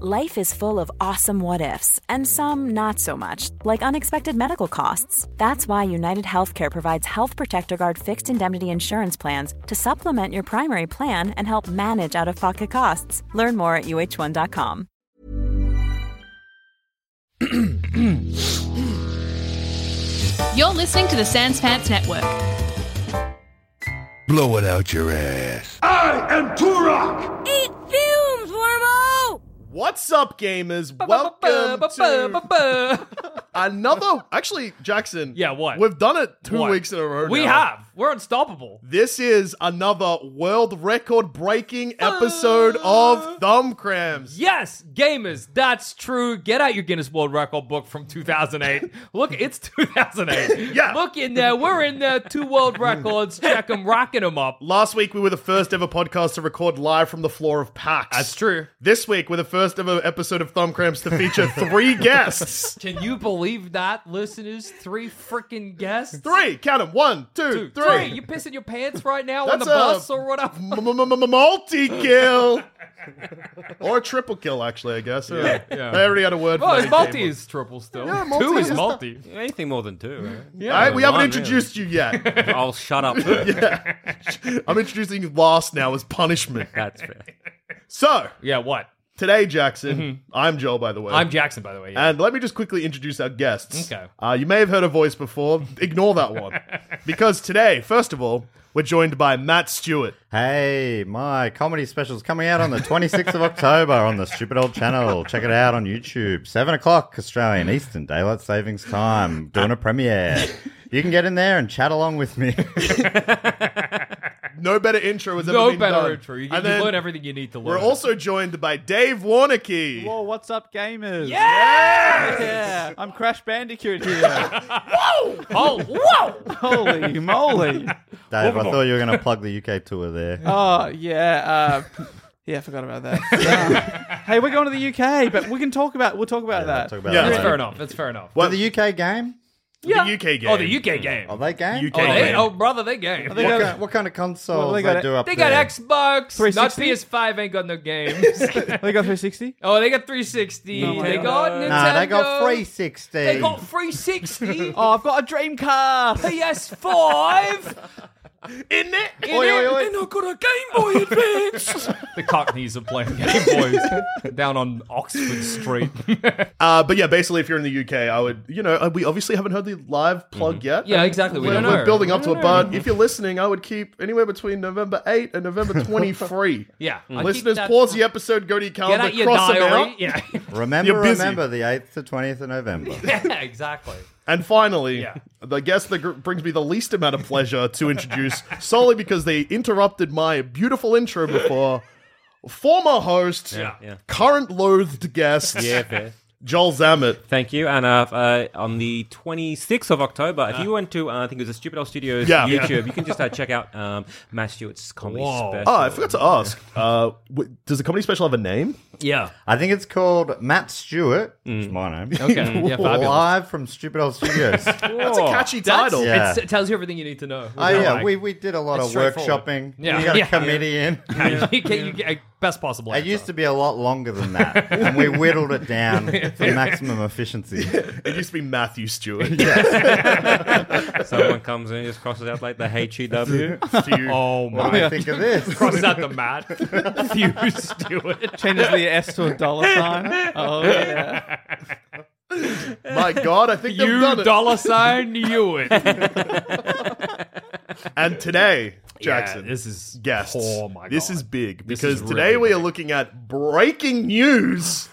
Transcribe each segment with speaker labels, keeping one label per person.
Speaker 1: Life is full of awesome what ifs, and some not so much, like unexpected medical costs. That's why United Healthcare provides Health Protector Guard fixed indemnity insurance plans to supplement your primary plan and help manage out of pocket costs. Learn more at uh1.com.
Speaker 2: You're listening to the Sans Pants Network.
Speaker 3: Blow it out your ass.
Speaker 4: Eight fumes, Wormo!
Speaker 5: What's up, gamers? Welcome to another. Actually, Jackson.
Speaker 6: Yeah, what?
Speaker 5: We've done it two
Speaker 6: What?
Speaker 5: weeks in a row.
Speaker 6: We
Speaker 5: now.
Speaker 6: have. We're unstoppable.
Speaker 5: This is another world record breaking episode of Thumb Cramps.
Speaker 6: Yes, gamers, that's true. Get out your Guinness World Record book from 2008. Look, it's 2008.
Speaker 5: Yeah.
Speaker 6: Look in there. We're in there. Two world records. Check them, racking them up.
Speaker 5: Last week, we were the first ever podcast to record live from the floor of PAX.
Speaker 6: That's true.
Speaker 5: This week, we're the first ever episode of Thumb Cramps to feature three guests.
Speaker 6: Can you believe that, listeners? Three freaking guests?
Speaker 5: Three, count them. One,
Speaker 6: Two,
Speaker 5: two,
Speaker 6: three. You pissing your pants right now on
Speaker 5: That's
Speaker 6: the
Speaker 5: a-
Speaker 6: bus or Oh, whatever?
Speaker 5: multi kill or a triple kill actually i guess yeah,
Speaker 6: yeah.
Speaker 5: they already had a word
Speaker 6: Well,
Speaker 5: for
Speaker 6: it's
Speaker 5: that
Speaker 6: multi
Speaker 5: game.
Speaker 6: is triple still.
Speaker 5: Yeah,
Speaker 6: Two
Speaker 5: multi
Speaker 6: is
Speaker 5: is-
Speaker 6: multi.
Speaker 7: Anything more than two. right?
Speaker 5: All right, we haven't
Speaker 7: One,
Speaker 5: introduced you yet
Speaker 7: really. I'll Oh, shut up.
Speaker 5: i'm introducing you last now as punishment
Speaker 7: That's fair.
Speaker 5: so
Speaker 6: Yeah, what?
Speaker 5: today jackson i'm joel by the way
Speaker 6: Mm-hmm. I'm Jackson, by the way. Yeah.
Speaker 5: and let me just quickly introduce our guests.
Speaker 6: Okay.
Speaker 5: Uh, you may have heard a voice before. Ignore that one. because today, first of all, we're joined by Matt Stewart.
Speaker 8: Hey, my comedy special's coming out on the 26th of October on the Stupid Old Channel. Check it out on YouTube. 7 o'clock Australian Eastern Daylight Savings Time. Doing a premiere. You can get in there and chat along with me.
Speaker 5: No better intro has ever
Speaker 6: No
Speaker 5: been
Speaker 6: better
Speaker 5: done.
Speaker 6: intro. You, you
Speaker 5: And then
Speaker 6: learn everything you need to learn.
Speaker 5: We're also joined by Dave Warnicky.
Speaker 7: Whoa, Oh, what's up, gamers?
Speaker 6: Yeah!
Speaker 7: Yeah, I'm Crash Bandicoot here.
Speaker 6: Oh, whoa!
Speaker 7: Holy moly.
Speaker 8: Dave, I thought you were going to plug the UK tour there.
Speaker 7: Oh, yeah. Uh, yeah, I forgot about that. Uh, hey, we're going to the UK, but we can talk about, we'll talk about that.
Speaker 8: Talk about
Speaker 5: Yeah.
Speaker 8: that
Speaker 6: That's
Speaker 8: later.
Speaker 6: fair enough. That's fair enough.
Speaker 5: What-
Speaker 8: But the UK game?
Speaker 6: Yeah.
Speaker 5: The UK game.
Speaker 6: Oh, the UK game.
Speaker 8: Are they game?
Speaker 5: UK
Speaker 6: Oh, they,
Speaker 5: game.
Speaker 6: oh, brother, they game.
Speaker 7: They
Speaker 8: What,
Speaker 7: got-
Speaker 8: kind, what kind of consoles
Speaker 7: Well,
Speaker 8: they,
Speaker 7: they got it-
Speaker 8: do up
Speaker 6: They got
Speaker 8: there?
Speaker 6: Xbox. Not
Speaker 7: 360?
Speaker 6: PS5 ain't got no games.
Speaker 7: They got 360?
Speaker 6: oh, they got 360.
Speaker 7: No,
Speaker 6: they
Speaker 7: they
Speaker 6: got
Speaker 7: don't.
Speaker 6: Nintendo.
Speaker 8: Nah, they got 360.
Speaker 6: They got 360.
Speaker 7: Oh, I've got a Dreamcast.
Speaker 6: PS5. In it. In
Speaker 7: Oi,
Speaker 6: it.
Speaker 7: oi, oi.
Speaker 6: They're not got a Game Boy Advance. the Cockneys are playing Game Boys down on Oxford Street.
Speaker 5: Uh, but yeah, basically, if you're in the UK, I would, you know, uh, we obviously haven't heard the live
Speaker 6: Mhm.
Speaker 5: plug yet.
Speaker 6: Yeah,
Speaker 5: And
Speaker 6: exactly, we
Speaker 5: We're,
Speaker 6: don't
Speaker 5: we're
Speaker 6: know.
Speaker 5: building up to it, but if you're listening, I would keep anywhere between November 8 and November 23.
Speaker 6: Yeah. I keep
Speaker 5: Listeners,
Speaker 6: that-
Speaker 5: pause the episode, go to your
Speaker 6: Get
Speaker 5: calendar,
Speaker 6: out your
Speaker 5: cross them
Speaker 6: diary.
Speaker 5: out.
Speaker 6: Yeah.
Speaker 8: Remember,
Speaker 5: You're busy.
Speaker 8: remember the 8th to 20th of November.
Speaker 6: yeah, exactly.
Speaker 5: And finally,
Speaker 6: Yeah.
Speaker 5: the guest that gr- brings me the least amount of pleasure to introduce, solely because they interrupted my beautiful intro before, former host,
Speaker 7: yeah.
Speaker 5: current loathed guest,
Speaker 7: Yeah, fair.
Speaker 5: Joel Zammit.
Speaker 7: Thank you. And uh, uh, on the 26th of October, if you went to, uh, I think it was the Stupid Old Studios
Speaker 5: Yeah.
Speaker 7: YouTube, you can just uh, check out um, Matt Stewart's comedy
Speaker 6: Whoa.
Speaker 7: special.
Speaker 5: Oh, I forgot to ask. Uh, w- does the comedy special have a name?
Speaker 6: Yeah.
Speaker 8: I think it's called Matt Stewart.
Speaker 7: Mm.
Speaker 8: It's my name.
Speaker 6: Okay. Yeah, fabulous.
Speaker 8: Live from Stupid Old Studios.
Speaker 5: That's a catchy title.
Speaker 8: Yeah.
Speaker 6: It's- It tells you everything you need to know.
Speaker 8: Oh yeah,
Speaker 6: Like-
Speaker 8: we, we did a lot
Speaker 6: It's
Speaker 8: of
Speaker 6: straightforward.
Speaker 8: workshopping.
Speaker 6: Yeah.
Speaker 8: We got
Speaker 6: Yeah.
Speaker 8: a comedian.
Speaker 6: you get, you get best possible.
Speaker 8: It used to be a lot longer than that, and we whittled it down for maximum efficiency.
Speaker 5: It used to be Matthew Stewart.
Speaker 7: Someone comes in and just crosses out like the E H-E-W.
Speaker 6: Oh
Speaker 8: What do we think of this?
Speaker 6: Crosses out the mat. Few Stewart.
Speaker 7: Changes the S to a dollar sign. Oh, yeah.
Speaker 5: My God, I think
Speaker 6: You
Speaker 5: they've done it.
Speaker 6: dollar sign you it.
Speaker 5: And today, Jackson,
Speaker 6: Yeah, this is
Speaker 5: guests.
Speaker 6: Oh my god.
Speaker 5: This is big
Speaker 6: This
Speaker 5: because
Speaker 6: is
Speaker 5: today we
Speaker 6: really
Speaker 5: are
Speaker 6: big. Oh.
Speaker 5: looking at breaking news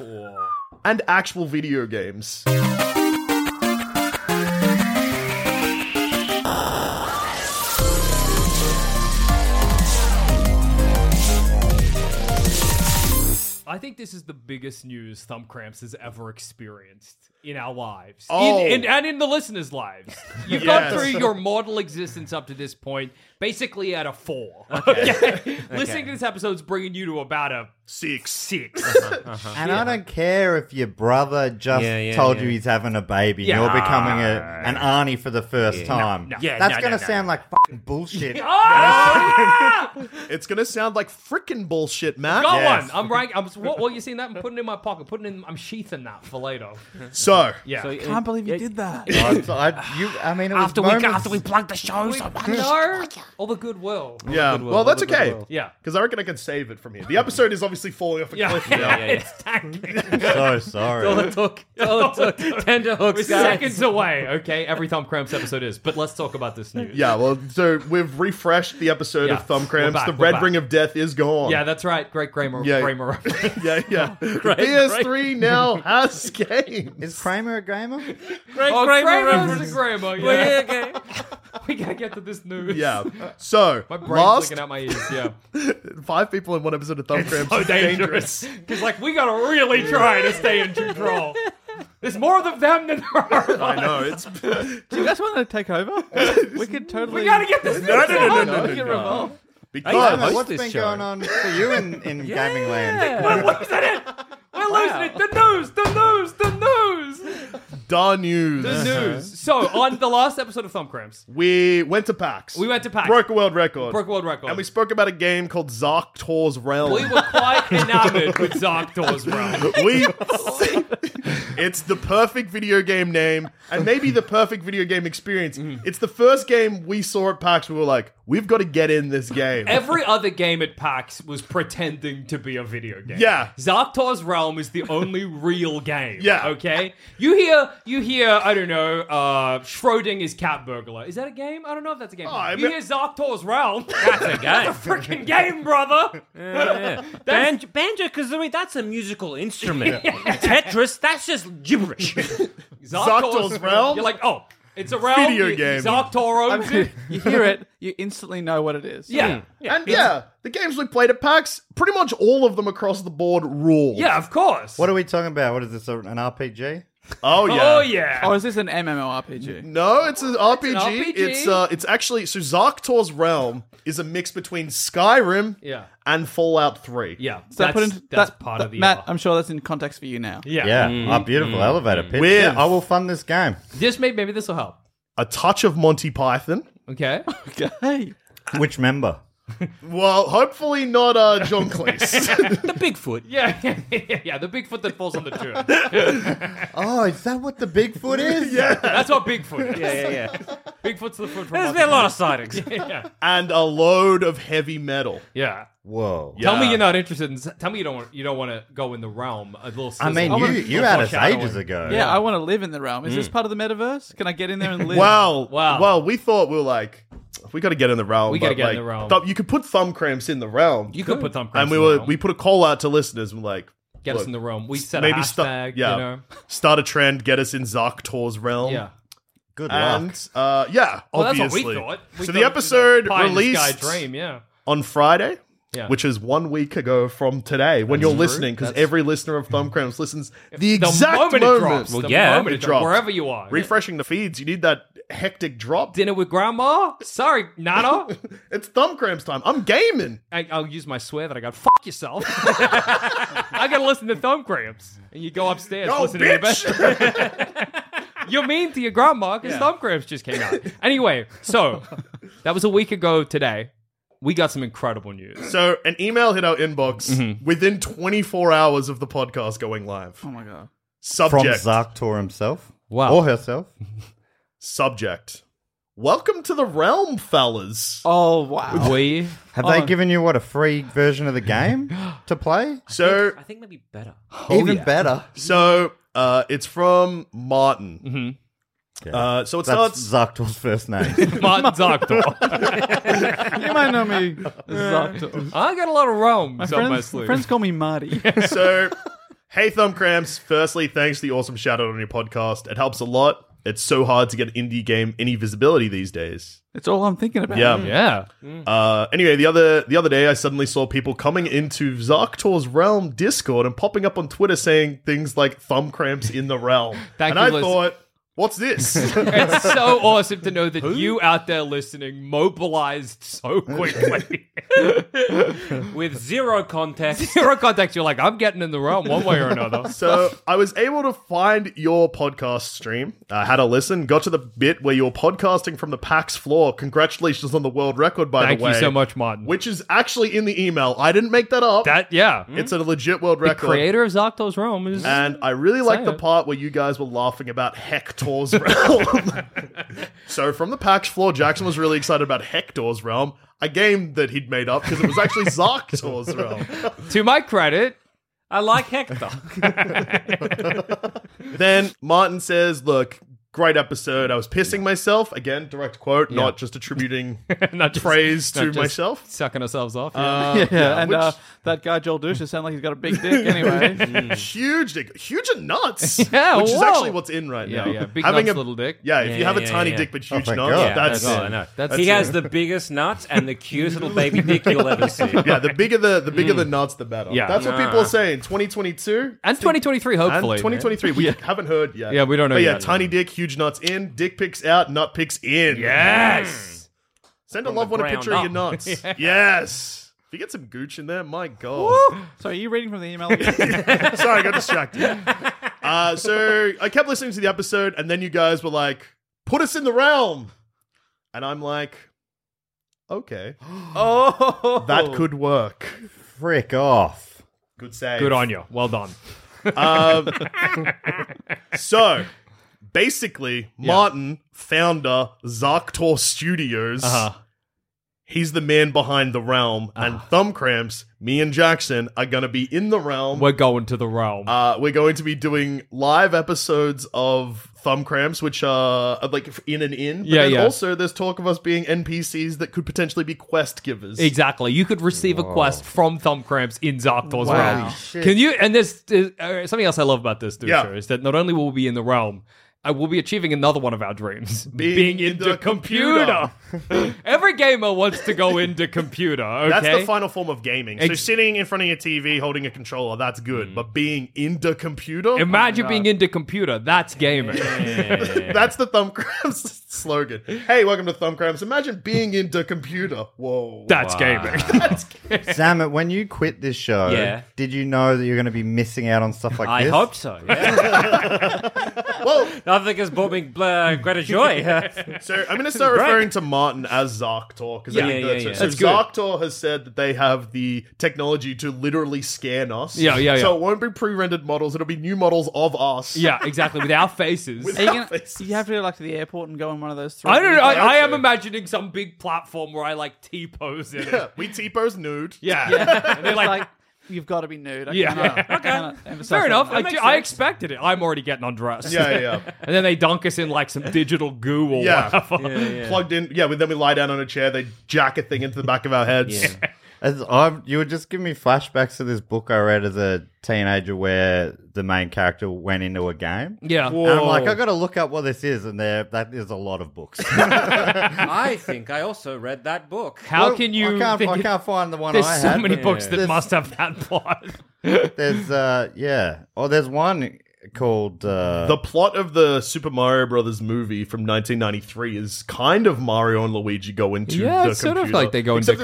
Speaker 5: and actual video games.
Speaker 6: I think this is the biggest news Thumb Cramps has ever experienced in our lives.
Speaker 9: Oh.
Speaker 6: In, in, and in the listeners' lives. You've
Speaker 9: Yes.
Speaker 6: gone through your mortal existence up to this point, basically at a four.
Speaker 9: Okay.
Speaker 6: Listening to this episode's bringing you to about a
Speaker 5: six.
Speaker 6: Six.
Speaker 8: And I don't care if your brother just
Speaker 6: Yeah, yeah,
Speaker 8: told
Speaker 6: yeah.
Speaker 8: you he's having a baby.
Speaker 6: Yeah.
Speaker 8: You're becoming a, an Arnie for the first
Speaker 5: Yeah. No,
Speaker 8: time.
Speaker 5: no. Yeah,
Speaker 8: That's
Speaker 5: no,
Speaker 8: gonna
Speaker 5: no, no,
Speaker 8: sound like fucking bullshit.
Speaker 6: Ah!
Speaker 5: it's gonna sound like frickin' bullshit, Matt.
Speaker 6: Got one. I'm right. I'm. What, well, you seen that? I'm putting it in my pocket. Putting it in. I'm sheathing that for later.
Speaker 5: So
Speaker 6: yeah,
Speaker 7: can't believe you did that.
Speaker 8: I, I- you, I mean, it was
Speaker 6: After we-
Speaker 8: moments,
Speaker 6: after we
Speaker 8: plugged the show
Speaker 6: We- no, all the goodwill.
Speaker 5: Yeah, well, that's okay.
Speaker 6: Yeah.
Speaker 5: because I reckon I can save it from here. The episode is obviously falling off a
Speaker 6: Yeah,
Speaker 5: cliff.
Speaker 6: yeah,
Speaker 5: now.
Speaker 6: yeah, yeah. It's tanking.
Speaker 8: So sorry.
Speaker 6: All it took. All it took. Tender hooks. We're
Speaker 5: guys.
Speaker 6: seconds away. Okay, every Thumb Cramps episode is. But let's talk about this news.
Speaker 5: Yeah, well, so we've refreshed the episode
Speaker 6: Yeah.
Speaker 5: of Thumb
Speaker 6: We're
Speaker 5: Cramps.
Speaker 6: back,
Speaker 5: the
Speaker 6: we're
Speaker 5: Red
Speaker 6: back.
Speaker 5: Ring of Death is gone.
Speaker 6: Yeah, that's right. Great Kramer.
Speaker 5: Yeah.
Speaker 6: Kramer reference.
Speaker 5: yeah, yeah.
Speaker 6: Great,
Speaker 5: PS3
Speaker 6: great.
Speaker 5: now has games.
Speaker 8: Is Kramer a gamer?
Speaker 6: Great oh,
Speaker 9: Kramer
Speaker 6: Kramer's
Speaker 9: reference.
Speaker 6: a Kramer. Yeah.
Speaker 9: Well, yeah,
Speaker 6: we gotta get to this news.
Speaker 5: Yeah. So
Speaker 6: My brain's
Speaker 5: last
Speaker 6: looking out my ears. Yeah.
Speaker 5: five people in one episode of Thumb Cramps.
Speaker 6: so
Speaker 5: is
Speaker 6: dangerous. Because like we gotta really try to stay in control. There's more of them than there are. of
Speaker 5: I know
Speaker 6: us.
Speaker 5: it's.
Speaker 7: Do you guys want to take over? we could totally. Oh.
Speaker 6: We gotta get this.
Speaker 5: No, no, no,
Speaker 6: news
Speaker 5: no, no,
Speaker 6: on.
Speaker 5: no,
Speaker 6: We can
Speaker 5: no.
Speaker 6: revolve.
Speaker 5: Because
Speaker 8: Kramer, what's been going on for you in, in gaming land?
Speaker 6: We're losing it. We're losing it. The news. The news. The news.
Speaker 5: Da news.
Speaker 6: The news. So on the last episode of Thumb Cramps,
Speaker 5: We went to PAX.
Speaker 6: we went to PAX.
Speaker 5: Broke a world record.
Speaker 6: Broke a world record.
Speaker 5: And we spoke about a game called Zarktor's Realm.
Speaker 6: We were quite enamored with Zarktor's realm.
Speaker 5: We- it's the perfect video game name and maybe the perfect video game experience.
Speaker 6: Mm-hmm.
Speaker 5: It's the first game we saw at PAX. We were like, we've got to get in this game.
Speaker 6: Every other game at PAX was pretending to be a video game.
Speaker 5: Yeah.
Speaker 6: Zarktor's Realm is the only real game.
Speaker 5: Yeah.
Speaker 6: Okay? You hear, you hear, I don't know, uh, Schrodinger's Cat Burglar. Is that a game? I don't know if that's a game.
Speaker 5: Oh, I
Speaker 6: you
Speaker 5: mean-
Speaker 6: hear Zarktor's Realm. That's a game. that's a freaking game, brother.
Speaker 9: Banjo, banjo kazooie, that's a musical instrument. Tetris, that's just gibberish.
Speaker 5: Zarktor's Realm?
Speaker 6: You're like, oh, it's a realm.
Speaker 5: Video
Speaker 6: you-
Speaker 5: game.
Speaker 6: Zarktoro.
Speaker 7: you hear it, you instantly know what it is.
Speaker 6: yeah. yeah.
Speaker 5: Hmm. and yeah, the games we played at PAX, pretty much all of them across the board rule.
Speaker 6: Yeah, of course.
Speaker 8: What are we talking about? What is this? An RPG?
Speaker 5: Oh yeah.
Speaker 6: Oh, yeah.
Speaker 7: Oh, is this an MMORPG?
Speaker 5: No, it's an RPG. It's,
Speaker 6: RPG.
Speaker 5: uh, it's actually so Zarktor's Realm is a mix between Skyrim
Speaker 6: Yeah.
Speaker 5: and Fallout Three.
Speaker 6: Yeah,
Speaker 7: Does that
Speaker 6: that's,
Speaker 7: put into-
Speaker 6: that's
Speaker 7: that-
Speaker 6: part
Speaker 7: that-
Speaker 6: of the
Speaker 7: Matt,
Speaker 6: uh,
Speaker 7: I'm sure that's in context for you now.
Speaker 6: yeah.
Speaker 8: Yeah. Oh, beautiful elevator pitch.
Speaker 5: With-
Speaker 8: Yeah, I will fund this game.
Speaker 6: This may maybe this will help.
Speaker 5: A touch of Monty Python.
Speaker 6: Okay,
Speaker 7: Okay.
Speaker 8: Which member?
Speaker 5: Well, hopefully not uh, John Cleese.
Speaker 9: the Bigfoot.
Speaker 6: yeah, yeah, yeah, yeah. The Bigfoot that falls on the tree.
Speaker 8: Oh, is that what the Bigfoot is? yeah.
Speaker 6: That's what Bigfoot. Is.
Speaker 9: Yeah, yeah, yeah.
Speaker 6: Bigfoot's the foot from.
Speaker 9: There's
Speaker 6: There's
Speaker 9: been a lot of sightings.
Speaker 6: yeah,
Speaker 5: and a load of heavy metal.
Speaker 6: yeah.
Speaker 8: Whoa.
Speaker 6: Tell me
Speaker 5: Yeah.
Speaker 6: you're not interested in. Tell me you don't want. You don't want to go in the realm. A little.
Speaker 8: I mean,
Speaker 6: sizzle.
Speaker 8: you, you had us
Speaker 6: foreshadowing.
Speaker 8: ages ago.
Speaker 7: Yeah, I want to live in the realm. Is
Speaker 6: Mm.
Speaker 7: this part of the metaverse? Can I get in there and live?
Speaker 5: Well,
Speaker 6: Wow.
Speaker 5: well, we thought we were like, we got to get in the realm.
Speaker 6: We gotta
Speaker 5: but,
Speaker 6: get in
Speaker 5: like,
Speaker 6: the realm.
Speaker 5: th- you could put thumb cramps in the realm.
Speaker 6: You could put thumb.
Speaker 5: and we were we put a call out to listeners. and We're like,
Speaker 6: get us
Speaker 5: look,
Speaker 6: in the realm. We set a hashtag.
Speaker 5: sta-
Speaker 6: You know.
Speaker 5: start a trend. Get us in Zarktor's realm.
Speaker 6: Yeah.
Speaker 8: Good luck.
Speaker 5: And uh, yeah,
Speaker 6: Well, that's what we
Speaker 5: obviously.
Speaker 6: thought.
Speaker 5: so
Speaker 6: We thought it was
Speaker 5: the
Speaker 6: a
Speaker 5: episode
Speaker 6: pie in the sky
Speaker 5: released
Speaker 6: dream. Yeah.
Speaker 5: on Friday,
Speaker 6: Yeah.
Speaker 5: which is one week ago from today when you're listening, because
Speaker 6: That's-
Speaker 5: every listener of Thumb Cramps listens the
Speaker 6: The
Speaker 5: exact
Speaker 6: moment, it drops.
Speaker 9: Well,
Speaker 6: the
Speaker 9: yeah.
Speaker 5: It
Speaker 6: moment it
Speaker 5: drops.
Speaker 6: drops. Wherever you are.
Speaker 5: Refreshing the feeds, you need that hectic drop.
Speaker 6: Dinner with grandma. Sorry, Nana.
Speaker 5: It's Thumb Cramps time. I'm gaming.
Speaker 6: I, I'll use my swear that I got fuck yourself. I gotta listen to thumb cramps, and you go upstairs
Speaker 5: Yo,
Speaker 6: listen to the best. You're mean to your grandma because thumb cramps just came out. Anyway, so that was a week ago today. We got some incredible news.
Speaker 5: So an email hit our inbox
Speaker 6: Mm-hmm.
Speaker 5: within 24 hours of the podcast going live.
Speaker 7: oh my god.
Speaker 8: From
Speaker 5: Subject.
Speaker 8: Zarktor himself.
Speaker 6: Wow.
Speaker 8: Or herself.
Speaker 5: subject. Welcome to the realm, fellas.
Speaker 7: Oh wow.
Speaker 6: We
Speaker 8: Have
Speaker 6: Oh.
Speaker 8: they given you, what, a free version of the game to play?
Speaker 5: So
Speaker 9: I think maybe better.
Speaker 6: Oh,
Speaker 8: Even better.
Speaker 5: so uh, it's from Martin.
Speaker 6: Mm-hmm.
Speaker 5: Uh, so it
Speaker 8: That's
Speaker 5: starts.
Speaker 8: Zarktor's first name.
Speaker 6: Martin Zarkdor.
Speaker 7: you might know me. Zapdos.
Speaker 6: I got a lot of
Speaker 7: My
Speaker 6: roams on my
Speaker 7: friends,
Speaker 6: sleeve.
Speaker 7: friends call me Marty.
Speaker 5: so, hey, Thumb Cramps. Firstly, thanks for the awesome shout out on your podcast. It helps a lot. It's so hard to get an indie game any visibility these days.
Speaker 7: It's all I'm thinking about.
Speaker 5: Yeah,
Speaker 6: Mm.
Speaker 5: Uh, anyway, the other the other day, I suddenly saw people coming into Zarktor's Realm Discord and popping up on Twitter saying things like "thumb cramps in the realm,"
Speaker 6: That
Speaker 5: and I
Speaker 6: could list-
Speaker 5: thought, "What's this?"
Speaker 6: it's so awesome to know that you out there listening mobilized so quickly
Speaker 9: with zero context.
Speaker 6: Zero context. You're like, I'm getting in the realm one way or another.
Speaker 5: So I was able to find your podcast stream. I had a listen, got to the bit where you were podcasting from the PAX floor. Congratulations on the world record, by
Speaker 6: Thank
Speaker 5: the way.
Speaker 6: you so much, Martin.
Speaker 5: Which is actually in the email. I didn't make that up.
Speaker 6: That yeah, Mm.
Speaker 5: it's a legit world record. Uh,
Speaker 6: creator of Zarktor's Realm is.
Speaker 5: And I really like the
Speaker 6: Say it.
Speaker 5: part where you guys were laughing about Hector's realm. so from the PAX floor, Jackson was really excited about Hector's realm, a game that he'd made up because it was actually Zarktor's realm.
Speaker 6: to my credit,
Speaker 9: I like Hector.
Speaker 5: Then Martin says, "Look, great episode. I was pissing myself again. Direct quote, not just attributing
Speaker 6: not just-
Speaker 5: praise
Speaker 6: not
Speaker 5: to
Speaker 6: just
Speaker 5: myself.
Speaker 6: sucking ourselves off. Yeah.
Speaker 5: Uh,
Speaker 7: yeah, and
Speaker 5: which-
Speaker 7: uh, that guy Joel Dusha sounds like he's got a big dick anyway.
Speaker 5: huge, dick, huge and nuts.
Speaker 6: Yeah,
Speaker 5: which is
Speaker 6: whoa.
Speaker 5: actually what's in right
Speaker 6: Yeah,
Speaker 5: now.
Speaker 6: yeah. Big
Speaker 5: Having
Speaker 6: nuts,
Speaker 5: a
Speaker 6: little dick.
Speaker 5: Yeah, if
Speaker 9: Yeah,
Speaker 5: you have a
Speaker 9: yeah,
Speaker 5: tiny
Speaker 9: yeah.
Speaker 5: dick but
Speaker 8: Oh,
Speaker 5: huge
Speaker 8: thank
Speaker 5: nuts,
Speaker 8: God.
Speaker 5: that's,
Speaker 9: all I know.
Speaker 6: That's
Speaker 9: he
Speaker 6: it.
Speaker 9: has the biggest nuts and the cutest little baby dick you'll ever see.
Speaker 5: yeah. The bigger the the bigger the nuts, the better.
Speaker 6: Yeah.
Speaker 5: that's what
Speaker 9: Nah.
Speaker 5: people are saying. 2022
Speaker 6: and 2023,
Speaker 5: and
Speaker 6: hopefully.
Speaker 5: 2023. We haven't heard yet.
Speaker 6: Yeah, we don't know
Speaker 5: But yeah,
Speaker 6: yet.
Speaker 5: tiny dick, huge nuts in, dick pics out, nut pics in. Mm.
Speaker 6: Yes.
Speaker 5: Send a loved one a
Speaker 9: ground
Speaker 5: picture of your
Speaker 9: up.
Speaker 5: nuts. Yes. If you get some gooch in there, my god.
Speaker 7: so are you reading from the email? again?
Speaker 5: Sorry, I got distracted. Uh, so I kept listening to the episode, and then you guys were like, "Put us in the realm," and I'm like, "Okay,
Speaker 7: oh,
Speaker 5: that could work."
Speaker 8: Frick off.
Speaker 5: Good save.
Speaker 6: Good on you. Well done.
Speaker 5: Um, so basically, Martin, founder Zarktor Studios,
Speaker 6: Uh-huh.
Speaker 5: he's the man behind the realm, and Thumb Cramps, me and Jackson are gonna be in the realm.
Speaker 6: Um, We're going to the realm.
Speaker 5: Uh, we're going to be doing live episodes of Thumb Cramps, which are uh, like in and in. But
Speaker 6: Yeah,
Speaker 5: then
Speaker 6: yeah.
Speaker 5: Also, there's talk of us being NPCs that could potentially be quest givers.
Speaker 6: Exactly. You could receive a quest from Thumb Cramps in Zarktor's
Speaker 7: Wow.
Speaker 6: realm.
Speaker 7: Holy
Speaker 6: Can you? And there's, there's uh, something else I love about this, Dusha,
Speaker 5: Yeah.
Speaker 6: is that not only will we be in the realm, I will be achieving another one of our dreams:
Speaker 5: Being in the
Speaker 6: Every gamer wants to go into computer. Okay.
Speaker 5: That's the final form of gaming. so
Speaker 6: Ex- Mm.
Speaker 5: sitting in front of your TV holding a controller, that's good. But being in the computer,
Speaker 6: Imagine being into computer. That's gaming.
Speaker 5: that's the Thumb Cramps slogan. Hey, welcome to Thumb Cramps. Imagine being into computer. Whoa.
Speaker 6: That's gaming.
Speaker 8: Sam, when you quit this show,
Speaker 9: Yeah.
Speaker 8: did you know that you're going to be missing out on stuff like
Speaker 9: I
Speaker 8: this?
Speaker 9: hope so. Yeah.
Speaker 5: well,
Speaker 9: Nothing has brought me uh, greater joy.
Speaker 5: So I'm going to start
Speaker 9: Right.
Speaker 5: referring to Martin as Zarktor because
Speaker 9: Yeah, yeah,
Speaker 5: that's
Speaker 9: yeah,
Speaker 5: it.
Speaker 9: yeah.
Speaker 5: So
Speaker 9: That's
Speaker 6: good.
Speaker 5: Zarktor has said that they have the technology to literally scan us.
Speaker 6: Yeah, yeah,
Speaker 5: So
Speaker 6: yeah.
Speaker 5: it won't be pre-rendered models; it'll be new models of us.
Speaker 6: yeah, exactly. With our faces.
Speaker 7: Are you, gonna,
Speaker 5: faces.
Speaker 7: you have to go like to the airport and go on one of those. Three
Speaker 6: I don't know. I, I am imagining some big platform where I like T pose in
Speaker 5: Yeah,
Speaker 6: it.
Speaker 5: we T-pose nude.
Speaker 6: Yeah. And they're
Speaker 7: It's like,
Speaker 6: like,
Speaker 7: you've got to be nude. I
Speaker 6: Yeah.
Speaker 7: cannot- I
Speaker 6: Okay.
Speaker 7: cannot emphasize
Speaker 6: fair
Speaker 7: that
Speaker 6: enough.
Speaker 7: enough.
Speaker 6: I, ju- I expected it. I'm already getting undressed.
Speaker 5: yeah, yeah. yeah.
Speaker 6: And then they dunk us in like some digital goo or
Speaker 5: Yeah.
Speaker 6: whatever.
Speaker 5: Plugged in. Yeah, but then we lie down on a chair. They jack a thing into the back of our heads.
Speaker 8: As I'm, you were just giving me flashbacks to this book I read as a teenager where the main character went into a game.
Speaker 6: Yeah.
Speaker 8: And I'm like, i got to look up what this is. And there, that is a lot of books.
Speaker 9: I think I also read that book.
Speaker 6: How
Speaker 8: Well,
Speaker 6: can you?
Speaker 8: I can't,
Speaker 6: think
Speaker 8: I can't find the one
Speaker 6: There's
Speaker 8: I
Speaker 6: so
Speaker 8: had.
Speaker 6: many
Speaker 8: but
Speaker 6: books that
Speaker 8: there's-
Speaker 6: must have that plot.
Speaker 8: There's, uh, yeah. Oh, there's one called. Uh,
Speaker 5: The plot of the Super Mario Brothers movie from 1993 is kind of Mario and Luigi go into the computer, Except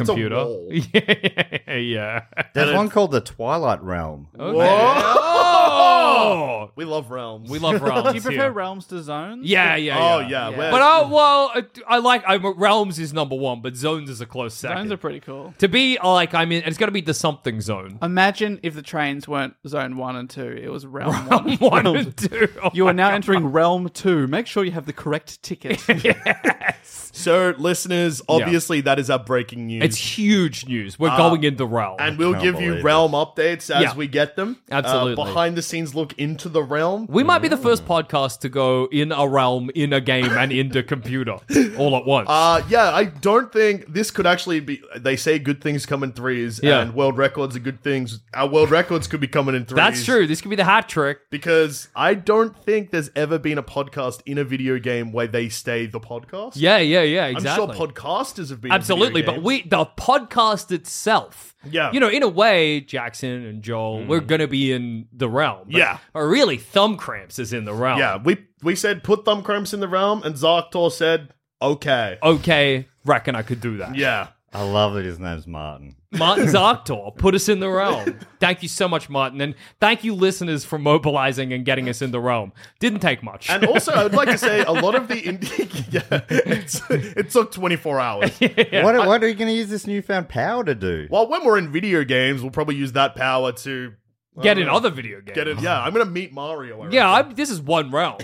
Speaker 5: it's a wall.
Speaker 6: yeah, yeah.
Speaker 8: there's one called The Twilight Realm.
Speaker 6: Oh,
Speaker 5: We love realms.
Speaker 6: we love realms.
Speaker 7: Do you prefer
Speaker 6: here.
Speaker 7: realms to zones?
Speaker 6: Yeah, yeah, yeah.
Speaker 5: Oh yeah, where-
Speaker 6: But I, well, I- I like i realms is number one, but zones is a close second.
Speaker 7: Zones are pretty cool.
Speaker 6: to be like I mean, it's got to be the something zone.
Speaker 7: Imagine if the trains weren't zone one and two; it was realm, one.
Speaker 6: One and two. Oh
Speaker 7: You
Speaker 6: my
Speaker 7: are now entering realm two. Make sure you have the correct ticket.
Speaker 5: So, listeners, obviously that is our breaking news.
Speaker 6: It's huge news. We're going into realm.
Speaker 5: Uh, and we'll
Speaker 8: Can't
Speaker 5: give you
Speaker 8: believe
Speaker 5: realm updates as
Speaker 6: Yeah.
Speaker 5: we get them. Uh,
Speaker 6: Absolutely.
Speaker 5: behind the scenes look into the realm.
Speaker 6: We might be the first podcast to go in a realm, in a game, and into computer all at once.
Speaker 5: Uh, yeah, I don't think this could actually be. They say good things come in threes,
Speaker 6: Yeah.
Speaker 5: and world records are good things. Our world records could be coming in threes.
Speaker 6: That's true. This could be the hat trick.
Speaker 5: Because I don't think there's ever been a podcast in a video game where they stay the podcast.
Speaker 6: Yeah, yeah, yeah,
Speaker 5: I'm sure
Speaker 6: exactly.
Speaker 5: podcasters have been in
Speaker 6: Absolutely,
Speaker 5: video
Speaker 6: but
Speaker 5: games.
Speaker 6: we the podcast itself.
Speaker 5: Yeah. Mm.
Speaker 6: You know, in a way, Jackson and Joel, we're gonna be in the realm. but-
Speaker 5: Yeah.
Speaker 6: Or really thumb cramps is in the realm.
Speaker 5: yeah, we we said put thumb cramps in the realm, and Zarktor said okay.
Speaker 6: Okay, reckon I could do that.
Speaker 5: Yeah.
Speaker 8: I love that his name's Martin.
Speaker 6: Martin Zarktor put us in the realm. Thank you so much, Martin. And thank you, listeners, for mobilizing and getting us in the realm. Didn't take much.
Speaker 5: And also, I would like to say a lot of the indie. Yeah, it's, it took 24 hours.
Speaker 8: What, what are you going to use this newfound power to do?
Speaker 5: Well, when we're in video games, we'll probably use that power to I
Speaker 6: Get
Speaker 5: don't
Speaker 6: in
Speaker 5: know,
Speaker 6: other video games.
Speaker 5: Get it? Yeah, I'm gonna meet Mario. I
Speaker 6: yeah, I'm, this is one realm.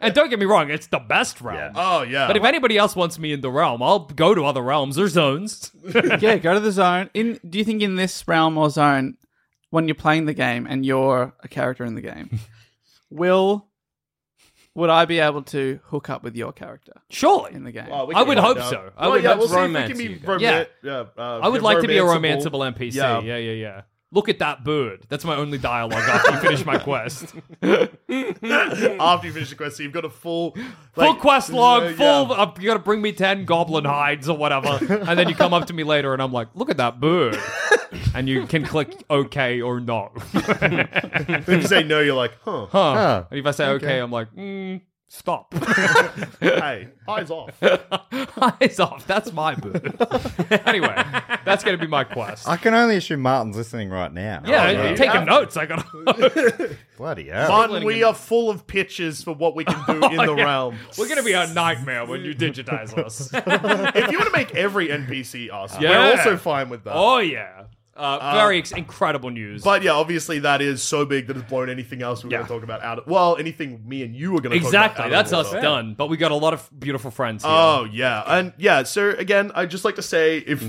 Speaker 6: and don't get me wrong, it's the best realm.
Speaker 5: Oh yeah.
Speaker 6: But if anybody else wants me in the realm, I'll go to other realms or zones.
Speaker 7: yeah, go to the zone. In do you think in this realm or zone, when you're playing the game and you're a character in the game, will would I be able to hook up with your character?
Speaker 6: Surely
Speaker 7: in the game.
Speaker 5: Well, we
Speaker 6: I
Speaker 5: can
Speaker 6: would
Speaker 5: find
Speaker 6: hope
Speaker 5: out.
Speaker 6: so. I
Speaker 5: Well,
Speaker 6: would
Speaker 5: yeah,
Speaker 6: hope
Speaker 5: we'll
Speaker 6: so.
Speaker 5: see if we can be
Speaker 6: you guys.
Speaker 5: roman- yeah. uh,
Speaker 6: I would like to be a
Speaker 5: romanceable.
Speaker 6: romanceable NPC.
Speaker 5: Yeah.
Speaker 6: Yeah. yeah, yeah, Look at that bird. That's my only dialogue after you finish my quest.
Speaker 5: After you finish the quest, so you've got a full
Speaker 6: full
Speaker 5: like,
Speaker 6: quest log,
Speaker 5: yeah.
Speaker 6: full. Uh, you gotta bring me 10 goblin hides or whatever. And then you come up to me later and I'm like, look at that bird. and you can click OK or no.
Speaker 5: If you say no, you're like, huh,
Speaker 6: Huh.
Speaker 8: Huh.
Speaker 6: And if I say okay,
Speaker 5: Okay.
Speaker 6: I'm like, mm, stop.
Speaker 5: hey, eyes off.
Speaker 6: Eyes off. That's my bird. anyway, that's going to be my quest.
Speaker 8: I can only assume Martin's listening right now.
Speaker 6: yeah,
Speaker 8: Oh,
Speaker 6: you
Speaker 8: right.
Speaker 6: taking notes. I got
Speaker 8: bloody hell.
Speaker 5: Martin, we are full of pitches for what we can do in the
Speaker 6: Oh yeah.
Speaker 5: realm.
Speaker 6: We're going to be a nightmare when you digitize us.
Speaker 5: If you want to make every NPC us,
Speaker 6: Yeah.
Speaker 5: we're also fine with that. Um,
Speaker 6: oh, yeah. Uh, very ex- incredible news.
Speaker 5: But yeah, obviously that is so big that it's blown anything else we're
Speaker 6: Yeah.
Speaker 5: going to talk about out. Of, well, anything me and you are going to talk about
Speaker 6: exactly.
Speaker 5: out
Speaker 6: That's
Speaker 5: of
Speaker 6: us
Speaker 5: order.
Speaker 6: done. But we got a lot of beautiful friends here.
Speaker 5: Oh yeah, and yeah. So again, I'd just like to say if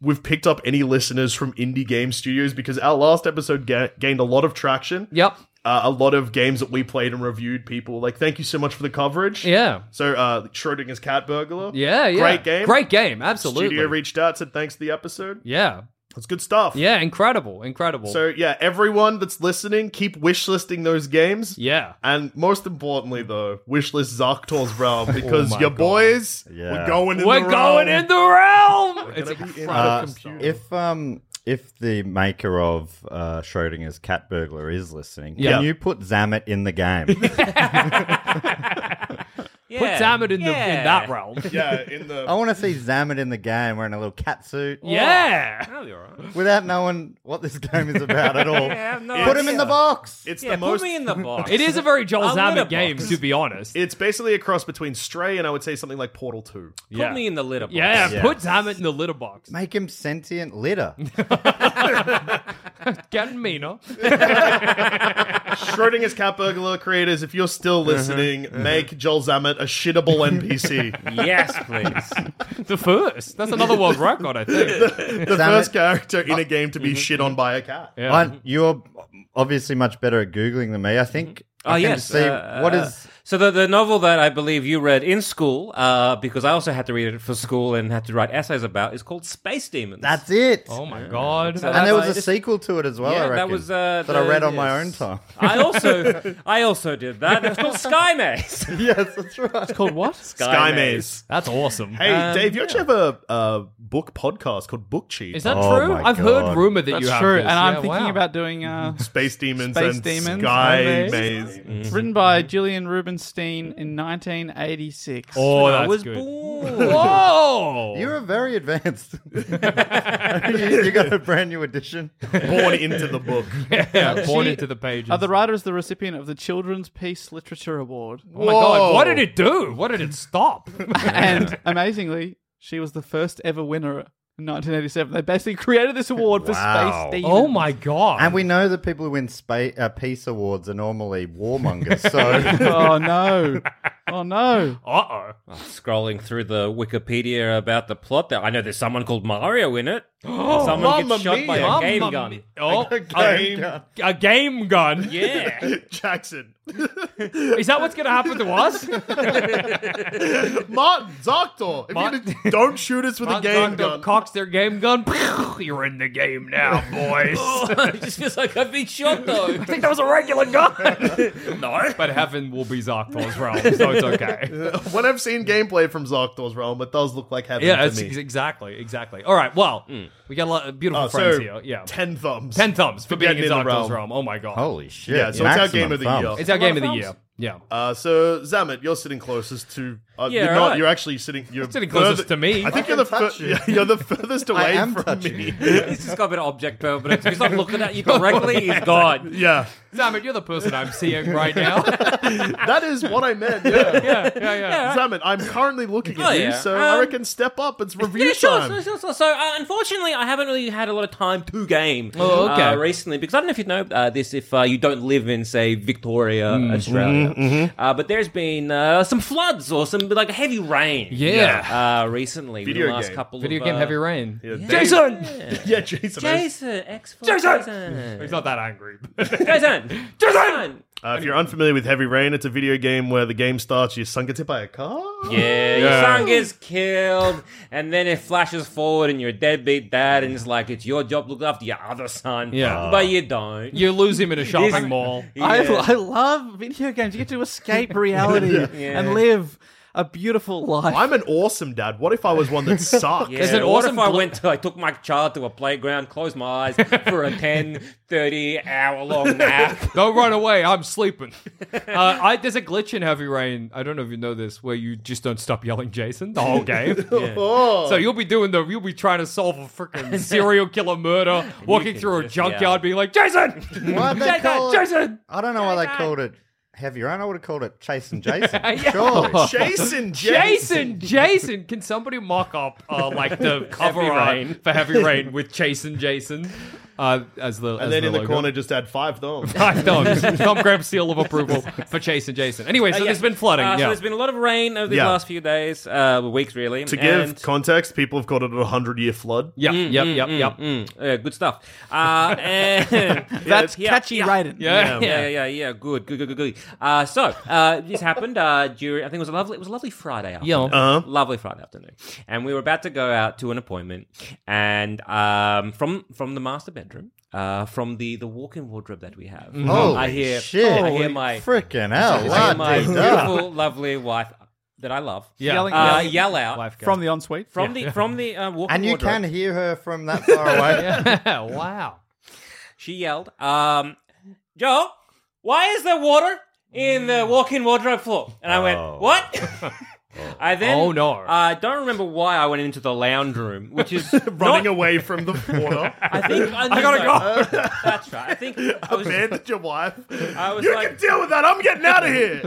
Speaker 5: we've picked up any listeners from indie game studios because our last episode ga- gained a lot of traction.
Speaker 6: yep.
Speaker 5: Uh, a lot of games that we played and reviewed, people like thank you so much for the coverage.
Speaker 6: Yeah.
Speaker 5: So uh, Schrodinger's Cat Burglar.
Speaker 6: Yeah, yeah.
Speaker 5: Great game.
Speaker 6: Great game. Absolutely.
Speaker 5: Studio reached out said thanks to the episode.
Speaker 6: yeah.
Speaker 5: It's good stuff.
Speaker 6: Yeah, incredible. Incredible.
Speaker 5: So yeah, everyone that's listening, keep wishlisting those games.
Speaker 6: yeah.
Speaker 5: And most importantly, though, wishlist Zarktor's realm because
Speaker 6: Oh my
Speaker 5: your
Speaker 6: God.
Speaker 5: boys,
Speaker 8: Yeah.
Speaker 5: we're going in
Speaker 6: We're
Speaker 5: the
Speaker 6: going
Speaker 5: realm.
Speaker 6: in the realm.
Speaker 5: It's
Speaker 6: It's
Speaker 5: gonna be in
Speaker 6: incredible.
Speaker 5: the
Speaker 8: Uh,
Speaker 5: computer.
Speaker 8: if um if the maker of uh, Schrodinger's cat burglar is listening,
Speaker 6: Yeah.
Speaker 8: can you put Zamet in the game?
Speaker 6: Put
Speaker 9: Yeah.
Speaker 6: Zamet in, the,
Speaker 9: Yeah.
Speaker 6: in that realm.
Speaker 5: yeah, in the
Speaker 8: I
Speaker 6: Oh,
Speaker 8: want to see Zamet in the game wearing a little cat suit
Speaker 6: Yeah.
Speaker 9: That'll be all right.
Speaker 8: without knowing what this game is about at all.
Speaker 9: I have no
Speaker 8: put him in
Speaker 9: idea.
Speaker 8: the box.
Speaker 5: it's
Speaker 9: Yeah,
Speaker 5: the
Speaker 9: put
Speaker 5: most.
Speaker 9: me in the box.
Speaker 6: It is a very Joel
Speaker 9: I'll let
Speaker 6: Zamet
Speaker 9: a
Speaker 6: game,
Speaker 9: box.
Speaker 6: to be honest.
Speaker 5: it's basically a cross between Stray and I would say something like Portal Two.
Speaker 9: Put
Speaker 6: yeah.
Speaker 9: me in the litter box.
Speaker 6: yeah,
Speaker 8: Yeah.
Speaker 6: put Zamet in the litter box.
Speaker 8: Make him sentient litter.
Speaker 6: Getting meaner.
Speaker 5: Schrodinger's Cat Burglar creators, if you're still listening, make Joel Zamet a shittable NPC.
Speaker 9: Yes, please.
Speaker 6: The first. That's another world record, I think.
Speaker 5: the
Speaker 8: Zamet-
Speaker 5: first character in a game to be shit on by a cat.
Speaker 6: Yeah.
Speaker 8: I- you're obviously much better at googling than me. I think.
Speaker 9: Oh
Speaker 8: I can
Speaker 9: yes.
Speaker 8: See
Speaker 9: uh,
Speaker 8: what
Speaker 9: uh,
Speaker 8: is
Speaker 9: so the the novel that I believe you read in school, uh, because I also had to read it for school and had to write essays about, is called Space Demons.
Speaker 8: that's it.
Speaker 6: oh my god.
Speaker 9: So
Speaker 8: and there
Speaker 9: that's-
Speaker 8: was a
Speaker 9: I just-
Speaker 8: sequel to it as well.
Speaker 9: Yeah,
Speaker 8: I
Speaker 9: that
Speaker 8: reckon,
Speaker 9: was, uh,
Speaker 8: that I
Speaker 9: the-
Speaker 8: read on my own
Speaker 9: yes.
Speaker 8: time.
Speaker 9: I also I also did that. It's called Sky Maze.
Speaker 8: yes, that's right.
Speaker 7: Called what?
Speaker 5: Sky Maze.
Speaker 6: That's awesome. Um,
Speaker 5: Hey, Dave, you actually have a uh, book podcast called Book Cheat.
Speaker 6: Is that
Speaker 8: Oh
Speaker 6: true?
Speaker 8: my
Speaker 6: I've heard
Speaker 8: God.
Speaker 6: rumor that you
Speaker 7: That's
Speaker 6: have
Speaker 7: true.
Speaker 6: this.
Speaker 7: And I'm
Speaker 6: Yeah,
Speaker 7: thinking
Speaker 6: wow.
Speaker 7: about doing uh
Speaker 5: Space Demons
Speaker 7: Space
Speaker 5: and
Speaker 7: Demons,
Speaker 5: Sky
Speaker 7: Sky
Speaker 5: Maze.
Speaker 7: it's written by Gillian Rubinstein in nineteen eighty six.
Speaker 6: Oh,
Speaker 9: I
Speaker 6: that's
Speaker 9: was
Speaker 6: good.
Speaker 9: born.
Speaker 6: Whoa!
Speaker 8: You're very advanced. you, you got a brand new edition.
Speaker 5: Born into the book.
Speaker 6: yeah, born
Speaker 7: She-
Speaker 6: into the pages.
Speaker 7: Uh, the writer is the recipient of the Children's Peace Literature Award.
Speaker 6: oh my god, what did it do? What did it stop?
Speaker 7: and amazingly, she was the first ever winner in 1987. They basically created this award for
Speaker 8: Wow.
Speaker 7: Space Demons.
Speaker 6: oh my god.
Speaker 8: And we know that people who win spa- uh, peace awards are normally warmongers. So
Speaker 7: Oh no! Oh no!
Speaker 6: Uh oh.
Speaker 9: Scrolling through the Wikipedia about the plot, there I know there's someone called Mario in it. Someone gets shot by a
Speaker 6: Mamma
Speaker 9: game
Speaker 6: mia.
Speaker 9: gun.
Speaker 6: Oh, a game gun. A game gun.
Speaker 9: Yeah.
Speaker 5: Jackson.
Speaker 6: Is that what's going to happen to us?
Speaker 5: Martin Zoctor. If you don't shoot us with a game gun.
Speaker 6: Cocks their game gun. You're in the game now, boys.
Speaker 9: it just feels like I've been shot though. I
Speaker 6: think that was a regular gun. no. But heaven will be Zarktor's realm, so it's okay.
Speaker 5: when I've seen gameplay from Zoctor's realm, it does look like heaven
Speaker 6: Yeah,
Speaker 5: to
Speaker 6: it's
Speaker 5: me. Hmm.
Speaker 6: ex- exactly, exactly. All right, well, we got a lot of beautiful
Speaker 5: Oh, so
Speaker 6: friends here. Yeah,
Speaker 5: ten thumbs,
Speaker 6: ten thumbs for,
Speaker 5: For
Speaker 6: being in
Speaker 5: getting in the
Speaker 6: Zarktor's realm.
Speaker 5: realm.
Speaker 6: Oh my god,
Speaker 8: Holy shit!
Speaker 5: Yeah, so it's our game of the year.
Speaker 6: It's our game of the year. Yeah.
Speaker 5: Uh, so Zamet, you're sitting closest to. Uh,
Speaker 6: Yeah,
Speaker 5: you're not.
Speaker 6: right.
Speaker 5: You're actually sitting. You're
Speaker 6: sitting closest
Speaker 5: further-
Speaker 6: to me.
Speaker 5: I think
Speaker 6: I
Speaker 5: you're the
Speaker 6: can touch
Speaker 5: fur-
Speaker 6: you.
Speaker 5: you're the furthest away
Speaker 9: am
Speaker 5: from
Speaker 9: touching
Speaker 5: me.
Speaker 9: He's just got a bit of object permanence. If he's not looking at you correctly, he's gone.
Speaker 5: Yeah,
Speaker 6: Zamet, you're the person I'm seeing right now.
Speaker 5: that is what I meant. Yeah,
Speaker 6: yeah, yeah, yeah.
Speaker 5: Zamet, I'm currently looking at
Speaker 9: Oh,
Speaker 5: you,
Speaker 9: yeah.
Speaker 5: so I
Speaker 9: Um,
Speaker 5: reckon step up. It's review
Speaker 9: Yeah, sure,
Speaker 5: time.
Speaker 9: sure, sure, sure. So, uh, unfortunately, I haven't really had a lot of time to game
Speaker 6: Oh, okay.
Speaker 9: uh, recently because I don't know if you know uh, this if uh, you don't live in, say, Victoria,
Speaker 6: Mm-hmm,
Speaker 9: Australia. Uh, but there's been uh, some floods or some like heavy rain.
Speaker 6: Yeah.
Speaker 9: uh, recently, within
Speaker 5: Video
Speaker 9: the last
Speaker 5: game.
Speaker 9: couple
Speaker 6: Video
Speaker 9: of
Speaker 6: game
Speaker 9: uh,
Speaker 6: heavy rain.
Speaker 5: Yeah,
Speaker 6: Jason,
Speaker 5: yeah, Jason. Uh,
Speaker 9: Jason, X
Speaker 6: Jason!
Speaker 9: Jason,
Speaker 6: he's not that angry.
Speaker 9: Jason, Jason.
Speaker 5: Uh, if you're unfamiliar with Heavy Rain, it's a video game where the game starts. You're sunk into by a car.
Speaker 9: Yeah,
Speaker 5: Yeah.
Speaker 9: your son gets killed, and then it flashes forward, and you're a deadbeat dad, and it's like it's your job to look after your other son.
Speaker 6: Yeah.
Speaker 9: but you don't.
Speaker 6: you lose him in a shopping mall.
Speaker 7: I,
Speaker 9: Yeah.
Speaker 7: I love video games. You get to escape reality and live a beautiful life.
Speaker 5: I'm an awesome dad. What if I was one that sucked?
Speaker 9: Yeah,
Speaker 6: There's an
Speaker 9: what
Speaker 6: awesome
Speaker 9: if I
Speaker 6: blo-
Speaker 9: went to, I took my child to a playground, closed my eyes for a 10, 30 hour long nap.
Speaker 6: Don't run away. I'm sleeping. Uh, I, there's a glitch in Heavy Rain. I don't know if you know this, where you just don't stop yelling Jason the whole game.
Speaker 5: Oh.
Speaker 6: So you'll be doing the, you'll be trying to solve a freaking serial killer murder, walking
Speaker 9: can
Speaker 6: through a
Speaker 9: just
Speaker 6: junkyard,
Speaker 9: yell.
Speaker 6: being like Jason,
Speaker 8: Why'd they
Speaker 6: Jason,
Speaker 8: call it-
Speaker 6: Jason.
Speaker 8: I don't know why they called it Heavy Rain. I would have called it Chasing Jason.
Speaker 6: Yeah.
Speaker 8: Surely.
Speaker 9: Oh,
Speaker 5: Jason,
Speaker 6: Jason, Jason, can somebody mock up uh, like the cover
Speaker 9: Heavy
Speaker 6: art
Speaker 9: Rain.
Speaker 6: for Heavy Rain with Jason, Jason uh, as the as
Speaker 5: And then in the
Speaker 6: logo?
Speaker 5: corner, just add five thumbs.
Speaker 6: Five thumbs. Tom Graham's seal of approval for Chase and Jason. Anyway, so
Speaker 9: Uh, yeah.
Speaker 6: there's been flooding.
Speaker 9: Uh, So
Speaker 6: yeah.
Speaker 9: there's been a lot of rain over these
Speaker 5: Yeah.
Speaker 9: last few days, uh, weeks really.
Speaker 5: To give
Speaker 9: and-
Speaker 5: context, people have called it a hundred-year flood.
Speaker 6: yep, yep, yep, yep.
Speaker 9: Mm, yeah, good stuff. Uh, and
Speaker 7: That's
Speaker 9: yeah,
Speaker 7: catchy
Speaker 9: yeah.
Speaker 7: writing.
Speaker 6: Yeah.
Speaker 9: yeah, yeah, yeah, yeah. Good, good, good, good, good. Uh, so uh, this happened uh, during. I think it was a lovely. It was a lovely Friday afternoon.
Speaker 6: Yeah.
Speaker 5: Uh-huh.
Speaker 9: Lovely Friday afternoon, and we were about to go out to an appointment, and um, from from the master bedroom, uh, from the the walk-in wardrobe that we have.
Speaker 8: Holy
Speaker 9: I hear.
Speaker 8: shit!
Speaker 9: I hear my.
Speaker 8: freaking
Speaker 9: I
Speaker 8: hell!
Speaker 9: hear
Speaker 8: what
Speaker 9: my
Speaker 8: the duck?
Speaker 9: beautiful, lovely wife that I love.
Speaker 6: Yeah.
Speaker 7: Yelling
Speaker 9: Uh,
Speaker 7: yelling
Speaker 9: yell out
Speaker 7: from the ensuite.
Speaker 9: from the from the uh, walk-in
Speaker 8: And you
Speaker 9: wardrobe.
Speaker 8: can hear her from that far away.
Speaker 6: Yeah, wow.
Speaker 9: She yelled, um, Joe, why is there water in the walk in wardrobe floor? And I
Speaker 8: Oh.
Speaker 9: went, What? I then
Speaker 6: Oh, no.
Speaker 9: I don't remember why I went into the lounge room, which is
Speaker 5: Running
Speaker 9: not-
Speaker 5: away from the water.
Speaker 9: I think I,
Speaker 6: gotta
Speaker 9: go. that's right. I think I was,
Speaker 5: Abandoned your wife.
Speaker 9: I was
Speaker 5: you
Speaker 9: like-
Speaker 5: can deal with that. I'm getting out of here.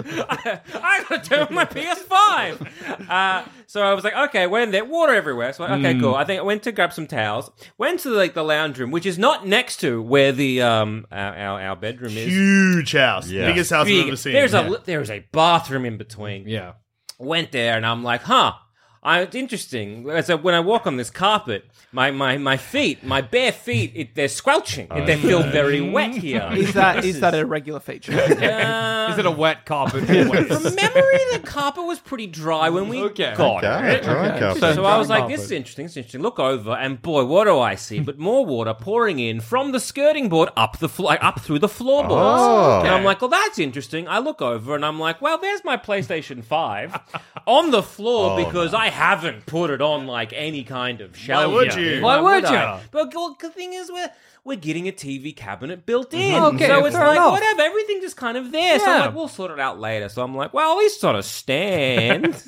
Speaker 9: I gotta turn on my PS5. Uh, so I was like, okay, we're in there, water everywhere. So like, okay, cool. I think I went to grab some towels. Went to like the lounge room, which is not next to where the um our our, our bedroom is.
Speaker 5: Huge house.
Speaker 8: Yeah.
Speaker 5: Biggest house I've
Speaker 9: Big.
Speaker 5: ever seen.
Speaker 9: There's a there is a bathroom in between.
Speaker 6: Yeah.
Speaker 9: went there and I'm like, huh. I, it's interesting. As I, when I walk on this carpet, my, my, my feet, my bare feet, it, they're squelching. It, they feel very wet here.
Speaker 7: Is that
Speaker 9: This
Speaker 7: is that a regular feature?
Speaker 9: uh,
Speaker 6: Is it a wet carpet? Always.
Speaker 9: from memory, the carpet was pretty dry when we
Speaker 6: Okay.
Speaker 9: got
Speaker 8: Okay,
Speaker 9: it.
Speaker 8: dry carpet.
Speaker 9: So I was like,
Speaker 6: carpet.
Speaker 9: this is interesting, this is interesting. Look over, and boy, what do I see? But more water pouring in from the skirting board up the fl- like, up through the floorboards.
Speaker 8: Oh.
Speaker 9: And I'm like, well, that's interesting. I look over and I'm like, well, there's my PlayStation Oh, 5 on the floor because I haven't put it on like any kind of shelf.
Speaker 5: would
Speaker 9: yet.
Speaker 5: you?
Speaker 6: Why would
Speaker 9: I?
Speaker 6: you?
Speaker 9: But well, the thing is, we're. We're getting a TV cabinet built in,
Speaker 6: Okay,
Speaker 9: so it's
Speaker 6: fair
Speaker 9: like
Speaker 6: enough.
Speaker 9: whatever. Everything's just kind of there. So I'm
Speaker 6: Yeah.
Speaker 9: like, we'll sort it out later. So I'm like, well, at least on a stand.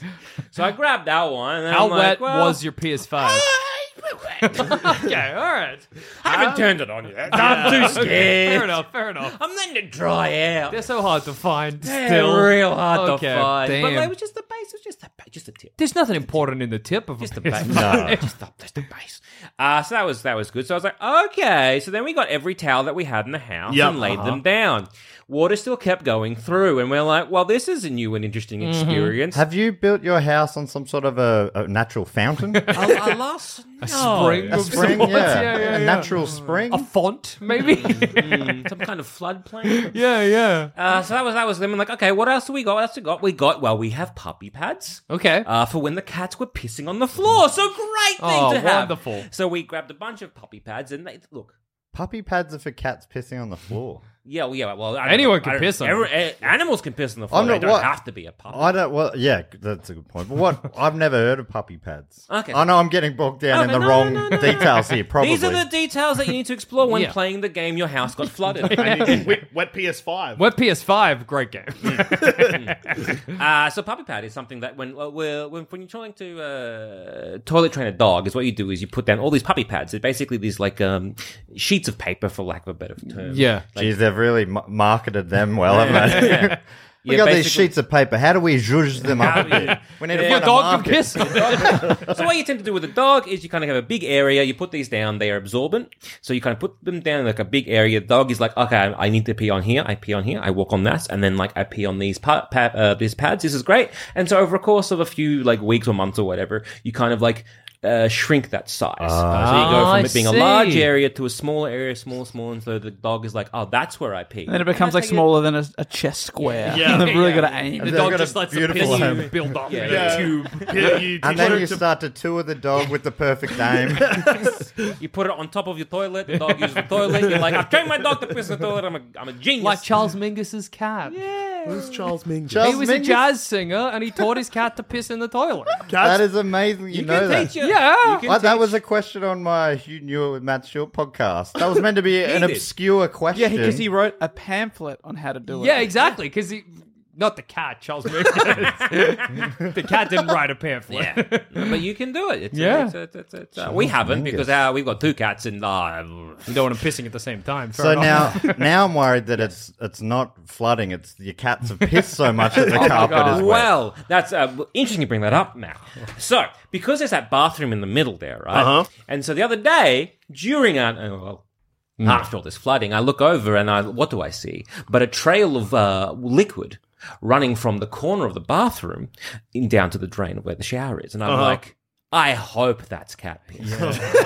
Speaker 9: so I grabbed that one. And
Speaker 6: How
Speaker 9: I'm
Speaker 6: wet
Speaker 9: like, well,
Speaker 6: was your PS5? okay, all right.
Speaker 9: I haven't turned it on yet.
Speaker 6: Yeah.
Speaker 9: I'm too
Speaker 6: Okay, Fair
Speaker 9: scared.
Speaker 6: enough, fair enough.
Speaker 9: I'm letting it dry out.
Speaker 6: They're so hard to find
Speaker 9: They're
Speaker 6: still.
Speaker 9: real hard
Speaker 6: Okay,
Speaker 9: to find. But
Speaker 6: damn.
Speaker 9: like, it was just the base. It was just the base. Just the tip.
Speaker 6: There's nothing important in the tip of
Speaker 9: Just
Speaker 6: a
Speaker 9: the base.
Speaker 6: PS5.
Speaker 9: No. just, the, just the base. Uh, so that was that was good. So I was like, okay. So then we got every towel that we had in the house
Speaker 5: Yep.
Speaker 6: Mm.
Speaker 9: and laid them down. water still kept going through. And we're like, well, this is a new and interesting experience.
Speaker 8: Have you built your house on some sort of a, a natural fountain?
Speaker 9: a, last
Speaker 8: A spring
Speaker 9: no.
Speaker 8: A of spring, sorts. yeah. Yeah, yeah, A yeah.
Speaker 9: Oh.
Speaker 8: natural spring?
Speaker 6: a font maybe,
Speaker 9: Mm, some kind of floodplain.
Speaker 6: yeah, yeah.
Speaker 9: Uh, so that was that was them. I'm like, okay, what else do we got? What else we got? We got well, we have puppy pads.
Speaker 6: Okay.
Speaker 9: Uh, for when the cats were pissing on the floor. So great thing
Speaker 6: Oh,
Speaker 9: to have.
Speaker 6: wonderful.
Speaker 9: So we grabbed a bunch of puppy pads and they look.
Speaker 8: Puppy pads are for cats pissing on the floor.
Speaker 9: Yeah, well, yeah, well, I don't
Speaker 6: Anyone
Speaker 9: know.
Speaker 6: can
Speaker 9: I don't-
Speaker 6: piss on
Speaker 9: every-
Speaker 6: it.
Speaker 9: eh, animals can piss on the floor. They don't have to be a puppy.
Speaker 8: I don't. Well, yeah, that's a good point. But what I've never heard of puppy pads.
Speaker 9: Okay.
Speaker 8: I know I'm getting bogged down in
Speaker 9: Okay,
Speaker 8: the
Speaker 9: no,
Speaker 8: wrong
Speaker 9: no, no, no.
Speaker 8: details here. Probably.
Speaker 9: These are the details that you need to explore when
Speaker 6: Yeah.
Speaker 9: playing the game. Your house got flooded.
Speaker 5: Wet, wet PS5.
Speaker 6: Wet PS5, great game.
Speaker 9: Mm. uh, so puppy pad is something that when uh, we're- when, when you're trying to uh, toilet train a dog is what you do is you put down all these puppy pads. They're basically these like um, sheets of paper, for lack of a better term.
Speaker 8: Yeah.
Speaker 9: Like-
Speaker 8: Geez, they've really m- marketed them well, haven't they?
Speaker 9: Yeah.
Speaker 8: we
Speaker 9: Yeah,
Speaker 8: got these
Speaker 9: basically-
Speaker 8: sheets of paper. How do we zhuzh them up? here? We need to
Speaker 9: Your
Speaker 8: find a
Speaker 9: dog
Speaker 6: can
Speaker 8: market.
Speaker 9: Ah,
Speaker 6: piss on
Speaker 9: so what you tend to do with a dog is you kind of have a big area. You put these down; they are absorbent. So you kind of put them down in like a big area. The dog is like, okay, I I need to pee on here. I pee on here. I walk on that, and then like I pee on these pa- pa- uh, these pads. This is great. And so over a course of a few like weeks or months or whatever, you kind of like. Uh, shrink that size. so you go
Speaker 6: Ah,
Speaker 9: from
Speaker 6: I
Speaker 9: it being a
Speaker 6: see.
Speaker 9: large area to a smaller area, small, small, and so the dog is like, "Oh, that's where I pee."
Speaker 7: And then it becomes like
Speaker 9: that's how you-
Speaker 7: smaller than a, a chess square.
Speaker 9: Yeah.
Speaker 7: They've really got to
Speaker 9: Yeah.
Speaker 7: aim.
Speaker 9: The dog They've got
Speaker 8: just lets beautiful piss home.
Speaker 6: build up
Speaker 9: Yeah.
Speaker 6: in a
Speaker 9: Yeah.
Speaker 6: tube.
Speaker 5: Yeah, you
Speaker 8: And
Speaker 5: teach her
Speaker 8: then you
Speaker 5: to-
Speaker 8: start to tour the dog with the perfect name.
Speaker 9: You put it on top of your toilet. The dog uses the toilet. You're like, I've trained my dog to piss in the toilet. I'm a, I'm a genius.
Speaker 6: Like Charles Mingus's cat.
Speaker 9: yeah.
Speaker 5: Charles Mingus.
Speaker 8: Charles
Speaker 6: he was a
Speaker 8: Mingus?
Speaker 6: jazz singer and he taught his cat to piss in the toilet.
Speaker 8: That is amazing. You,
Speaker 9: You
Speaker 8: know
Speaker 9: can
Speaker 8: that.
Speaker 9: teach your,
Speaker 6: Yeah.
Speaker 9: You can
Speaker 8: Well, that
Speaker 9: teach-
Speaker 8: was a question on my Hugh Newell with Matt Short podcast. That was meant to be an
Speaker 9: did.
Speaker 8: obscure question.
Speaker 7: Yeah, because he wrote a pamphlet on how to do it.
Speaker 6: Yeah, exactly. Because he, not the cat, Charles Mingus. the cat didn't write a pamphlet.
Speaker 9: Yeah. No, but you can do it. It's
Speaker 6: Yeah.
Speaker 9: yeah. it's it's it's it's uh, we haven't because uh, we've got two cats and uh,
Speaker 6: You don't want him pissing at the same time. Fair
Speaker 8: So
Speaker 6: enough.
Speaker 8: now, now I'm worried that it's it's not flooding. It's your cats have pissed so much that the carpet is wet.
Speaker 9: well, that's uh, well, interesting you bring that up now. So, because there's that bathroom in the middle there, right?
Speaker 5: Uh-huh.
Speaker 9: And so the other day, during our, oh, well, after all this flooding, I look over and I, what do I see? But a trail of uh, liquid running from the corner of the bathroom in, down to the drain where the shower is. And I'm
Speaker 5: Uh-huh.
Speaker 9: like, I hope that's cat piss.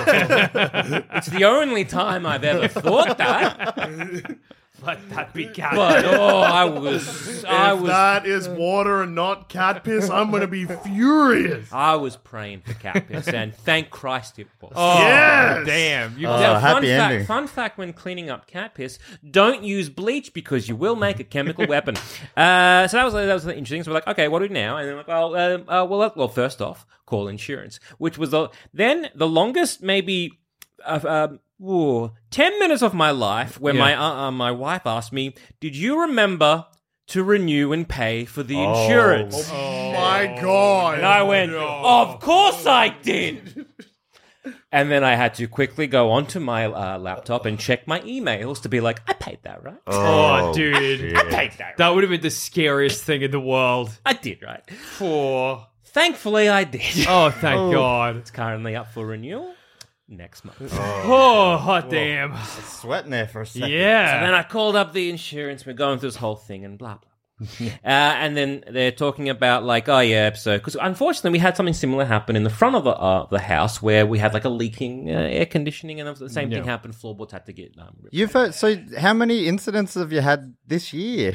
Speaker 9: it's the only time I've ever thought that.
Speaker 6: Let that be cat.
Speaker 9: But oh, I was, I
Speaker 5: If
Speaker 9: was
Speaker 5: that is water and not cat piss, I'm going to be furious.
Speaker 9: I was praying for cat piss, and thank Christ it was.
Speaker 6: Oh,
Speaker 5: Yes!
Speaker 6: Damn. You
Speaker 8: Oh,
Speaker 9: Now, fun,
Speaker 8: happy
Speaker 9: fact,
Speaker 8: ending.
Speaker 9: fun fact when cleaning up cat piss, don't use bleach because you will make a chemical weapon. Uh, so that was that was interesting. So we're like, okay, what do we do now? And then like, well, um, uh, well, well, first off, call insurance, which was the then the longest maybe uh, um, whoa, 10 minutes of my life when
Speaker 6: Yeah.
Speaker 9: my uh, uh, my wife asked me, "Did you remember to renew and pay for the insurance?"
Speaker 8: Oh,
Speaker 5: My God.
Speaker 9: And I went, Of course I did. and then I had to quickly go onto my uh, laptop and check my emails to be like, I paid that, right?
Speaker 6: Oh, dude.
Speaker 9: I paid that. Right?
Speaker 6: That would have been the scariest thing in the world.
Speaker 9: I did, right?
Speaker 6: Poor.
Speaker 9: Thankfully, I did.
Speaker 6: Oh, thank God.
Speaker 9: It's currently up for renewal next month.
Speaker 6: Oh, hot damn.
Speaker 8: Sweating there for a second.
Speaker 6: Yeah.
Speaker 9: And then I called up the insurance. We're going through this whole thing and blah blah. uh, and then they're talking about like, oh yeah, so because unfortunately we had something similar happen in the front of the, uh, the house where we had like a leaking uh, air conditioning, and the same thing happened. Floorboards had to get um, ripped.
Speaker 8: You've heard, so how many incidents have you had this year?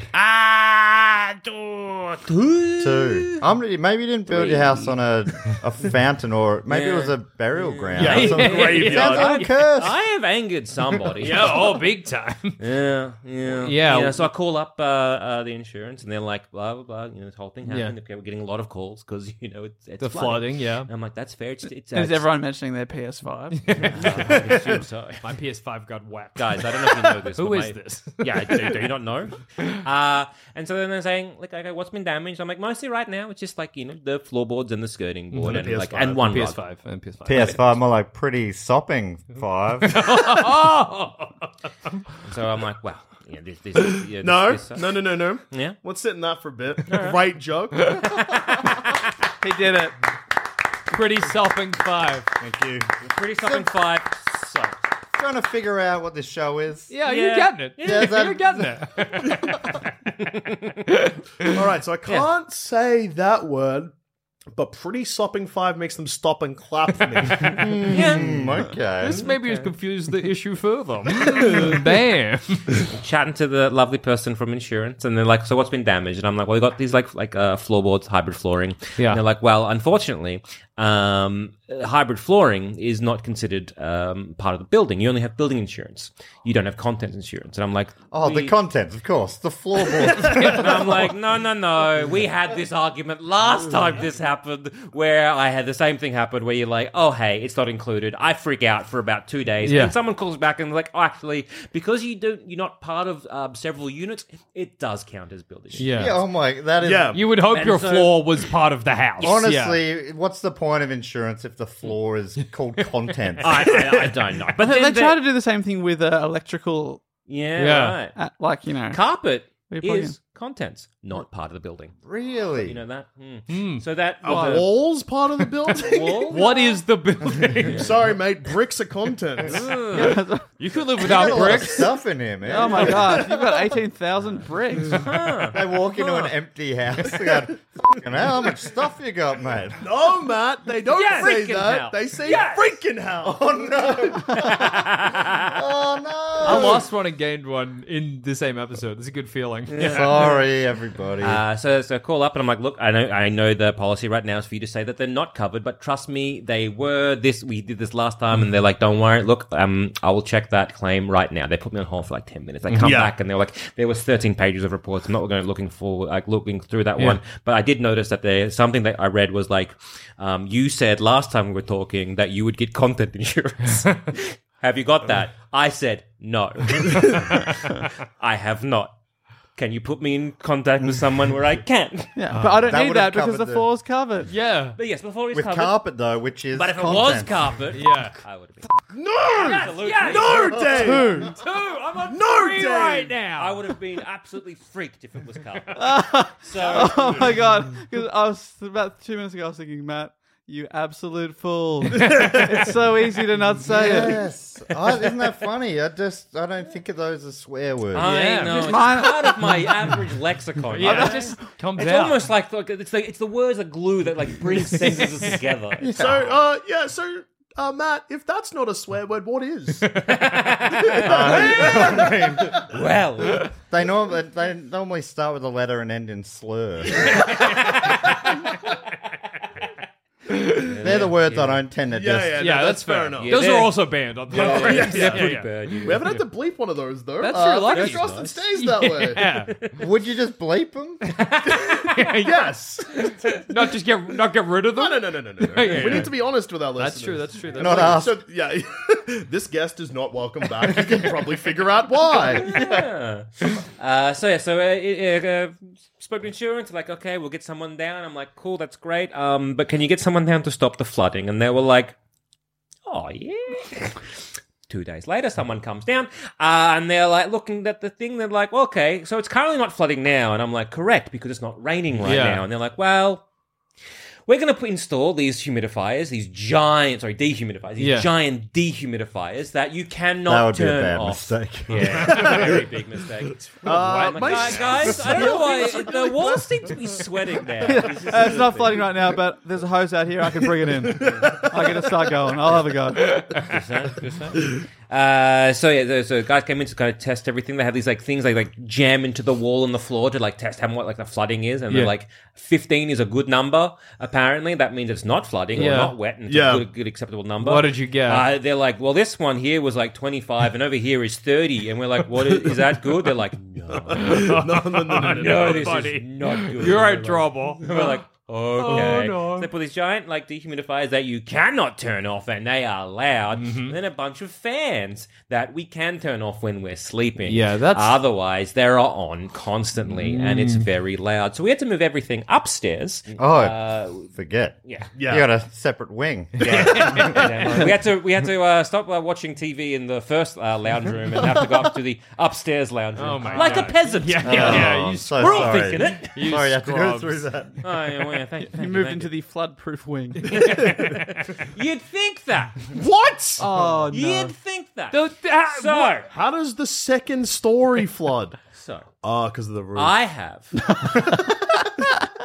Speaker 9: Ah, two.
Speaker 8: Two. I'm, maybe you didn't build your house on a, a fountain or maybe it was a burial ground.
Speaker 5: Yeah.
Speaker 8: or something.
Speaker 5: Yeah. Graveyard.
Speaker 8: Sounds like a curse.
Speaker 9: I have angered somebody.
Speaker 6: yeah, oh, big time.
Speaker 9: Yeah, yeah,
Speaker 6: Yeah.
Speaker 9: So I call up uh, uh, the insurance, and they're like, blah blah blah. You know, this whole thing happened. Okay, we're getting a lot of calls because you know it's, it's
Speaker 6: The flooding, yeah.
Speaker 9: And I'm like, that's fair. It's, it's, uh,
Speaker 7: Is
Speaker 9: it's
Speaker 7: everyone mentioning their PS5?
Speaker 9: I assume so.
Speaker 6: My PS5 got whacked.
Speaker 9: Guys, I don't know if you know this.
Speaker 6: Who
Speaker 9: but
Speaker 6: is
Speaker 9: my-
Speaker 6: this?
Speaker 9: Yeah, do, do you not know? Uh, and so then they're saying, like, okay, what's been damaged? I'm like, mostly right now, it's just like, you know, the floorboards and the skirting
Speaker 6: Mm-hmm.
Speaker 9: board and, like, and one rug.
Speaker 6: PS5. And PS5.
Speaker 8: PS5, more like pretty sopping five.
Speaker 6: Oh!
Speaker 9: So I'm like, wow. Yeah, this, this, yeah,
Speaker 5: No,
Speaker 9: this, this
Speaker 5: no, no, no, no.
Speaker 9: Yeah.
Speaker 5: Let's sit in that for a bit. Right joke.
Speaker 7: he did it.
Speaker 6: Pretty sopping five.
Speaker 8: Thank you.
Speaker 9: Pretty something five. sucks.
Speaker 8: Trying to figure out what this show is.
Speaker 6: Yeah,
Speaker 9: Yeah.
Speaker 6: you're getting it.
Speaker 8: Yeah,
Speaker 6: you're
Speaker 8: that-
Speaker 6: getting it.
Speaker 5: right, so I can't say that word, but pretty sopping five makes them stop and clap for me.
Speaker 8: Mm, okay.
Speaker 6: This maybe has confused the issue further. Mm, Bam.
Speaker 9: Chatting to the lovely person from insurance, and they're like, "So what's been damaged?" And I'm like, "Well, we got these like like uh, floorboards, hybrid flooring."
Speaker 6: Yeah.
Speaker 9: And they're like, "Well, unfortunately, um, hybrid flooring is not considered um, part of the building. You only have building insurance. You don't have content insurance." And I'm like,
Speaker 8: Oh, the
Speaker 9: "We-
Speaker 8: contents, of course. The floorboards.
Speaker 9: and I'm like, no, no, no. We had this argument last time this happened, where I had the same thing happen, where you're like, oh, hey, it's not included. I freak out for about two days,
Speaker 6: Yeah.
Speaker 9: and someone calls back and they're like, oh, actually, because you don't, you're not part of um, several units, it does count as building.
Speaker 6: Yeah.
Speaker 8: yeah, oh my, that is.
Speaker 6: You would hope
Speaker 9: And
Speaker 6: your
Speaker 9: so-
Speaker 6: floor was part of the house.
Speaker 8: Honestly, what's the point of insurance if the floor is called contents?
Speaker 6: Uh,
Speaker 9: I, I, I don't know, but
Speaker 7: But they,
Speaker 9: then
Speaker 7: they try
Speaker 9: they-
Speaker 7: to do the same thing with uh, electrical,
Speaker 9: yeah,
Speaker 6: Yeah.
Speaker 9: right.
Speaker 7: uh, like you know,
Speaker 9: Carpet
Speaker 7: They plug
Speaker 9: is contents, not part of the building.
Speaker 8: really?
Speaker 9: You know that. Hmm.
Speaker 6: Hmm.
Speaker 9: So that
Speaker 5: Are walls part of the building?
Speaker 9: wall.
Speaker 6: What is the building?
Speaker 5: Sorry, mate. Bricks are contents.
Speaker 6: you could live
Speaker 8: Got a
Speaker 6: without
Speaker 8: lot of
Speaker 6: bricks.
Speaker 8: stuff in here, man.
Speaker 7: Oh my gosh, you've got eighteen thousand bricks.
Speaker 8: They walk into an empty house. They go, "Fucking hell, how much stuff you got, mate?
Speaker 5: No, Matt, they don't
Speaker 9: Yes.
Speaker 5: say
Speaker 9: Freaking
Speaker 5: that.
Speaker 9: hell.
Speaker 5: They say
Speaker 9: Yes.
Speaker 5: freaking hell. Oh no!
Speaker 8: Oh
Speaker 6: I lost one and gained one in the same episode. It's a good feeling.
Speaker 8: no! Sorry, everybody.
Speaker 9: Uh, so, so call up and I'm like, look, I know, I know the policy right now is for you to say that they're not covered, but trust me, they were. This we did this last time, and they're like, don't worry. Look, um, I will check that claim right now. They put me on hold for like ten minutes. They come
Speaker 5: Yeah.
Speaker 9: back and they're like, there was thirteen pages of reports. I'm not going looking for like looking through that one, but I did notice that there something that I read was like, um, you said last time we were talking that you would get content insurance. have you got that? I said no. I have not. Can you put me in contact with someone where I can?
Speaker 7: Yeah, but I don't
Speaker 8: That
Speaker 7: need
Speaker 8: would've
Speaker 7: that because
Speaker 8: covered
Speaker 7: the Oh
Speaker 8: the-
Speaker 7: floor's covered.
Speaker 6: Yeah.
Speaker 9: But yes, before it's
Speaker 8: With
Speaker 9: covered.
Speaker 8: carpet though, which is
Speaker 9: but if it was
Speaker 8: contents.
Speaker 9: carpet,
Speaker 6: Yeah.
Speaker 9: I would have been.
Speaker 5: No!
Speaker 9: Absolutely.
Speaker 5: No, Dave!
Speaker 9: Two. I'm on
Speaker 5: No,
Speaker 9: three
Speaker 5: Dave!
Speaker 9: right now. I would have been absolutely freaked if it was carpet. so
Speaker 7: Oh my god! 'Cause I was about two minutes ago. I was thinking, Matt, you absolute fool. it's so easy to not say it.
Speaker 8: Yes, I, isn't that funny? I just I don't think of those as swear words.
Speaker 9: I know
Speaker 7: It's
Speaker 9: it's
Speaker 7: mine-
Speaker 9: part of my average lexicon. you know?
Speaker 6: It just comes
Speaker 9: It's
Speaker 6: out.
Speaker 9: almost like like, it's like it's the words that glue that like brings sentences together.
Speaker 5: So, uh, yeah, so, uh, Matt, if that's not a swear word, what is?
Speaker 9: Well,
Speaker 8: They normally they normally start with a letter and end in slur. They're the words I don't tend to just.
Speaker 6: yeah,
Speaker 5: no,
Speaker 6: that's, fair. enough. Those
Speaker 9: they're-
Speaker 6: are also banned on the yeah,
Speaker 9: they're pretty bad. you-
Speaker 5: We haven't had to bleep one of those, though.
Speaker 6: That's
Speaker 5: Uh,
Speaker 6: your lucky.
Speaker 5: fingers crossed it stays that way.
Speaker 8: Would you just bleep them?
Speaker 5: Yes.
Speaker 6: Not just get not get rid of them.
Speaker 5: No, no, no, no, no, no.
Speaker 6: Yeah, yeah,
Speaker 5: we
Speaker 6: yeah.
Speaker 5: need to be honest with our listeners. uh,
Speaker 6: That's true. That's true. That's
Speaker 8: Not us.
Speaker 5: So, yeah, this guest is not welcome back. You can probably figure out why.
Speaker 9: Uh, so yeah, so uh, it- uh, uh, spoke to insurance. Like, okay, we'll get someone down. I'm like, cool, that's great. Um, but can you get someone down to stop the flooding? And they were like, oh yeah. Two days later, someone comes down, uh, and they're like looking at the thing. They're like, okay, so it's currently not flooding now. And I'm like, correct, because it's not raining right
Speaker 6: Yeah.
Speaker 9: now. And they're like, well. We're going to put install these humidifiers, these giant, sorry, dehumidifiers, these
Speaker 6: Yeah.
Speaker 9: giant dehumidifiers that you cannot
Speaker 8: that would be
Speaker 9: turn
Speaker 8: a bad
Speaker 9: off.
Speaker 8: mistake.
Speaker 9: Yeah, very big mistake.
Speaker 5: Uh,
Speaker 9: I'm like,
Speaker 5: my-
Speaker 9: "Guys, guys, I don't know why the walls seem to be sweating now. This is-
Speaker 7: Uh, it's not flooding right now, but there's a hose out here. I can bring it in. I get to start going. I'll have a go.
Speaker 9: Uh, so yeah, so- so guys came in to kind of test everything. They have these like things they like jam into the wall and the floor to like test how much like the flooding is, and they're
Speaker 6: Yeah.
Speaker 9: like fifteen is a good number. Apparently, that means it's not flooding or
Speaker 6: Yeah.
Speaker 9: not wet, and it's
Speaker 5: Yeah.
Speaker 9: a good, good acceptable number.
Speaker 6: What did you get?
Speaker 9: Uh, they're like, well, this one here was like twenty five, and over here is thirty, and we're like, what is, is that good? They're like, no,
Speaker 5: no, no, no, no, no, no.
Speaker 9: no, this
Speaker 6: buddy.
Speaker 9: is not good. And
Speaker 6: You're in
Speaker 9: we're like-
Speaker 6: trouble.
Speaker 9: And we're like, okay.
Speaker 6: no.
Speaker 9: So they put these giant like dehumidifiers that you cannot turn off, and they are loud.
Speaker 6: Mm-hmm.
Speaker 9: And then a bunch of fans that we can turn off when we're sleeping.
Speaker 6: Yeah, that's- Mm.
Speaker 9: Otherwise, they are on constantly, and it's very loud. So we had to move everything upstairs.
Speaker 8: Oh,
Speaker 9: Uh,
Speaker 8: forget.
Speaker 9: yeah.
Speaker 5: Yeah.
Speaker 8: You got a separate wing.
Speaker 9: we had to we had to uh, stop uh, watching TV in the first uh, lounge room and have to go up to the upstairs lounge room,
Speaker 6: Oh my
Speaker 9: like
Speaker 6: God.
Speaker 9: a peasant.
Speaker 6: Yeah, yeah, yeah.
Speaker 8: Oh,
Speaker 6: You
Speaker 8: I'm so
Speaker 9: We're all
Speaker 8: sorry.
Speaker 9: thinking it.
Speaker 6: You
Speaker 8: sorry, I have to go
Speaker 6: scrubs.
Speaker 8: through that.
Speaker 9: Oh, yeah, well, yeah, thank, thank
Speaker 7: You
Speaker 9: you
Speaker 7: moved
Speaker 9: thank
Speaker 7: into the flood-proof wing.
Speaker 9: you. You'd think that.
Speaker 5: What?
Speaker 7: Oh no!
Speaker 9: You'd think that.
Speaker 6: The- the-
Speaker 9: so,
Speaker 6: what?
Speaker 5: Uh, How does the second story flood?
Speaker 9: so
Speaker 5: Ah, because of the roof.
Speaker 9: I have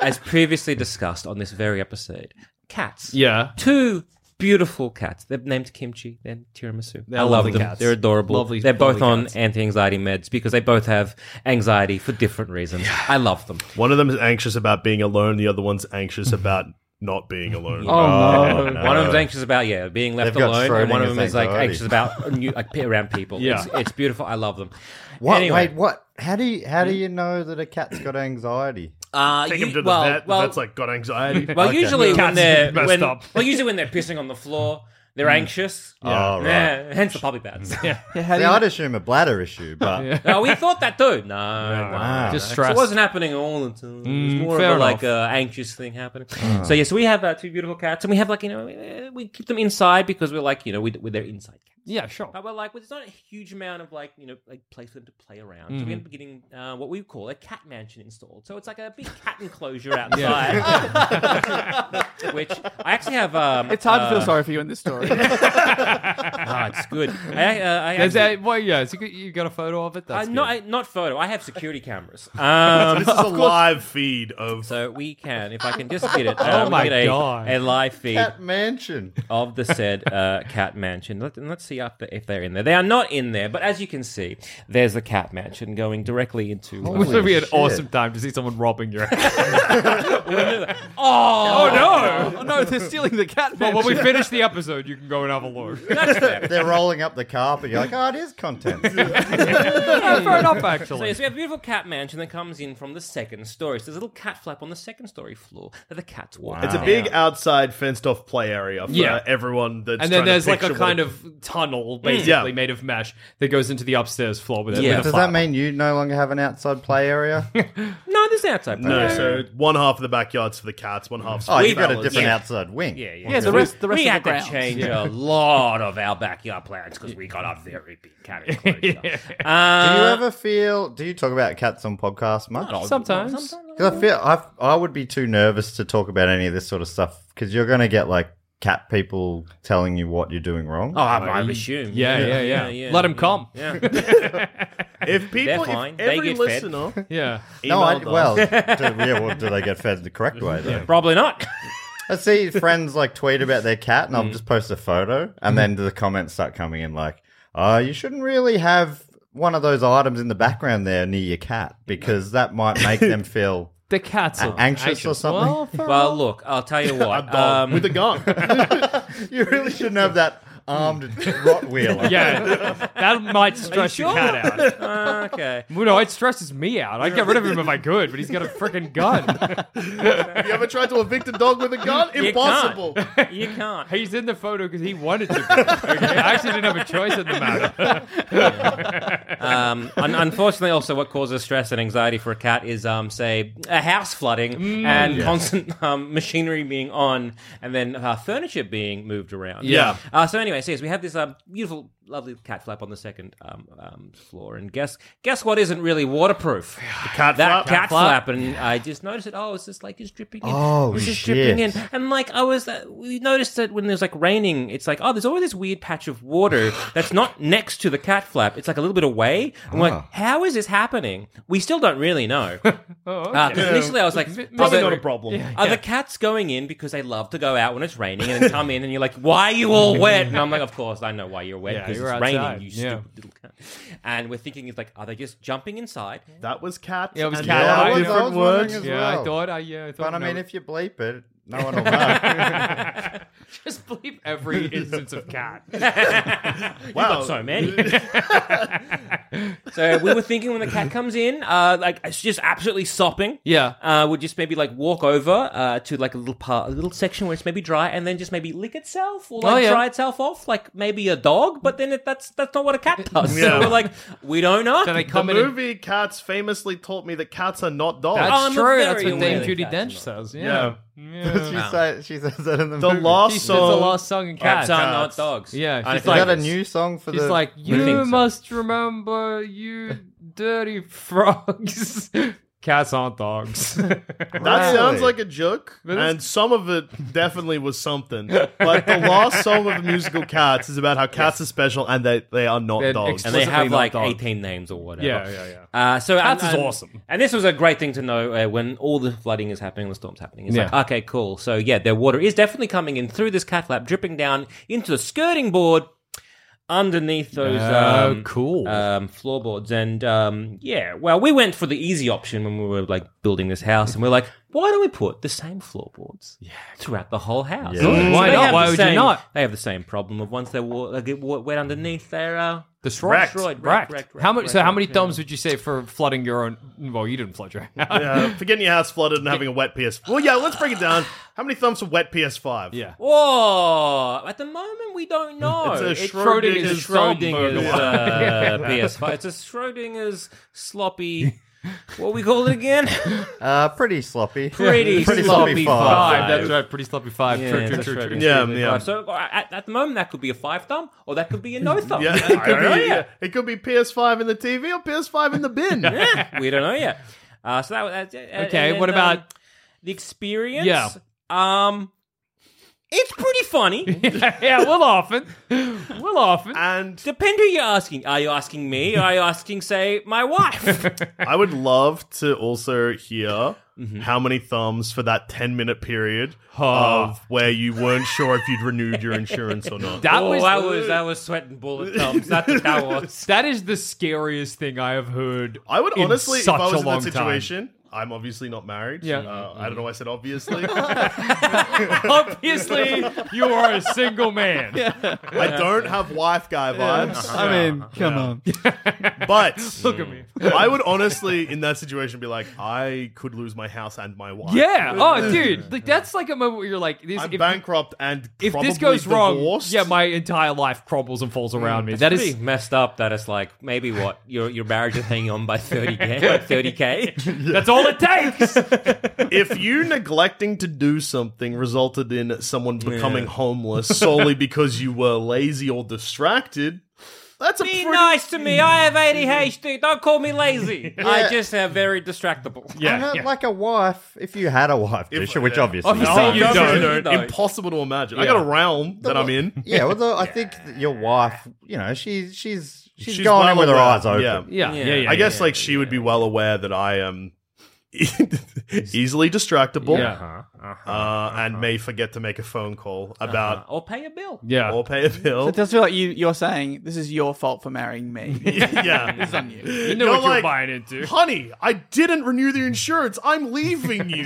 Speaker 9: As previously discussed on this very episode, cats.
Speaker 6: Yeah.
Speaker 9: Two beautiful cats. They're named Kimchi and Tiramisu.
Speaker 6: They're
Speaker 9: I love
Speaker 6: lovely
Speaker 9: them.
Speaker 6: cats.
Speaker 9: They're adorable.
Speaker 6: Lovely,
Speaker 9: They're both
Speaker 6: lovely
Speaker 9: on anti-anxiety meds because they both have anxiety for different reasons. I love them.
Speaker 5: One of them is anxious about being alone. The other one's anxious about not being alone. Ah.
Speaker 9: One of them's anxious about yeah being left
Speaker 5: They've got
Speaker 9: alone, and one of
Speaker 5: Schrodinger's
Speaker 9: them is like
Speaker 5: anxiety.
Speaker 9: anxious about uh, new, like pe- around people.
Speaker 5: Yeah.
Speaker 9: It's, it's beautiful. I love them.
Speaker 8: What?
Speaker 9: Anyway. Hmm?
Speaker 8: Wait, what? How do you how do you know that a cat's got anxiety?
Speaker 9: Uh,
Speaker 5: Take
Speaker 9: you-
Speaker 5: him to the
Speaker 9: well-
Speaker 5: vet.
Speaker 9: well-
Speaker 5: the vet's like got anxiety.
Speaker 9: Well,
Speaker 5: Okay.
Speaker 9: usually when
Speaker 5: Cats
Speaker 9: they're
Speaker 5: messed
Speaker 9: when,
Speaker 5: up.
Speaker 9: well, usually when they're pissing on the floor, they're
Speaker 8: Mm.
Speaker 9: anxious.
Speaker 8: Yeah. Oh, right.
Speaker 9: Yeah, hence the puppy pads. Yeah.
Speaker 8: See, I'd assume a bladder issue, but
Speaker 9: No, we thought that too. No, Oh, no,
Speaker 8: wow. Just
Speaker 9: So
Speaker 8: stress.
Speaker 9: It wasn't happening all the time. It was
Speaker 8: Mm,
Speaker 9: more
Speaker 8: fair
Speaker 9: of a, like
Speaker 8: enough.
Speaker 9: uh, anxious thing happening.
Speaker 8: Ah.
Speaker 9: So yes, we have uh, two beautiful cats, and we have like you know we- eh, we keep them inside because we're like you know we we're their inside cats.
Speaker 6: Yeah, sure.
Speaker 9: But we're like there's not a huge amount of like you know like place for them to play around. So
Speaker 6: Mhm.
Speaker 9: we end up getting uh, what we call a cat mansion installed. So it's like a big cat enclosure outside, which I actually have. Um,
Speaker 7: It's hard to feel
Speaker 9: uh,
Speaker 7: sorry for you in this story.
Speaker 9: Ah, it's good. I, uh, I
Speaker 6: There's
Speaker 9: actually-
Speaker 6: a- well, yeah, so you you got a photo of it.
Speaker 9: uh,
Speaker 6: That's
Speaker 9: not, I, not photo. I have security cameras.
Speaker 5: So this is a
Speaker 9: of course.
Speaker 5: live feed of.
Speaker 9: So we can, if I can just get it.
Speaker 5: Oh
Speaker 9: uh, we
Speaker 5: my
Speaker 9: get a,
Speaker 5: God.
Speaker 9: A live feed
Speaker 8: Cat mansion.
Speaker 9: of the said uh, cat mansion. Let, let's see up the, if they're in there. They are not in there, but as you can see, there's the cat mansion going directly into.
Speaker 6: It would be an awesome time to see someone robbing your
Speaker 9: Oh, oh
Speaker 6: no!
Speaker 7: Oh, no, they're stealing the cat
Speaker 6: Well, when we
Speaker 7: mansion.
Speaker 6: finish the episode, you can go and have a look.
Speaker 8: they're rolling up the carpet. You're like, oh, it is content.
Speaker 6: fair enough, actually.
Speaker 9: So yes, we have a beautiful cat mansion that comes in from the second story. So there's a little cat flap on the second story floor that the cats walk.
Speaker 5: It's a
Speaker 9: down.
Speaker 5: big outside fenced off play area for
Speaker 6: Yeah.
Speaker 5: everyone that's
Speaker 6: and then
Speaker 5: trying to
Speaker 6: there's like a
Speaker 5: picture
Speaker 6: kind
Speaker 5: what it-
Speaker 6: of tunnel,
Speaker 5: Mm.
Speaker 6: basically
Speaker 5: Yeah.
Speaker 6: made of mesh, that goes into the upstairs floor with it.
Speaker 8: Yeah.
Speaker 6: with a
Speaker 8: Does
Speaker 6: fire.
Speaker 8: that mean you no longer have an outside play area?
Speaker 9: No, there's an outside.
Speaker 5: No,
Speaker 8: Okay.
Speaker 5: so one half of the backyard's for the cats, one half's
Speaker 8: Oh,
Speaker 5: for
Speaker 8: you've
Speaker 5: the
Speaker 8: got a
Speaker 5: fellas.
Speaker 8: different Yeah. outside wing.
Speaker 9: Yeah, yeah.
Speaker 8: Yeah, the rest- the rest
Speaker 9: we
Speaker 8: of the
Speaker 9: had
Speaker 8: grounds.
Speaker 9: to change
Speaker 8: Yeah.
Speaker 9: a lot of our backyard plans because we got a very big cat enclosure.
Speaker 8: do
Speaker 9: Uh,
Speaker 8: you ever feel? Do you talk about cats on podcasts much?
Speaker 6: Sometimes.
Speaker 8: Because I feel I I would be too nervous to talk about any of this sort of stuff because you're going to get like cat people telling you what you're doing wrong.
Speaker 9: Oh, I, I assume.
Speaker 6: Yeah, yeah, yeah. Let him come.
Speaker 5: If people,
Speaker 9: They're fine.
Speaker 5: if
Speaker 9: They
Speaker 5: every
Speaker 9: get fed.
Speaker 5: listener,
Speaker 6: Yeah.
Speaker 8: No, I,
Speaker 5: emailed us-
Speaker 8: well, do, yeah, well, do they get fed the correct way though?
Speaker 9: Probably not.
Speaker 8: I see friends like tweet about their cat, and
Speaker 9: Mm.
Speaker 8: I'll just post a photo, and then the comments start coming in like, "Oh, you shouldn't really have one of those items in the background there near your cat because that might make them feel
Speaker 6: The cat's
Speaker 8: a-
Speaker 6: are
Speaker 8: anxious, or
Speaker 6: anxious.
Speaker 8: something."
Speaker 6: Well, fair
Speaker 9: Well, look, I'll tell you what. um,
Speaker 5: with a gun.
Speaker 8: you really shouldn't have that armed
Speaker 9: Mm.
Speaker 8: rotweiler.
Speaker 6: Yeah, that might stress
Speaker 9: you
Speaker 6: your
Speaker 9: sure?
Speaker 6: cat out.
Speaker 9: Uh, okay.
Speaker 6: Well, no, it stresses me out. I'd get rid of him if I could, but he's got a freaking gun.
Speaker 5: Have you ever tried to evict a dog with a gun?
Speaker 9: You
Speaker 5: Impossible.
Speaker 9: can't. You can't.
Speaker 6: He's in the photo because he wanted to. Be. Okay? I actually didn't have a choice in the matter.
Speaker 9: Um, un- unfortunately, also what causes stress and anxiety for a cat is, um, say, a house flooding and
Speaker 5: Mm, Yes.
Speaker 9: constant um, machinery being on, and then uh, furniture being moved around.
Speaker 5: Yeah.
Speaker 9: Uh, so anyway, so yes, we have this um, beautiful, lovely cat flap on the second um, um, floor, and guess guess what isn't really waterproof?
Speaker 5: cat
Speaker 9: that
Speaker 5: flap.
Speaker 9: cat flap, and I just noticed it. Oh, it's just like it's dripping in.
Speaker 8: Oh,
Speaker 9: it was just
Speaker 8: shit.
Speaker 9: dripping in, and like I was, uh, we noticed that when there's like raining, it's like oh, there's always this weird patch of water that's not next to the cat flap. It's like a little bit away. I'm
Speaker 8: Ah.
Speaker 9: like, how is this happening? We still don't really know.
Speaker 6: Oh, okay.
Speaker 9: Uh, 'cause initially, I was like, are
Speaker 5: Probably
Speaker 9: the-
Speaker 5: not a problem.
Speaker 9: Are the cats going in because they love to go out when it's raining and then come in and you're like, why are you all wet? And I'm like, of course, I know why you're wet
Speaker 6: Yeah,
Speaker 9: because
Speaker 6: you're
Speaker 9: it's
Speaker 6: outside.
Speaker 9: raining, you
Speaker 6: Yeah.
Speaker 9: stupid little cat. And we're thinking, it's like, are they just jumping inside?
Speaker 5: That was cat.
Speaker 6: Yeah, it was
Speaker 5: and
Speaker 6: cat.
Speaker 5: dog.
Speaker 8: I was- I
Speaker 6: different
Speaker 8: was wondering
Speaker 6: words.
Speaker 8: as
Speaker 6: Yeah, I
Speaker 8: well.
Speaker 6: thought I yeah. I thought
Speaker 8: But I
Speaker 6: no.
Speaker 8: mean, if you bleep it, no one will know.
Speaker 6: just believe every instance of cat.
Speaker 9: Wow. so many. so we were thinking when the cat comes in, uh, like it's just absolutely sopping.
Speaker 6: Yeah.
Speaker 9: Uh, we'll just maybe like walk over uh, to like a little part, a little section where it's maybe dry, and then just maybe lick itself or like
Speaker 6: Oh, yeah.
Speaker 9: dry itself off, like maybe a dog. But then it, that's that's not what a cat does.
Speaker 5: Yeah.
Speaker 9: So we're like, we don't know.
Speaker 6: Then they
Speaker 5: The
Speaker 6: come in. and-
Speaker 5: movie Cats famously taught me that cats are not dogs.
Speaker 6: That's
Speaker 9: I'm a
Speaker 6: true. That's
Speaker 9: very
Speaker 6: what Dame
Speaker 9: aware
Speaker 6: Judy
Speaker 9: cat,
Speaker 6: Dench
Speaker 9: you know.
Speaker 6: says. Yeah.
Speaker 5: Yeah.
Speaker 6: yeah.
Speaker 8: she, say, she says that in the,
Speaker 5: The
Speaker 8: movie.
Speaker 5: last
Speaker 6: She says the
Speaker 5: song.
Speaker 6: last song in
Speaker 9: Cats
Speaker 6: Cats.
Speaker 9: are not dogs.
Speaker 6: Yeah,
Speaker 9: I
Speaker 6: she's
Speaker 8: Is
Speaker 9: think
Speaker 6: like-
Speaker 8: that a
Speaker 9: it's-
Speaker 8: new song for
Speaker 6: She's
Speaker 8: the?
Speaker 6: like,
Speaker 9: think
Speaker 6: you
Speaker 9: so.
Speaker 6: must remember, you dirty frogs. Cats aren't dogs.
Speaker 5: That sounds like a joke, and some of it definitely was something. But the last song of the musical Cats is about how cats are special and they, they are not
Speaker 9: They're
Speaker 5: dogs.
Speaker 9: And they have like 18 names or whatever.
Speaker 5: Yeah, yeah,
Speaker 9: yeah. Uh, so
Speaker 6: Cats
Speaker 9: and-
Speaker 6: is
Speaker 9: and-
Speaker 6: awesome.
Speaker 9: And this was a great thing to know uh, when all the flooding is happening, the storm's happening. It's
Speaker 6: Yeah.
Speaker 9: like, okay, cool. So yeah, their water is definitely coming in through this cat flap, dripping down into the skirting board underneath those
Speaker 6: Oh,
Speaker 9: um, cool um, floorboards. And um, yeah, well, we went for the easy option when we were like building this house, and we're like, why don't we put the same floorboards throughout the whole house?
Speaker 6: Yeah. Good. Why
Speaker 9: they
Speaker 6: not?
Speaker 9: have
Speaker 6: Why
Speaker 9: the
Speaker 6: would you
Speaker 9: same-
Speaker 6: not?
Speaker 9: They have the same problem of once they, wa- they get wa- wet underneath, they're uh,
Speaker 6: Destroyed.
Speaker 9: Wrecked.
Speaker 6: Wrecked.
Speaker 9: Wrecked, wrecked, wrecked,
Speaker 6: how much? so
Speaker 9: wrecked,
Speaker 6: how many
Speaker 9: wrecked,
Speaker 6: thumbs would you say for flooding your own? Well, you didn't flood your house.
Speaker 5: yeah, for getting your house flooded and having a wet PS. Well, yeah, let's break it down. How many thumbs for wet PS5? Yeah.
Speaker 9: Whoa! At the moment, we don't know.
Speaker 5: It's a
Speaker 9: Schrodinger's,
Speaker 5: Schrodinger's
Speaker 9: Schrodinger's
Speaker 5: Schrodinger's,
Speaker 9: uh,
Speaker 5: uh,
Speaker 9: PS5. It's a Schrodinger's sloppy. What we call it again?
Speaker 8: Uh, pretty sloppy.
Speaker 9: Pretty, sloppy, five.
Speaker 6: That's right, pretty sloppy five.
Speaker 9: Yeah,
Speaker 6: True, true,
Speaker 9: that's
Speaker 6: true,
Speaker 9: right,
Speaker 6: true.
Speaker 9: it's
Speaker 6: Yeah,
Speaker 9: really
Speaker 6: yeah.
Speaker 9: five. So uh, at, at the moment, that could be a five thumb, or that could be a no thumb.
Speaker 5: Yeah,
Speaker 9: I
Speaker 5: it could,
Speaker 9: don't know
Speaker 5: be,
Speaker 9: yet.
Speaker 5: it could be PS5 in the TV or PS5 in the bin.
Speaker 9: we don't know yet. Uh, so that was that's it. And-
Speaker 6: Okay,
Speaker 9: and
Speaker 6: what
Speaker 9: then,
Speaker 6: about-
Speaker 9: um, the experience?
Speaker 6: Yeah.
Speaker 9: Um, it's pretty funny.
Speaker 6: yeah, we'll often, we'll often,
Speaker 5: and
Speaker 9: depend who you're asking. Are you asking me? Or are you asking, say, my wife?
Speaker 6: Oh,
Speaker 5: I would love to also hear
Speaker 6: Mm-hmm.
Speaker 5: how many thumbs for that 10 minute period of where you weren't sure if you'd renewed your insurance or not.
Speaker 6: That
Speaker 9: oh,
Speaker 6: was-
Speaker 9: that was that was sweat and bullet thumbs. That's what that was.
Speaker 6: That is the scariest thing I have heard.
Speaker 5: I would
Speaker 6: in
Speaker 5: honestly, if
Speaker 6: such
Speaker 5: I was
Speaker 6: a
Speaker 5: in
Speaker 6: long
Speaker 5: that
Speaker 6: time.
Speaker 5: situation, I'm obviously not married.
Speaker 6: Yeah.
Speaker 5: Uh, I don't know why I said obviously.
Speaker 6: Obviously, you are a single man.
Speaker 5: I don't have wife guy vibes.
Speaker 7: I mean, come on.
Speaker 5: But
Speaker 6: Look at me.
Speaker 5: I would honestly, in that situation, be like, I could lose my house and my wife.
Speaker 6: Yeah. Oh, dude, like that's like a moment where you're like, this,
Speaker 5: I'm
Speaker 6: if,
Speaker 5: bankrupt and
Speaker 6: if
Speaker 5: probably
Speaker 6: this goes wrong,
Speaker 5: divorced.
Speaker 6: yeah, my entire life crumbles and falls around me. That is
Speaker 9: pretty messed up. That it's like maybe what your your marriage is hanging on by thirty k, thirty k.
Speaker 6: that's all it takes.
Speaker 5: if you neglecting to do something resulted in someone becoming homeless solely because you were lazy or distracted, that's a
Speaker 9: Be
Speaker 5: pretty
Speaker 9: nice to me. I have ADHD. Don't call me lazy. I just am very distractible.
Speaker 8: I know, Like a wife, if you had a wife,
Speaker 5: If-
Speaker 8: Disha, which
Speaker 5: yeah.
Speaker 8: obviously
Speaker 6: Obviously
Speaker 8: you
Speaker 6: you
Speaker 8: don't.
Speaker 6: don't.
Speaker 5: No,
Speaker 9: No.
Speaker 5: impossible to imagine. I got a realm that I'm in.
Speaker 8: Yeah, well, though, I think that your wife, you know, she's she's she's,
Speaker 5: She's
Speaker 8: going
Speaker 5: well
Speaker 8: in with her
Speaker 5: aware.
Speaker 8: eyes open.
Speaker 5: Yeah.
Speaker 6: Yeah, yeah, yeah.
Speaker 5: I guess like she would be well aware that I am easily distractible
Speaker 6: Yeah.
Speaker 5: uh, and may forget to make a phone call about
Speaker 9: Or pay a bill.
Speaker 6: Uh-huh. Yeah.
Speaker 5: or pay a bill.
Speaker 7: It does feel like you, you're saying this is your fault for marrying me.
Speaker 5: yeah,
Speaker 7: It's on you.
Speaker 6: You know
Speaker 5: You're
Speaker 6: what you're
Speaker 5: like,
Speaker 6: buying into.
Speaker 5: Honey, I didn't renew the insurance. I'm leaving you.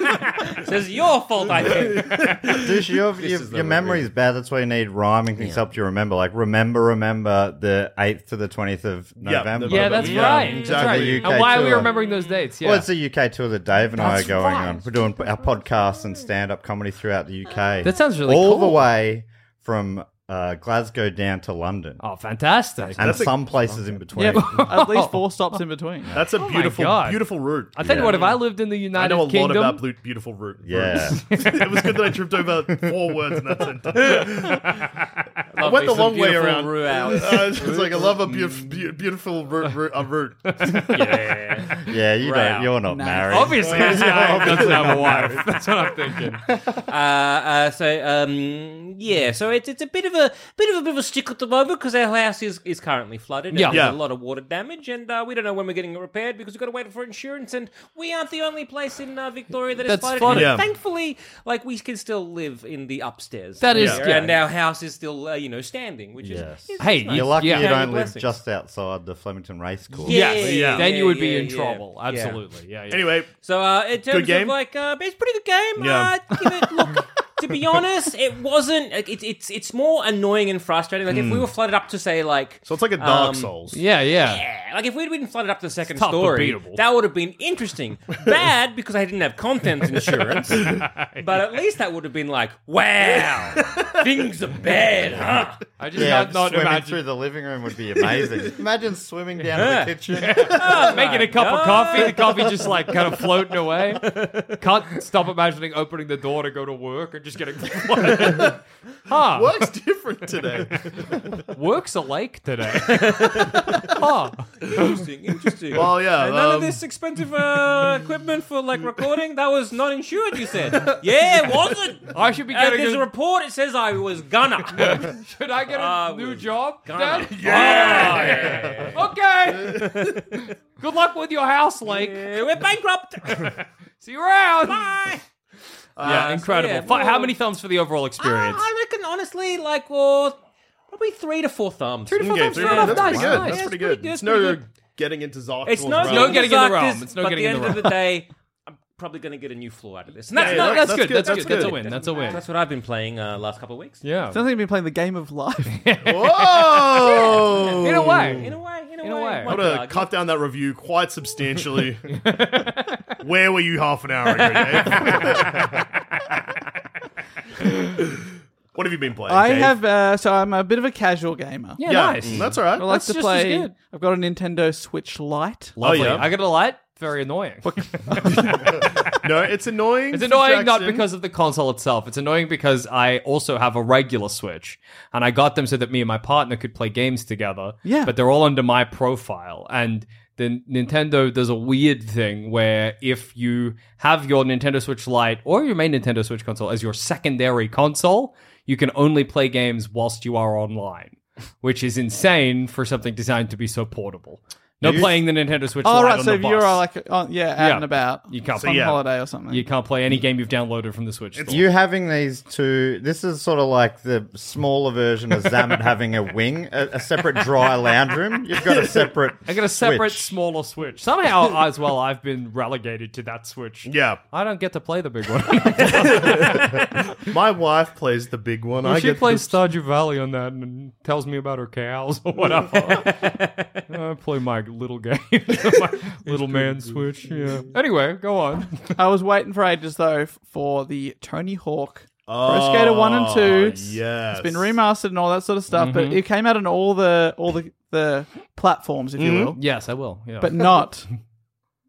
Speaker 9: It's your fault. I think.
Speaker 8: Dude, your, your, your memory's bad. That's why you need rhyming things help you remember. Like, remember, remember the 8th to the 20th of
Speaker 5: Yeah,
Speaker 8: November.
Speaker 6: Yeah, that's
Speaker 5: Yeah,
Speaker 6: right.
Speaker 8: exactly.
Speaker 6: That's right. And why are we
Speaker 8: UK
Speaker 6: remembering those dates? Yeah.
Speaker 8: Well, it's the UK tour that Dave and I are
Speaker 6: That's
Speaker 8: going
Speaker 6: right.
Speaker 8: on. We're doing our podcasts and stand up comedy throughout the UK.
Speaker 6: That sounds really
Speaker 8: All the
Speaker 6: cool.
Speaker 8: way from uh, Glasgow down to London.
Speaker 6: oh, fantastic.
Speaker 8: and
Speaker 5: That's a-
Speaker 8: some places in between.
Speaker 7: yeah, at least four stops in between.
Speaker 5: That's a
Speaker 6: Oh my
Speaker 5: beautiful,
Speaker 6: God.
Speaker 5: beautiful route.
Speaker 6: I tell you
Speaker 8: Yeah.
Speaker 6: what, if I lived in the
Speaker 5: I
Speaker 6: United
Speaker 5: know a lot
Speaker 6: Kingdom,
Speaker 5: about blue, beautiful root.
Speaker 8: Yeah.
Speaker 5: it was good that I tripped over four words in that sentence. I
Speaker 9: Love
Speaker 5: went
Speaker 9: me
Speaker 5: the
Speaker 9: some
Speaker 5: long way
Speaker 9: beautiful
Speaker 5: around.
Speaker 9: roux
Speaker 5: Uh,
Speaker 9: out.
Speaker 5: it's like I love a beautiful, beautiful root. root, a root.
Speaker 9: yeah.
Speaker 8: yeah, you
Speaker 9: Wow.
Speaker 8: don't, you're not married.
Speaker 6: obviously, that's not, that's not a wife. That's what I'm thinking.
Speaker 9: uh, so um, yeah, so it's it's a bit of a bit of a bit of a stick at the moment because our house is, is currently flooded. And
Speaker 6: Yeah.
Speaker 9: there's
Speaker 5: Yeah.
Speaker 9: a lot of water damage, and uh, we don't know when we're getting it repaired because we've got to wait for insurance. And we aren't the only place in uh, Victoria that is
Speaker 6: That's
Speaker 9: flooded.
Speaker 6: flooded.
Speaker 5: Yeah.
Speaker 9: Thankfully, like we can still live in the upstairs.
Speaker 6: That is-
Speaker 9: area,
Speaker 6: yeah.
Speaker 9: and our house is still uh, you know standing, which
Speaker 8: Yes.
Speaker 9: is, is
Speaker 6: Hey,
Speaker 9: is nice.
Speaker 8: You're lucky
Speaker 6: Yeah.
Speaker 8: you
Speaker 9: Yeah,
Speaker 8: don't live
Speaker 9: blessings.
Speaker 8: just outside the Flemington Racecourse.
Speaker 9: Yeah.
Speaker 6: Yes,
Speaker 5: Yeah.
Speaker 6: then
Speaker 9: Yeah,
Speaker 6: you would be
Speaker 9: yeah,
Speaker 6: in
Speaker 9: yeah.
Speaker 6: trouble.
Speaker 9: Yeah.
Speaker 6: Absolutely. Yeah. yeah.
Speaker 5: Anyway,
Speaker 9: So uh, in terms
Speaker 5: game?
Speaker 9: of like, uh, it's a pretty good game.
Speaker 5: Yeah.
Speaker 9: Uh, give it look. to be honest, it wasn't. Like, it, it's it's more annoying and frustrating. Like if
Speaker 6: Hmm.
Speaker 9: we were flooded up to say like,
Speaker 5: so it's like a Dark
Speaker 9: Um,
Speaker 5: Souls.
Speaker 6: yeah, yeah.
Speaker 9: yeah, like if we'd been flooded up to the second
Speaker 6: tough but
Speaker 9: story,
Speaker 6: beatable.
Speaker 9: that would have been interesting. Bad because I didn't have content insurance, but at least that would have been like, wow, things are bad, huh?
Speaker 6: I just
Speaker 8: Yeah,
Speaker 6: not, not
Speaker 8: swimming
Speaker 6: imagine
Speaker 8: through the living room would be amazing. imagine swimming down
Speaker 9: Yeah.
Speaker 8: to the kitchen.
Speaker 9: Oh,
Speaker 6: making
Speaker 9: my
Speaker 6: a cup
Speaker 9: God.
Speaker 6: of coffee. The coffee just like kind of floating away. Can't stop imagining opening the door to go to work and just getting flooded. huh.
Speaker 5: Work's different today.
Speaker 6: Works alike today. huh.
Speaker 9: Interesting, interesting.
Speaker 5: Well, yeah,
Speaker 9: And none
Speaker 5: um,
Speaker 9: of this expensive uh, equipment for like recording that was not insured. You said, yeah, it wasn't.
Speaker 6: I should be
Speaker 9: Uh,
Speaker 6: getting
Speaker 9: there's
Speaker 6: a-
Speaker 9: a report. It says I was gonna.
Speaker 6: Should I get a
Speaker 9: I
Speaker 6: new
Speaker 9: was
Speaker 6: job?
Speaker 9: gonna.
Speaker 6: Dad? Oh,
Speaker 9: Yeah.
Speaker 6: Okay. Good luck with your house, Lake.
Speaker 9: Yeah, we're bankrupt.
Speaker 6: See you around.
Speaker 9: Bye.
Speaker 6: yeah,
Speaker 9: Uh, so
Speaker 6: incredible.
Speaker 9: yeah,
Speaker 6: Fi- How
Speaker 9: well-
Speaker 6: many thumbs for the overall experience?
Speaker 9: I reckon, honestly, like, well, probably three to four thumbs.
Speaker 6: Three to four
Speaker 5: Okay,
Speaker 6: thumbs.
Speaker 5: three-
Speaker 6: fair enough.
Speaker 5: that's
Speaker 6: nice,
Speaker 5: pretty good.
Speaker 6: nice.
Speaker 5: That's pretty good.
Speaker 9: good,
Speaker 5: It's
Speaker 9: it's pretty
Speaker 5: no
Speaker 9: good.
Speaker 5: getting into Zark.
Speaker 9: It's not
Speaker 6: no getting in the realm.
Speaker 9: Zarktis,
Speaker 6: It's no
Speaker 9: but
Speaker 6: getting
Speaker 9: the
Speaker 6: in the
Speaker 9: end of the
Speaker 6: realm.
Speaker 9: day, I'm probably going to get a new floor out of this. And
Speaker 6: That's,
Speaker 5: Yeah,
Speaker 6: no,
Speaker 5: that-
Speaker 6: that's,
Speaker 5: that's
Speaker 6: good.
Speaker 5: good,
Speaker 6: That's,
Speaker 5: that's
Speaker 6: good. That's a
Speaker 5: good.
Speaker 6: win. That's a win.
Speaker 9: That's what I've been playing uh, last couple of weeks.
Speaker 6: Yeah.
Speaker 7: Sounds like you've been playing the game of life.
Speaker 5: Whoa!
Speaker 6: In a
Speaker 9: In a
Speaker 6: way.
Speaker 9: way, in a
Speaker 6: In a
Speaker 9: way.
Speaker 6: way.
Speaker 9: one
Speaker 5: Got to
Speaker 9: could
Speaker 5: cut down that review quite substantially. Where were you half an hour ago, Dave? what have you been playing?
Speaker 7: I
Speaker 5: Dave?
Speaker 7: have, uh, so I'm a bit of a casual gamer.
Speaker 6: Yeah,
Speaker 5: Yeah,
Speaker 6: nice.
Speaker 5: mm, That's all right.
Speaker 7: I like
Speaker 6: That's
Speaker 7: to
Speaker 6: just as
Speaker 7: play.
Speaker 6: good.
Speaker 7: I've got a Nintendo Switch Lite.
Speaker 6: Lovely.
Speaker 5: Oh, yeah.
Speaker 6: I got a light. Very annoying.
Speaker 5: No, it's annoying.
Speaker 6: It's
Speaker 5: for
Speaker 6: annoying not
Speaker 5: Jackson.
Speaker 6: because of the console itself. It's annoying because I also have a regular Switch, and I got them so that me and my partner could play games together.
Speaker 7: Yeah.
Speaker 6: But they're all under my profile, and the Nintendo does a weird thing where if you have your Nintendo Switch Lite or your main Nintendo Switch console as your secondary console, you can only play games whilst you are online, which is insane for something designed to be so portable. No
Speaker 8: You-
Speaker 6: playing the Nintendo Switch
Speaker 7: All
Speaker 6: Lite
Speaker 7: Oh, right,
Speaker 6: on
Speaker 7: so
Speaker 6: the
Speaker 7: if
Speaker 6: bus.
Speaker 7: you're uh, like, on, yeah, out
Speaker 6: Yeah.
Speaker 7: and about,
Speaker 6: You can't
Speaker 7: on
Speaker 6: play-
Speaker 5: yeah.
Speaker 7: holiday or something.
Speaker 6: you can't play any game you've downloaded from the Switch. store.
Speaker 8: You having these two, this is sort of like the smaller version of Zamet having a wing, a, a separate dry lounge room. You've got a separate.
Speaker 6: I got a separate
Speaker 8: switch.
Speaker 6: smaller Switch. Somehow, as well, I've been relegated to that Switch.
Speaker 5: Yeah.
Speaker 6: I don't get to play the big one.
Speaker 5: my wife plays the big one. I
Speaker 6: she
Speaker 5: get
Speaker 6: plays
Speaker 5: the-
Speaker 6: Stardew Valley on that and tells me about her cows or whatever. I play my little game, my little man Switch. Yeah. Anyway, go on.
Speaker 7: I was waiting for ages though f- for the Tony Hawk Pro Skater One and Two.
Speaker 5: Oh, yes.
Speaker 7: it's been remastered and all that sort of stuff, but
Speaker 6: Mm-hmm.
Speaker 7: it came out on all the all the the platforms, if
Speaker 6: Mm-hmm.
Speaker 7: you will,
Speaker 6: yes, I will. Yeah.
Speaker 7: but not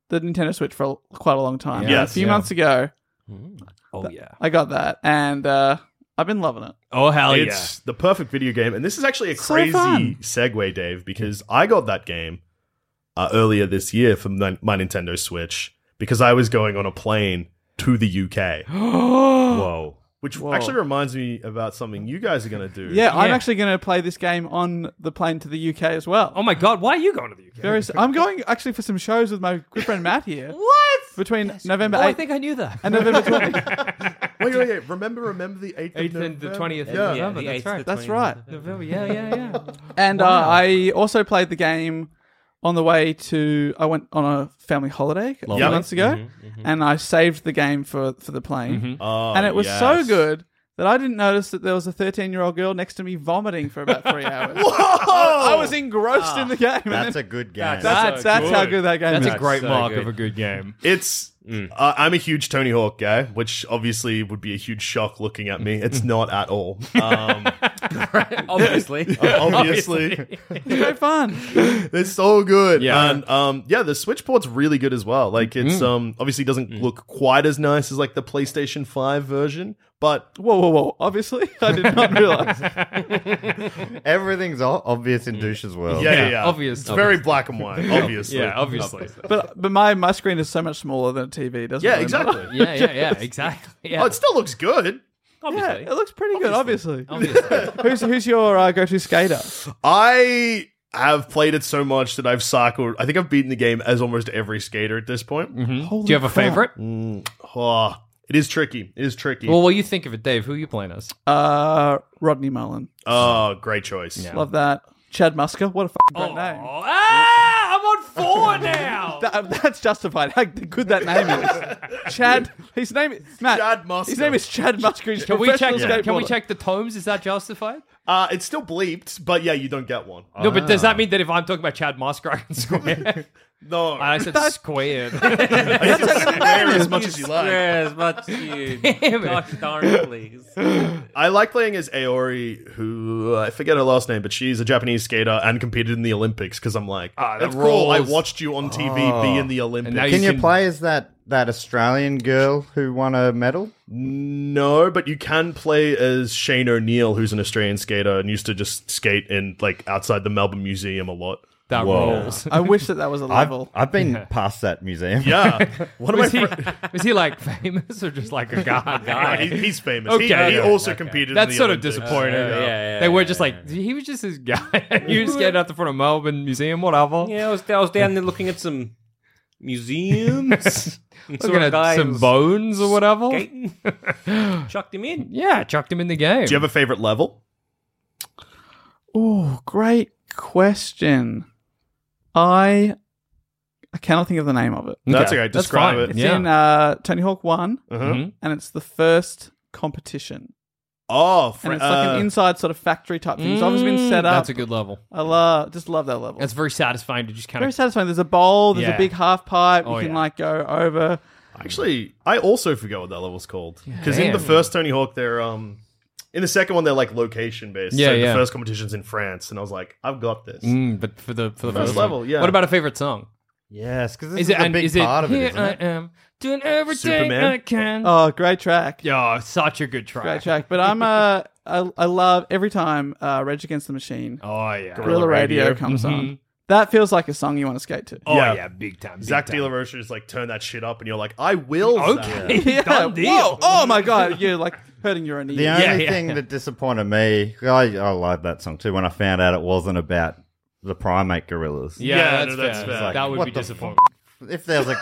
Speaker 7: the Nintendo Switch for a- quite a long time.
Speaker 5: Yes.
Speaker 7: a few
Speaker 6: Yeah.
Speaker 7: months ago,
Speaker 6: oh yeah.
Speaker 7: I got that, and uh, I've been loving it.
Speaker 6: Oh hell
Speaker 5: It's the perfect video game, and this is actually a
Speaker 7: So
Speaker 5: crazy
Speaker 7: fun.
Speaker 5: segue, Dave, because I got that game uh, earlier this year for my my Nintendo Switch because I was going on a plane to the UK. Whoa! Which actually reminds me about something you guys are going to do.
Speaker 7: Yeah, I'm
Speaker 6: Yeah.
Speaker 7: actually going to play this game on the plane to the UK as well.
Speaker 6: Oh my god, why are you going to the UK?
Speaker 7: There is- I'm going actually for some shows with my good friend Matt here
Speaker 6: what?
Speaker 7: between November
Speaker 6: Oh,
Speaker 7: 8th
Speaker 6: I think I knew that.
Speaker 7: and November 20th.
Speaker 5: Wait, wait, wait. Oh, Remember, remember the eighth,
Speaker 6: Eighth and the
Speaker 5: November?
Speaker 6: twentieth.
Speaker 5: Yeah.
Speaker 9: Yeah,
Speaker 6: November.
Speaker 9: the
Speaker 6: that's
Speaker 9: eighth,
Speaker 6: right.
Speaker 9: the
Speaker 7: That's right.
Speaker 6: November. Yeah, yeah, yeah.
Speaker 7: And uh, I also played the game on the way to. I went on a family holiday a few
Speaker 5: Yep.
Speaker 7: months ago,
Speaker 6: Mm-hmm,
Speaker 7: and I saved the game for for the plane,
Speaker 5: Oh,
Speaker 7: and it was
Speaker 5: yes.
Speaker 7: so good that I didn't notice that there was a 13 year old girl next to me vomiting for about three hours. I
Speaker 5: Oh!
Speaker 7: was engrossed in the game. and
Speaker 8: That's
Speaker 7: then-
Speaker 8: a good game.
Speaker 7: that's,
Speaker 6: so
Speaker 7: that's how
Speaker 6: good.
Speaker 7: good that game
Speaker 6: That's
Speaker 7: is.
Speaker 6: a great
Speaker 9: so
Speaker 6: mark
Speaker 9: good.
Speaker 6: of a good game.
Speaker 5: It's.
Speaker 7: Mm.
Speaker 5: Uh, I'm a huge Tony Hawk guy, which obviously would be a huge shock looking at me. It's not at all. Um,
Speaker 9: Obviously.
Speaker 5: obviously.
Speaker 7: It's great fun.
Speaker 5: They're so good.
Speaker 6: Yeah.
Speaker 5: And um yeah, the Switch port's really good as well. Like it's um obviously doesn't look quite as nice as like the PlayStation 5 version, but
Speaker 7: Whoa, whoa, whoa! Obviously, I did not realize.
Speaker 8: Everything's o- obvious in Douche's world.
Speaker 5: yeah, yeah,
Speaker 6: Yeah,
Speaker 5: yeah.
Speaker 6: obvious-
Speaker 5: It's very black and white, obviously.
Speaker 6: Yeah, obviously.
Speaker 7: But but my my screen is so much smaller than a TV. Doesn't
Speaker 5: Yeah,
Speaker 7: really matter.
Speaker 5: exactly.
Speaker 6: yeah, yeah, yeah, exactly. Yeah.
Speaker 5: Oh, it still looks good.
Speaker 7: Yeah, it looks pretty good. Obviously.
Speaker 6: Obviously.
Speaker 7: who's who's your uh, go to skater?
Speaker 5: I have played it so much that I've cycled. I think I've beaten the game as almost every skater at this point.
Speaker 7: Holy
Speaker 6: Do you have a
Speaker 7: crap.
Speaker 6: favorite?
Speaker 5: Oh, it is tricky. It is tricky.
Speaker 6: Well, what you think of it, Dave? Who are you playing as?
Speaker 7: Uh, Rodney Mullen.
Speaker 5: oh, great choice.
Speaker 7: Love that. Chad Musker. What a fucking
Speaker 6: Oh.
Speaker 7: great name.
Speaker 6: ah, I'm on four now.
Speaker 7: That- um, that's justified. How good that name is. Chad. His name is Matt.
Speaker 5: Chad Musker.
Speaker 7: His name is Chad Musker. He's a
Speaker 6: Can we check?
Speaker 7: professional
Speaker 6: Can we
Speaker 7: skateboarder.
Speaker 6: check the tomes? Is that justified?
Speaker 5: Uh, it's still bleeped, but yeah, you don't get one.
Speaker 6: No, but does that mean that if I'm talking about Chad Musker, I can square?
Speaker 5: No,
Speaker 6: I said squared. Damn
Speaker 5: swear as much as you like.
Speaker 9: Yes, but you.
Speaker 6: it.
Speaker 9: Gosh darn it, please.
Speaker 5: I like playing as Aori, who uh, I forget her last name, but she's a Japanese skater and competed in the Olympics. Because I'm like,
Speaker 6: Ah, that
Speaker 5: that's cool. I
Speaker 6: rules. Ah.
Speaker 5: watched you on TV be in the Olympics.
Speaker 6: now
Speaker 8: Can you
Speaker 6: can-
Speaker 8: play as that that Australian girl who won a medal?
Speaker 5: No, but you can play as Shane O'Neill, who's an Australian skater and used to just skate in like outside the Melbourne Museum a lot.
Speaker 6: That
Speaker 8: Whoa.
Speaker 6: rules.
Speaker 7: I wish that that was a
Speaker 8: I've,
Speaker 7: level.
Speaker 8: I've been past that museum.
Speaker 5: Yeah. What am I?
Speaker 6: was, he, was he like famous or just like a guy?
Speaker 5: Nah, he- he's famous. He- he also competed in
Speaker 6: That's
Speaker 5: the
Speaker 6: sort of
Speaker 5: Olympics.
Speaker 6: disappointing.
Speaker 5: Yeah, yeah,
Speaker 9: yeah,
Speaker 6: they were just like he was just this guy. you just getting out the front of Melbourne Museum, whatever.
Speaker 9: Yeah, I was, I was down there looking at some museums. and saw
Speaker 6: Looking
Speaker 9: a
Speaker 6: at
Speaker 9: guy who
Speaker 6: some
Speaker 9: was
Speaker 6: bones or whatever.
Speaker 9: skating. Chucked him in.
Speaker 6: Yeah, chucked him in the game.
Speaker 5: Do you have a favorite level?
Speaker 7: Oh, great question. I I cannot think of the name of it.
Speaker 5: That's okay. Describe
Speaker 6: fine.
Speaker 5: it.
Speaker 7: It's
Speaker 6: Yeah.
Speaker 7: in uh, Tony Hawk One,
Speaker 5: Uh-huh.
Speaker 6: Mhm.
Speaker 7: and it's the first competition,
Speaker 5: Oh, fr-
Speaker 7: and it's like
Speaker 5: uh,
Speaker 7: an inside sort of factory type thing. It's obviously been set up.
Speaker 6: Mm, That's a good level.
Speaker 7: I love, just love that level.
Speaker 6: That's very satisfying to just kind
Speaker 7: very
Speaker 6: of.
Speaker 7: satisfying. There's a bowl. There's
Speaker 6: Yeah.
Speaker 7: a big half pipe. You
Speaker 6: Oh,
Speaker 7: can
Speaker 6: yeah.
Speaker 7: like go over.
Speaker 5: Actually, I also forgot what that level's called. Because in
Speaker 6: Damn.
Speaker 5: the first Tony Hawk, they're um, in the second one they're like location based.
Speaker 6: Yeah,
Speaker 5: so
Speaker 6: yeah.
Speaker 5: The first competition's in France, and I was like, I've got this.
Speaker 6: Mm, but for the for the
Speaker 5: First
Speaker 6: first one.
Speaker 5: level, yeah.
Speaker 6: What about a favorite song?
Speaker 8: Yes, because this
Speaker 6: Is
Speaker 8: is,
Speaker 6: it
Speaker 8: a
Speaker 6: and
Speaker 8: big
Speaker 6: is it,
Speaker 8: part of it,
Speaker 6: here
Speaker 8: isn't it?
Speaker 6: I am doing everything
Speaker 5: Superman?
Speaker 6: I can.
Speaker 7: Oh, great track.
Speaker 6: Yeah, such a good track.
Speaker 7: Great track. But I'm uh, I, I love every time uh, Rage Against the Machine,
Speaker 6: Oh yeah.
Speaker 7: Gorilla Radio, comes on. That feels like a song you want to skate to.
Speaker 6: Oh
Speaker 5: Yeah.
Speaker 6: yeah, big time. Big
Speaker 5: Zach
Speaker 6: time.
Speaker 5: De La Rocha just like turn that shit up, and you're like, I will. Zach.
Speaker 6: Okay.
Speaker 7: Yeah.
Speaker 6: Done deal.
Speaker 7: Whoa. Oh my god. You're like hurting your knee.
Speaker 8: The only
Speaker 6: yeah,
Speaker 8: thing
Speaker 6: yeah.
Speaker 8: that disappointed me, I, I liked that song too when I found out it wasn't about the primate gorillas.
Speaker 6: Yeah,
Speaker 5: Yeah,
Speaker 6: that's,
Speaker 5: no, that's
Speaker 6: fair.
Speaker 5: fair.
Speaker 8: Like,
Speaker 6: that would
Speaker 8: what
Speaker 6: be
Speaker 8: the
Speaker 6: disappointing.
Speaker 8: If there was like,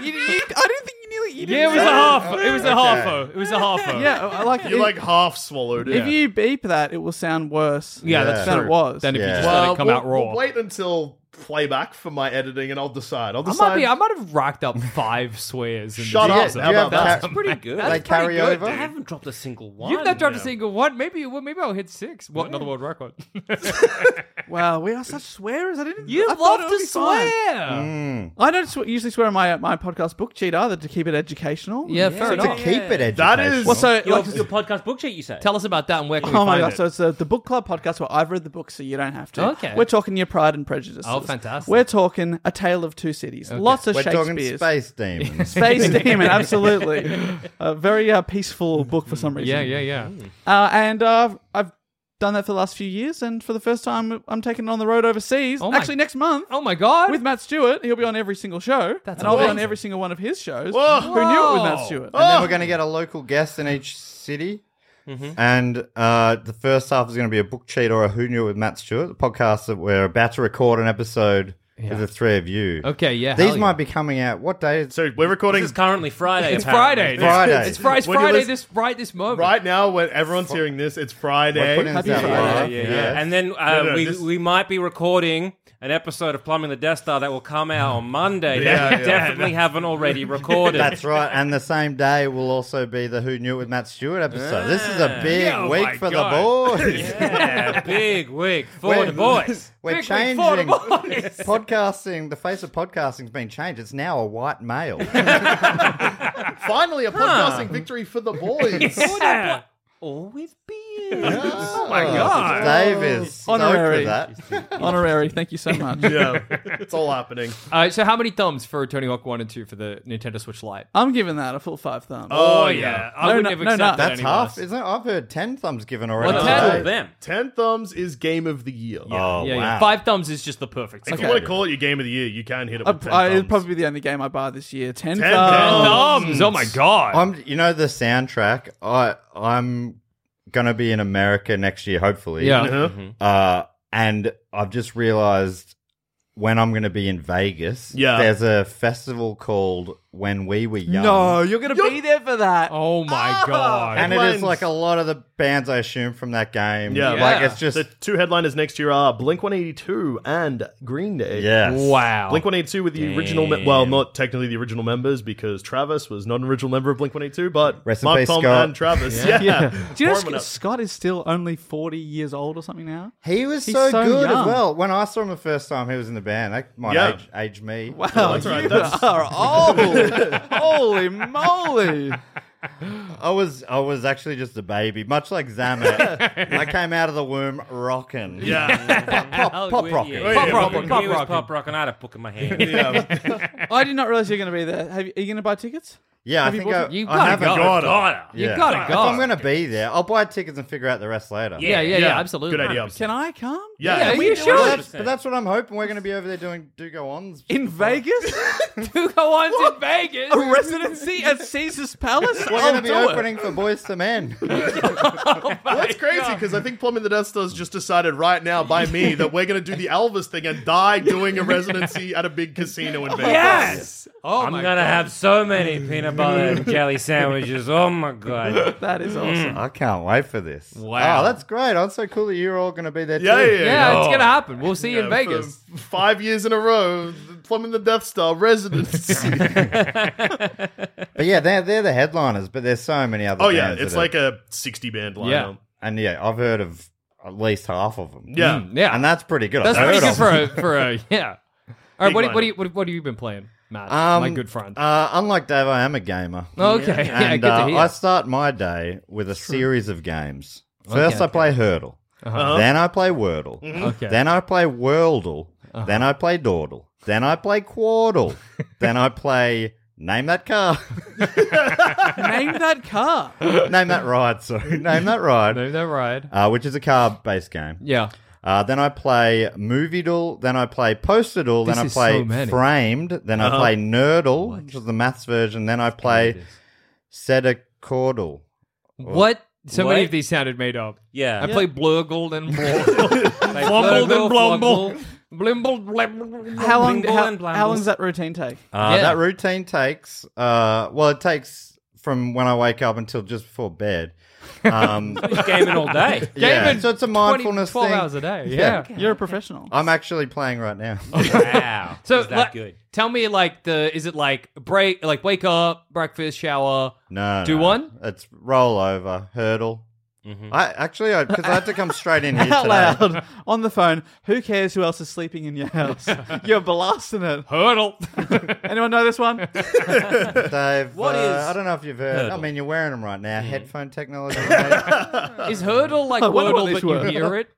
Speaker 7: You- you- I didn't think you nearly. You didn't
Speaker 6: Yeah, it was a
Speaker 7: say
Speaker 6: half. It was a half.
Speaker 8: Okay.
Speaker 6: It was a half.
Speaker 7: Yeah, I like it.
Speaker 5: You like half swallowed it.
Speaker 7: if you beep that, it will sound worse.
Speaker 6: yeah,
Speaker 8: Yeah.
Speaker 6: that's
Speaker 7: than
Speaker 6: true.
Speaker 7: it was.
Speaker 6: Then if you
Speaker 8: Yeah.
Speaker 6: just let
Speaker 5: well,
Speaker 6: it come
Speaker 5: uh, we'll,
Speaker 6: out raw,
Speaker 5: we'll wait until playback for my editing, and I'll decide. I'll
Speaker 6: I
Speaker 5: decide.
Speaker 6: might be. I might have racked up five swears. In
Speaker 5: Shut
Speaker 6: this
Speaker 5: up.
Speaker 6: episode.
Speaker 5: How about
Speaker 8: that?
Speaker 5: that?
Speaker 9: That's pretty good.
Speaker 8: They
Speaker 9: That's pretty
Speaker 8: carry
Speaker 9: good.
Speaker 8: over?
Speaker 9: I haven't dropped a single one.
Speaker 6: You've not dropped a single one. Maybe well, maybe I'll hit six. What another world record?
Speaker 7: Wow, we are such swearers. I didn't.
Speaker 6: You
Speaker 7: I thought it
Speaker 6: love
Speaker 7: would
Speaker 6: to
Speaker 7: be fine.
Speaker 6: swear.
Speaker 7: I don't swe- usually swear on my my podcast book cheat either to keep it educational.
Speaker 6: Yeah, fair
Speaker 8: to
Speaker 6: enough.
Speaker 8: keep it educational.
Speaker 5: That is-
Speaker 7: Well, so
Speaker 9: Your,
Speaker 7: like,
Speaker 9: your podcast book sheet, you say?
Speaker 6: Tell us about that and where can we
Speaker 7: oh my
Speaker 6: find
Speaker 7: gosh,
Speaker 6: it?
Speaker 7: so it's uh, the book club podcast where I've read the book, so you don't have to.
Speaker 6: Okay.
Speaker 7: we're talking your Pride and Prejudice.
Speaker 6: Oh, fantastic.
Speaker 7: We're talking A Tale of Two Cities. Lots of
Speaker 8: We're talking
Speaker 7: Shakespeare's.
Speaker 8: space demons.
Speaker 7: Space Demon, absolutely. A very uh, peaceful book for some reason.
Speaker 6: yeah, Mm. yeah, yeah.
Speaker 7: Uh, and uh, I've done that for the last few years, and for the first time, I'm taking it on the road overseas.
Speaker 6: Oh my-
Speaker 7: Actually, next month.
Speaker 6: Oh my god.
Speaker 7: With Matt Stewart, he'll be on every single show,
Speaker 6: That's
Speaker 7: and I'll be on
Speaker 6: amazing.
Speaker 7: every single one of his shows.
Speaker 5: Whoa.
Speaker 7: Who knew it was Matt
Speaker 6: Whoa.
Speaker 7: Stewart?
Speaker 8: and then we're going to get a local guest in each city. And uh, the first half is going to be a book cheat or a Who Knew It with Matt Stewart, the podcast that we're about to record an episode with the three of you.
Speaker 6: okay, yeah.
Speaker 8: These
Speaker 6: hell yeah.
Speaker 8: might be coming out. What day? Is
Speaker 5: so we're recording
Speaker 9: This is currently Friday.
Speaker 6: It's
Speaker 9: apparently.
Speaker 6: Friday.
Speaker 8: Friday.
Speaker 6: It's, Fri- it's
Speaker 5: When you
Speaker 6: Friday.
Speaker 5: listen-
Speaker 6: This right this moment.
Speaker 5: right now when everyone's hearing this. It's
Speaker 8: we're
Speaker 5: Friday.
Speaker 8: putting this out live.
Speaker 9: Yeah, yeah.
Speaker 8: Yes.
Speaker 9: And then uh,
Speaker 5: no,
Speaker 9: we,
Speaker 5: this-
Speaker 9: we might be recording an episode of Plumbing the Death Star that will come out on Monday.
Speaker 5: Yeah,
Speaker 9: that we
Speaker 5: yeah.
Speaker 9: definitely haven't already recorded.
Speaker 8: That's right. And the same day will also be the Who Knew It with Matt Stewart episode. This is a big
Speaker 6: Yeah, oh my
Speaker 8: week for
Speaker 6: God.
Speaker 8: the boys.
Speaker 9: Yeah, big week for
Speaker 8: We're-
Speaker 9: the boys.
Speaker 8: We're
Speaker 6: Big week
Speaker 8: changing
Speaker 6: for the boys.
Speaker 8: podcasting. The face of podcasting's been changed. It's now a white male.
Speaker 5: Finally, a podcasting victory for the boys.
Speaker 9: Yeah. All with beer.
Speaker 8: oh
Speaker 6: my God.
Speaker 8: Dave is stoked
Speaker 7: Honorary.
Speaker 8: for that.
Speaker 7: Honorary, thank you so much.
Speaker 5: yeah, it's all happening.
Speaker 6: Uh, so how many thumbs for Tony Hawk One and Two for the Nintendo Switch Lite?
Speaker 7: I'm giving that a full five thumbs.
Speaker 6: Oh, yeah. I
Speaker 7: No,
Speaker 6: would
Speaker 7: no,
Speaker 6: never
Speaker 7: no,
Speaker 6: accept
Speaker 7: no.
Speaker 6: that
Speaker 8: That's
Speaker 6: anywhere
Speaker 8: half,
Speaker 6: else.
Speaker 8: isn't it? I've heard ten thumbs given
Speaker 6: Well,
Speaker 8: already.
Speaker 9: All
Speaker 6: ten-
Speaker 9: of them.
Speaker 5: Ten thumbs is game of the year.
Speaker 8: Oh,
Speaker 6: yeah,
Speaker 8: wow.
Speaker 6: yeah. Five thumbs is just the perfect.
Speaker 5: If
Speaker 6: score.
Speaker 5: you want to call it your game of the year, you can hit it
Speaker 7: I,
Speaker 5: with ten
Speaker 7: I, it'd
Speaker 5: thumbs.
Speaker 7: probably be the only game I buy this year. Ten,
Speaker 5: Ten
Speaker 7: thumbs.
Speaker 6: Thumbs. Oh my god.
Speaker 8: I'm, you know, the soundtrack. I, I'm gonna be in America next year, hopefully.
Speaker 6: yeah.
Speaker 5: Uh-huh.
Speaker 8: Uh, and I've just realized when I'm gonna be in Vegas.
Speaker 5: Yeah.
Speaker 8: There's a festival called When We Were Young.
Speaker 7: No, Oh, you're gonna be there for that.
Speaker 6: Oh my god.
Speaker 8: And it
Speaker 5: Headlines.
Speaker 8: is like a lot of the bands I assume from that game.
Speaker 5: Yeah.
Speaker 8: Like
Speaker 6: Yeah.
Speaker 8: it's just
Speaker 5: The two headliners next year are Blink 182 and Green Day.
Speaker 8: yes.
Speaker 6: wow.
Speaker 5: Blink 182 with the original, me- well, not technically the original members because Travis was not an original member of Blink 182, but
Speaker 8: Rest in
Speaker 5: Mark,
Speaker 8: peace,
Speaker 5: Tom,
Speaker 8: Scott.
Speaker 5: and Travis. yeah.
Speaker 7: Do you know
Speaker 5: Warm it
Speaker 7: Sc-
Speaker 5: up.
Speaker 7: Scott is still only forty years old or something now?
Speaker 8: He was
Speaker 7: He's
Speaker 8: so,
Speaker 7: so
Speaker 8: good
Speaker 7: young.
Speaker 8: as well. When I saw him the first time, he was in the band. That might
Speaker 5: Yeah.
Speaker 8: age, age me.
Speaker 7: Wow,
Speaker 5: that's right,
Speaker 7: you
Speaker 5: that's-
Speaker 7: are old. Holy moly!
Speaker 8: I was I was actually just a baby, much like Zamet. I came out of the womb rocking.
Speaker 5: Yeah.
Speaker 8: pop, pop, pop
Speaker 9: Yeah.
Speaker 8: rocking.
Speaker 9: Yeah.
Speaker 6: Oh, Pop rocking,
Speaker 9: He
Speaker 6: pop
Speaker 9: was
Speaker 6: rocking.
Speaker 9: pop rocking. I had a book in my hand.
Speaker 5: yeah.
Speaker 7: I did not realize you're going to be there. Have you, are you going to buy tickets?
Speaker 8: Yeah,
Speaker 7: Have
Speaker 8: I think
Speaker 7: bought
Speaker 8: Uh, I,
Speaker 7: it?
Speaker 8: I haven't
Speaker 7: You
Speaker 8: Yeah.
Speaker 7: gotta
Speaker 8: If
Speaker 7: go.
Speaker 8: I'm going to be there, I'll buy tickets and figure out the rest later.
Speaker 6: Yeah, yeah, yeah, absolutely.
Speaker 7: Can I come?
Speaker 8: Yeah.
Speaker 6: Yeah, we
Speaker 8: But
Speaker 6: should.
Speaker 8: that's, but that's what I'm hoping. We're going to be over there doing do go ons
Speaker 7: in Vegas.
Speaker 6: do go ons in Vegas.
Speaker 7: A residency at Caesar's Palace.
Speaker 8: We're
Speaker 7: I'll
Speaker 8: going to be
Speaker 7: do it.
Speaker 8: opening for boys to men.
Speaker 5: That's crazy because I think Plumbing the Death Stars just decided right now by me that we're going to do the Elvis thing and die doing a residency at a big casino in Vegas.
Speaker 9: Yes!
Speaker 6: Oh
Speaker 9: I'm gonna have so many peanut butter and jelly sandwiches. Oh my god,
Speaker 7: that is
Speaker 8: I can't wait for this.
Speaker 9: Wow.
Speaker 8: Oh, that's great. Oh, it's so cool that you're all going to be there
Speaker 5: Yeah,
Speaker 8: too.
Speaker 5: yeah, yeah.
Speaker 6: Yeah, it's gonna happen. We'll see you in
Speaker 5: Yeah, for
Speaker 6: Vegas.
Speaker 5: Five years in a row, Plumbing the Death Star residency.
Speaker 8: But yeah, they're, they're the headliners, but there's so many other
Speaker 5: oh, yeah.
Speaker 8: bands
Speaker 5: It's
Speaker 8: that are-
Speaker 5: like a 60 band lineup.
Speaker 8: And yeah, I've heard of at least half of them.
Speaker 5: Yeah. Mm,
Speaker 6: yeah.
Speaker 8: And that's pretty good.
Speaker 6: That's
Speaker 8: I've
Speaker 6: pretty good for
Speaker 8: heard
Speaker 6: a
Speaker 8: of them.
Speaker 6: for a yeah. All right,
Speaker 8: Big
Speaker 6: what do, what, do
Speaker 8: lineup.
Speaker 6: you, what, do- what have you been playing, Matt? my
Speaker 8: Um,
Speaker 6: good friend. Oh,
Speaker 8: Uh, unlike Dave, I am a gamer.
Speaker 6: Okay, yeah,
Speaker 8: and,
Speaker 6: good to
Speaker 8: uh,
Speaker 6: hear.
Speaker 8: I start my day with a series of games. First,
Speaker 6: Okay,
Speaker 8: I play Hurdle.
Speaker 6: Uh-huh.
Speaker 8: Then I play Wordle.
Speaker 5: Mm-hmm.
Speaker 6: Mhm. Okay. Uh-huh.
Speaker 8: Then I play Worldle. Then I play Dordle. Then I play Quardle. then I play Name That Car.
Speaker 7: Name that car.
Speaker 8: Name That Ride, sorry. Name That Ride.
Speaker 6: Name That Ride.
Speaker 8: Uh, which is a car based game.
Speaker 6: Yeah.
Speaker 8: Uh, then I play Moviedool, then I play Postadol,
Speaker 6: This
Speaker 8: then I
Speaker 6: is
Speaker 8: play
Speaker 6: so many.
Speaker 8: Framed, then
Speaker 6: Uh-huh.
Speaker 8: I play Nerdle, which is the maths version, then I play Sedacordal.
Speaker 6: What? So many of these sounded made up.
Speaker 9: Yeah.
Speaker 6: I
Speaker 9: Yeah.
Speaker 6: play Blurgled and Blumbled. Blumbled
Speaker 9: Blurgle,
Speaker 6: and Blumble.
Speaker 9: Flumble.
Speaker 6: Blimbled, blimbled.
Speaker 7: How long?
Speaker 6: blimbled
Speaker 7: How,
Speaker 6: and blimbled.
Speaker 7: how long does that routine take?
Speaker 8: Uh,
Speaker 6: Yeah.
Speaker 8: That routine takes, uh, well, it takes from when I wake up until just before bed. Um,
Speaker 9: gaming all day.
Speaker 8: yeah,
Speaker 6: Gaming
Speaker 8: so it's a
Speaker 6: 20
Speaker 8: mindfulness
Speaker 6: 12
Speaker 8: thing.
Speaker 6: hours a day, yeah.
Speaker 7: You're a professional.
Speaker 8: I'm actually playing right now.
Speaker 9: Wow.
Speaker 6: So
Speaker 9: is that
Speaker 6: like,
Speaker 9: good?
Speaker 6: Tell me, like the is it like break, like wake up, breakfast, shower?
Speaker 8: No,
Speaker 6: do
Speaker 8: no.
Speaker 6: one. Mm-hmm.
Speaker 8: It's roll over, hurdle. I actually, because I, had to come straight in here
Speaker 7: Out
Speaker 8: today.
Speaker 7: loud on the phone. Who cares who else is sleeping in your house? You're blasting it.
Speaker 6: Hurdle.
Speaker 7: Anyone know this one?
Speaker 8: Dave,
Speaker 6: What
Speaker 8: uh,
Speaker 6: is
Speaker 8: I don't know if you've heard.
Speaker 6: hurdle? Hmm.
Speaker 8: I mean, you're wearing them right now. Headphone technology. mate.
Speaker 6: is hurdle like
Speaker 7: I wonder what
Speaker 6: wordle,
Speaker 7: this
Speaker 6: but you
Speaker 7: word-
Speaker 6: hear it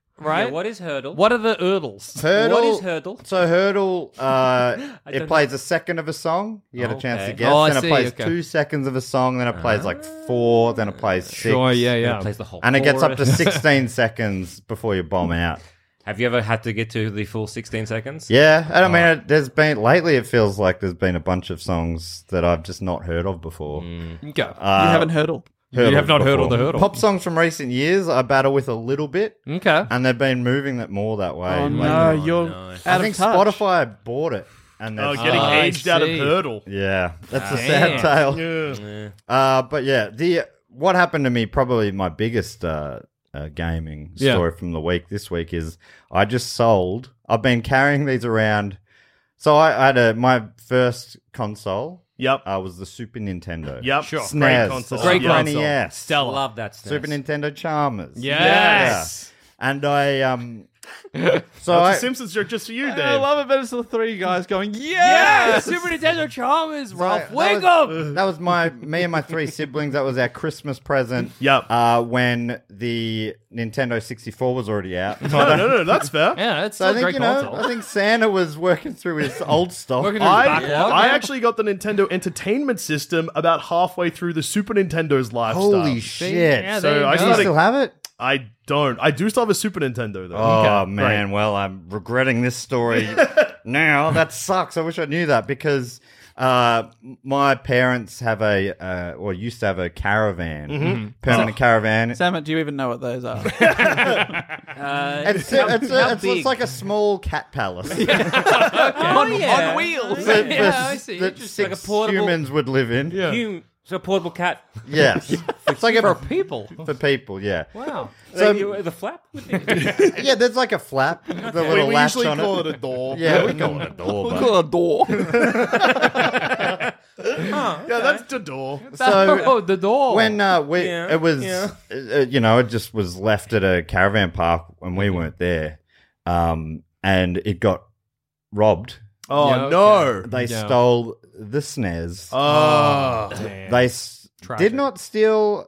Speaker 6: right?
Speaker 9: Yeah, what is hurdle?
Speaker 6: What are the hurdles?
Speaker 8: hurdle.
Speaker 9: What is hurdle?
Speaker 8: So hurdle. Uh,
Speaker 9: don't know.
Speaker 8: it plays a second of a song. You get a chance
Speaker 9: Okay.
Speaker 8: to guess.
Speaker 6: Oh, I
Speaker 8: then
Speaker 6: see,
Speaker 8: it plays
Speaker 6: okay. Ah.
Speaker 8: two seconds of a song. Then it plays like four. Then it plays six.
Speaker 6: Sure, yeah, yeah.
Speaker 9: plays the whole
Speaker 8: And it gets up to
Speaker 9: chorus.
Speaker 8: 16 seconds before you bomb out.
Speaker 9: Have you ever had to get to the full 16 seconds?
Speaker 8: Yeah, and I mean, it, there's been lately. It feels like there's been a bunch of songs that I've just not heard of before.
Speaker 6: Okay.
Speaker 8: Uh,
Speaker 7: you haven't hurdle.
Speaker 6: Hmm. You have not hurdled
Speaker 8: before.
Speaker 6: the hurdle.
Speaker 8: Pop songs from recent years, I battle with a little bit,
Speaker 6: okay.
Speaker 8: and they've been moving that more that way.
Speaker 7: Oh
Speaker 8: lately.
Speaker 7: no, you're
Speaker 8: I
Speaker 7: out
Speaker 8: think
Speaker 7: of touch.
Speaker 8: Spotify bought it, and they're
Speaker 5: Oh, getting
Speaker 6: I
Speaker 5: aged out of
Speaker 6: see.
Speaker 5: hurdle.
Speaker 8: yeah, that's a
Speaker 6: Damn.
Speaker 8: sad tale.
Speaker 5: Yeah.
Speaker 8: Uh, but yeah, the what happened to me probably my biggest uh, uh, gaming
Speaker 6: Yeah.
Speaker 8: story from the week this week is I just sold. I've been carrying these around. So I, I had a, my first console.
Speaker 5: Yep.
Speaker 8: Uh, was the Super Nintendo.
Speaker 5: Yep. Sure.
Speaker 8: SNES,
Speaker 5: Great console.
Speaker 8: The
Speaker 6: Great
Speaker 8: Super
Speaker 6: console.
Speaker 8: NES,
Speaker 9: I love that. SNES.
Speaker 8: Super Nintendo Charmers.
Speaker 6: Yes.
Speaker 8: Yeah. And I um. so
Speaker 5: That's
Speaker 8: I,
Speaker 5: a Simpsons joke just for you, Dave.
Speaker 7: I love it, but it's the three guys going,
Speaker 6: Yeah,
Speaker 7: yes!
Speaker 6: Super Nintendo Charmers, Ralph
Speaker 8: that
Speaker 6: Wiggum.
Speaker 8: Was, uh, that was my me and my three siblings. That was our Christmas present.
Speaker 5: Yep.
Speaker 8: Uh, when the Nintendo 64 was already out. So I
Speaker 5: no,
Speaker 8: don't-
Speaker 5: no, no, that's fair.
Speaker 6: yeah, that's
Speaker 8: so I
Speaker 6: a
Speaker 8: think
Speaker 6: great
Speaker 8: you know.
Speaker 6: console.
Speaker 8: I think Santa was working through his old stock.
Speaker 6: Working through his
Speaker 5: I,
Speaker 6: Backlog.
Speaker 5: I actually got the Nintendo Entertainment System about halfway through the Super Nintendo's lifestyle.
Speaker 8: Holy
Speaker 6: See?
Speaker 8: shit!
Speaker 6: Yeah,
Speaker 5: So
Speaker 6: there you
Speaker 5: I
Speaker 6: go.
Speaker 8: Do you
Speaker 5: started-
Speaker 8: still have it?
Speaker 5: I don't. I do still have a Super Nintendo though.
Speaker 8: Oh
Speaker 6: Okay,
Speaker 8: man, well I'm regretting this story now. That sucks. I wish I knew that because uh, my parents have a uh, or used to have a caravan,
Speaker 6: Mm-hmm.
Speaker 8: permanent caravan.
Speaker 7: Sam, do you even know what those are?
Speaker 8: It's, it's, it's, it's, it's like a small cat palace.
Speaker 7: on,
Speaker 9: yeah.
Speaker 7: on wheels.
Speaker 8: that,
Speaker 6: Oh, Yeah,
Speaker 8: that-
Speaker 6: I see.
Speaker 8: that
Speaker 6: Just
Speaker 8: six
Speaker 9: like a portable-
Speaker 8: humans would live in. Yeah.
Speaker 9: Hum- so a portable cat.
Speaker 8: Yes. it's like
Speaker 6: for
Speaker 8: a,
Speaker 6: people.
Speaker 8: for people, yeah.
Speaker 6: Wow.
Speaker 8: So,
Speaker 9: Like, the flap?
Speaker 8: yeah, there's like a flap, the
Speaker 5: We,
Speaker 8: little
Speaker 5: we
Speaker 8: latch
Speaker 5: usually
Speaker 8: on
Speaker 5: call
Speaker 8: it.
Speaker 5: it. a door.
Speaker 8: Yeah, we call it a door.
Speaker 7: We'll
Speaker 8: bud.
Speaker 7: call it a door.
Speaker 5: yeah, that's the door.
Speaker 8: So
Speaker 6: oh, the door.
Speaker 8: when uh, we,
Speaker 9: Yeah,
Speaker 8: it was,
Speaker 9: yeah.
Speaker 8: uh, you know, it just was left at a caravan park when we weren't there, um, and it got robbed.
Speaker 5: Oh
Speaker 6: Yeah, okay.
Speaker 5: no.
Speaker 8: They
Speaker 6: Yeah.
Speaker 8: stole the snares.
Speaker 5: Oh.
Speaker 8: They s-
Speaker 6: Tragic.
Speaker 8: did not steal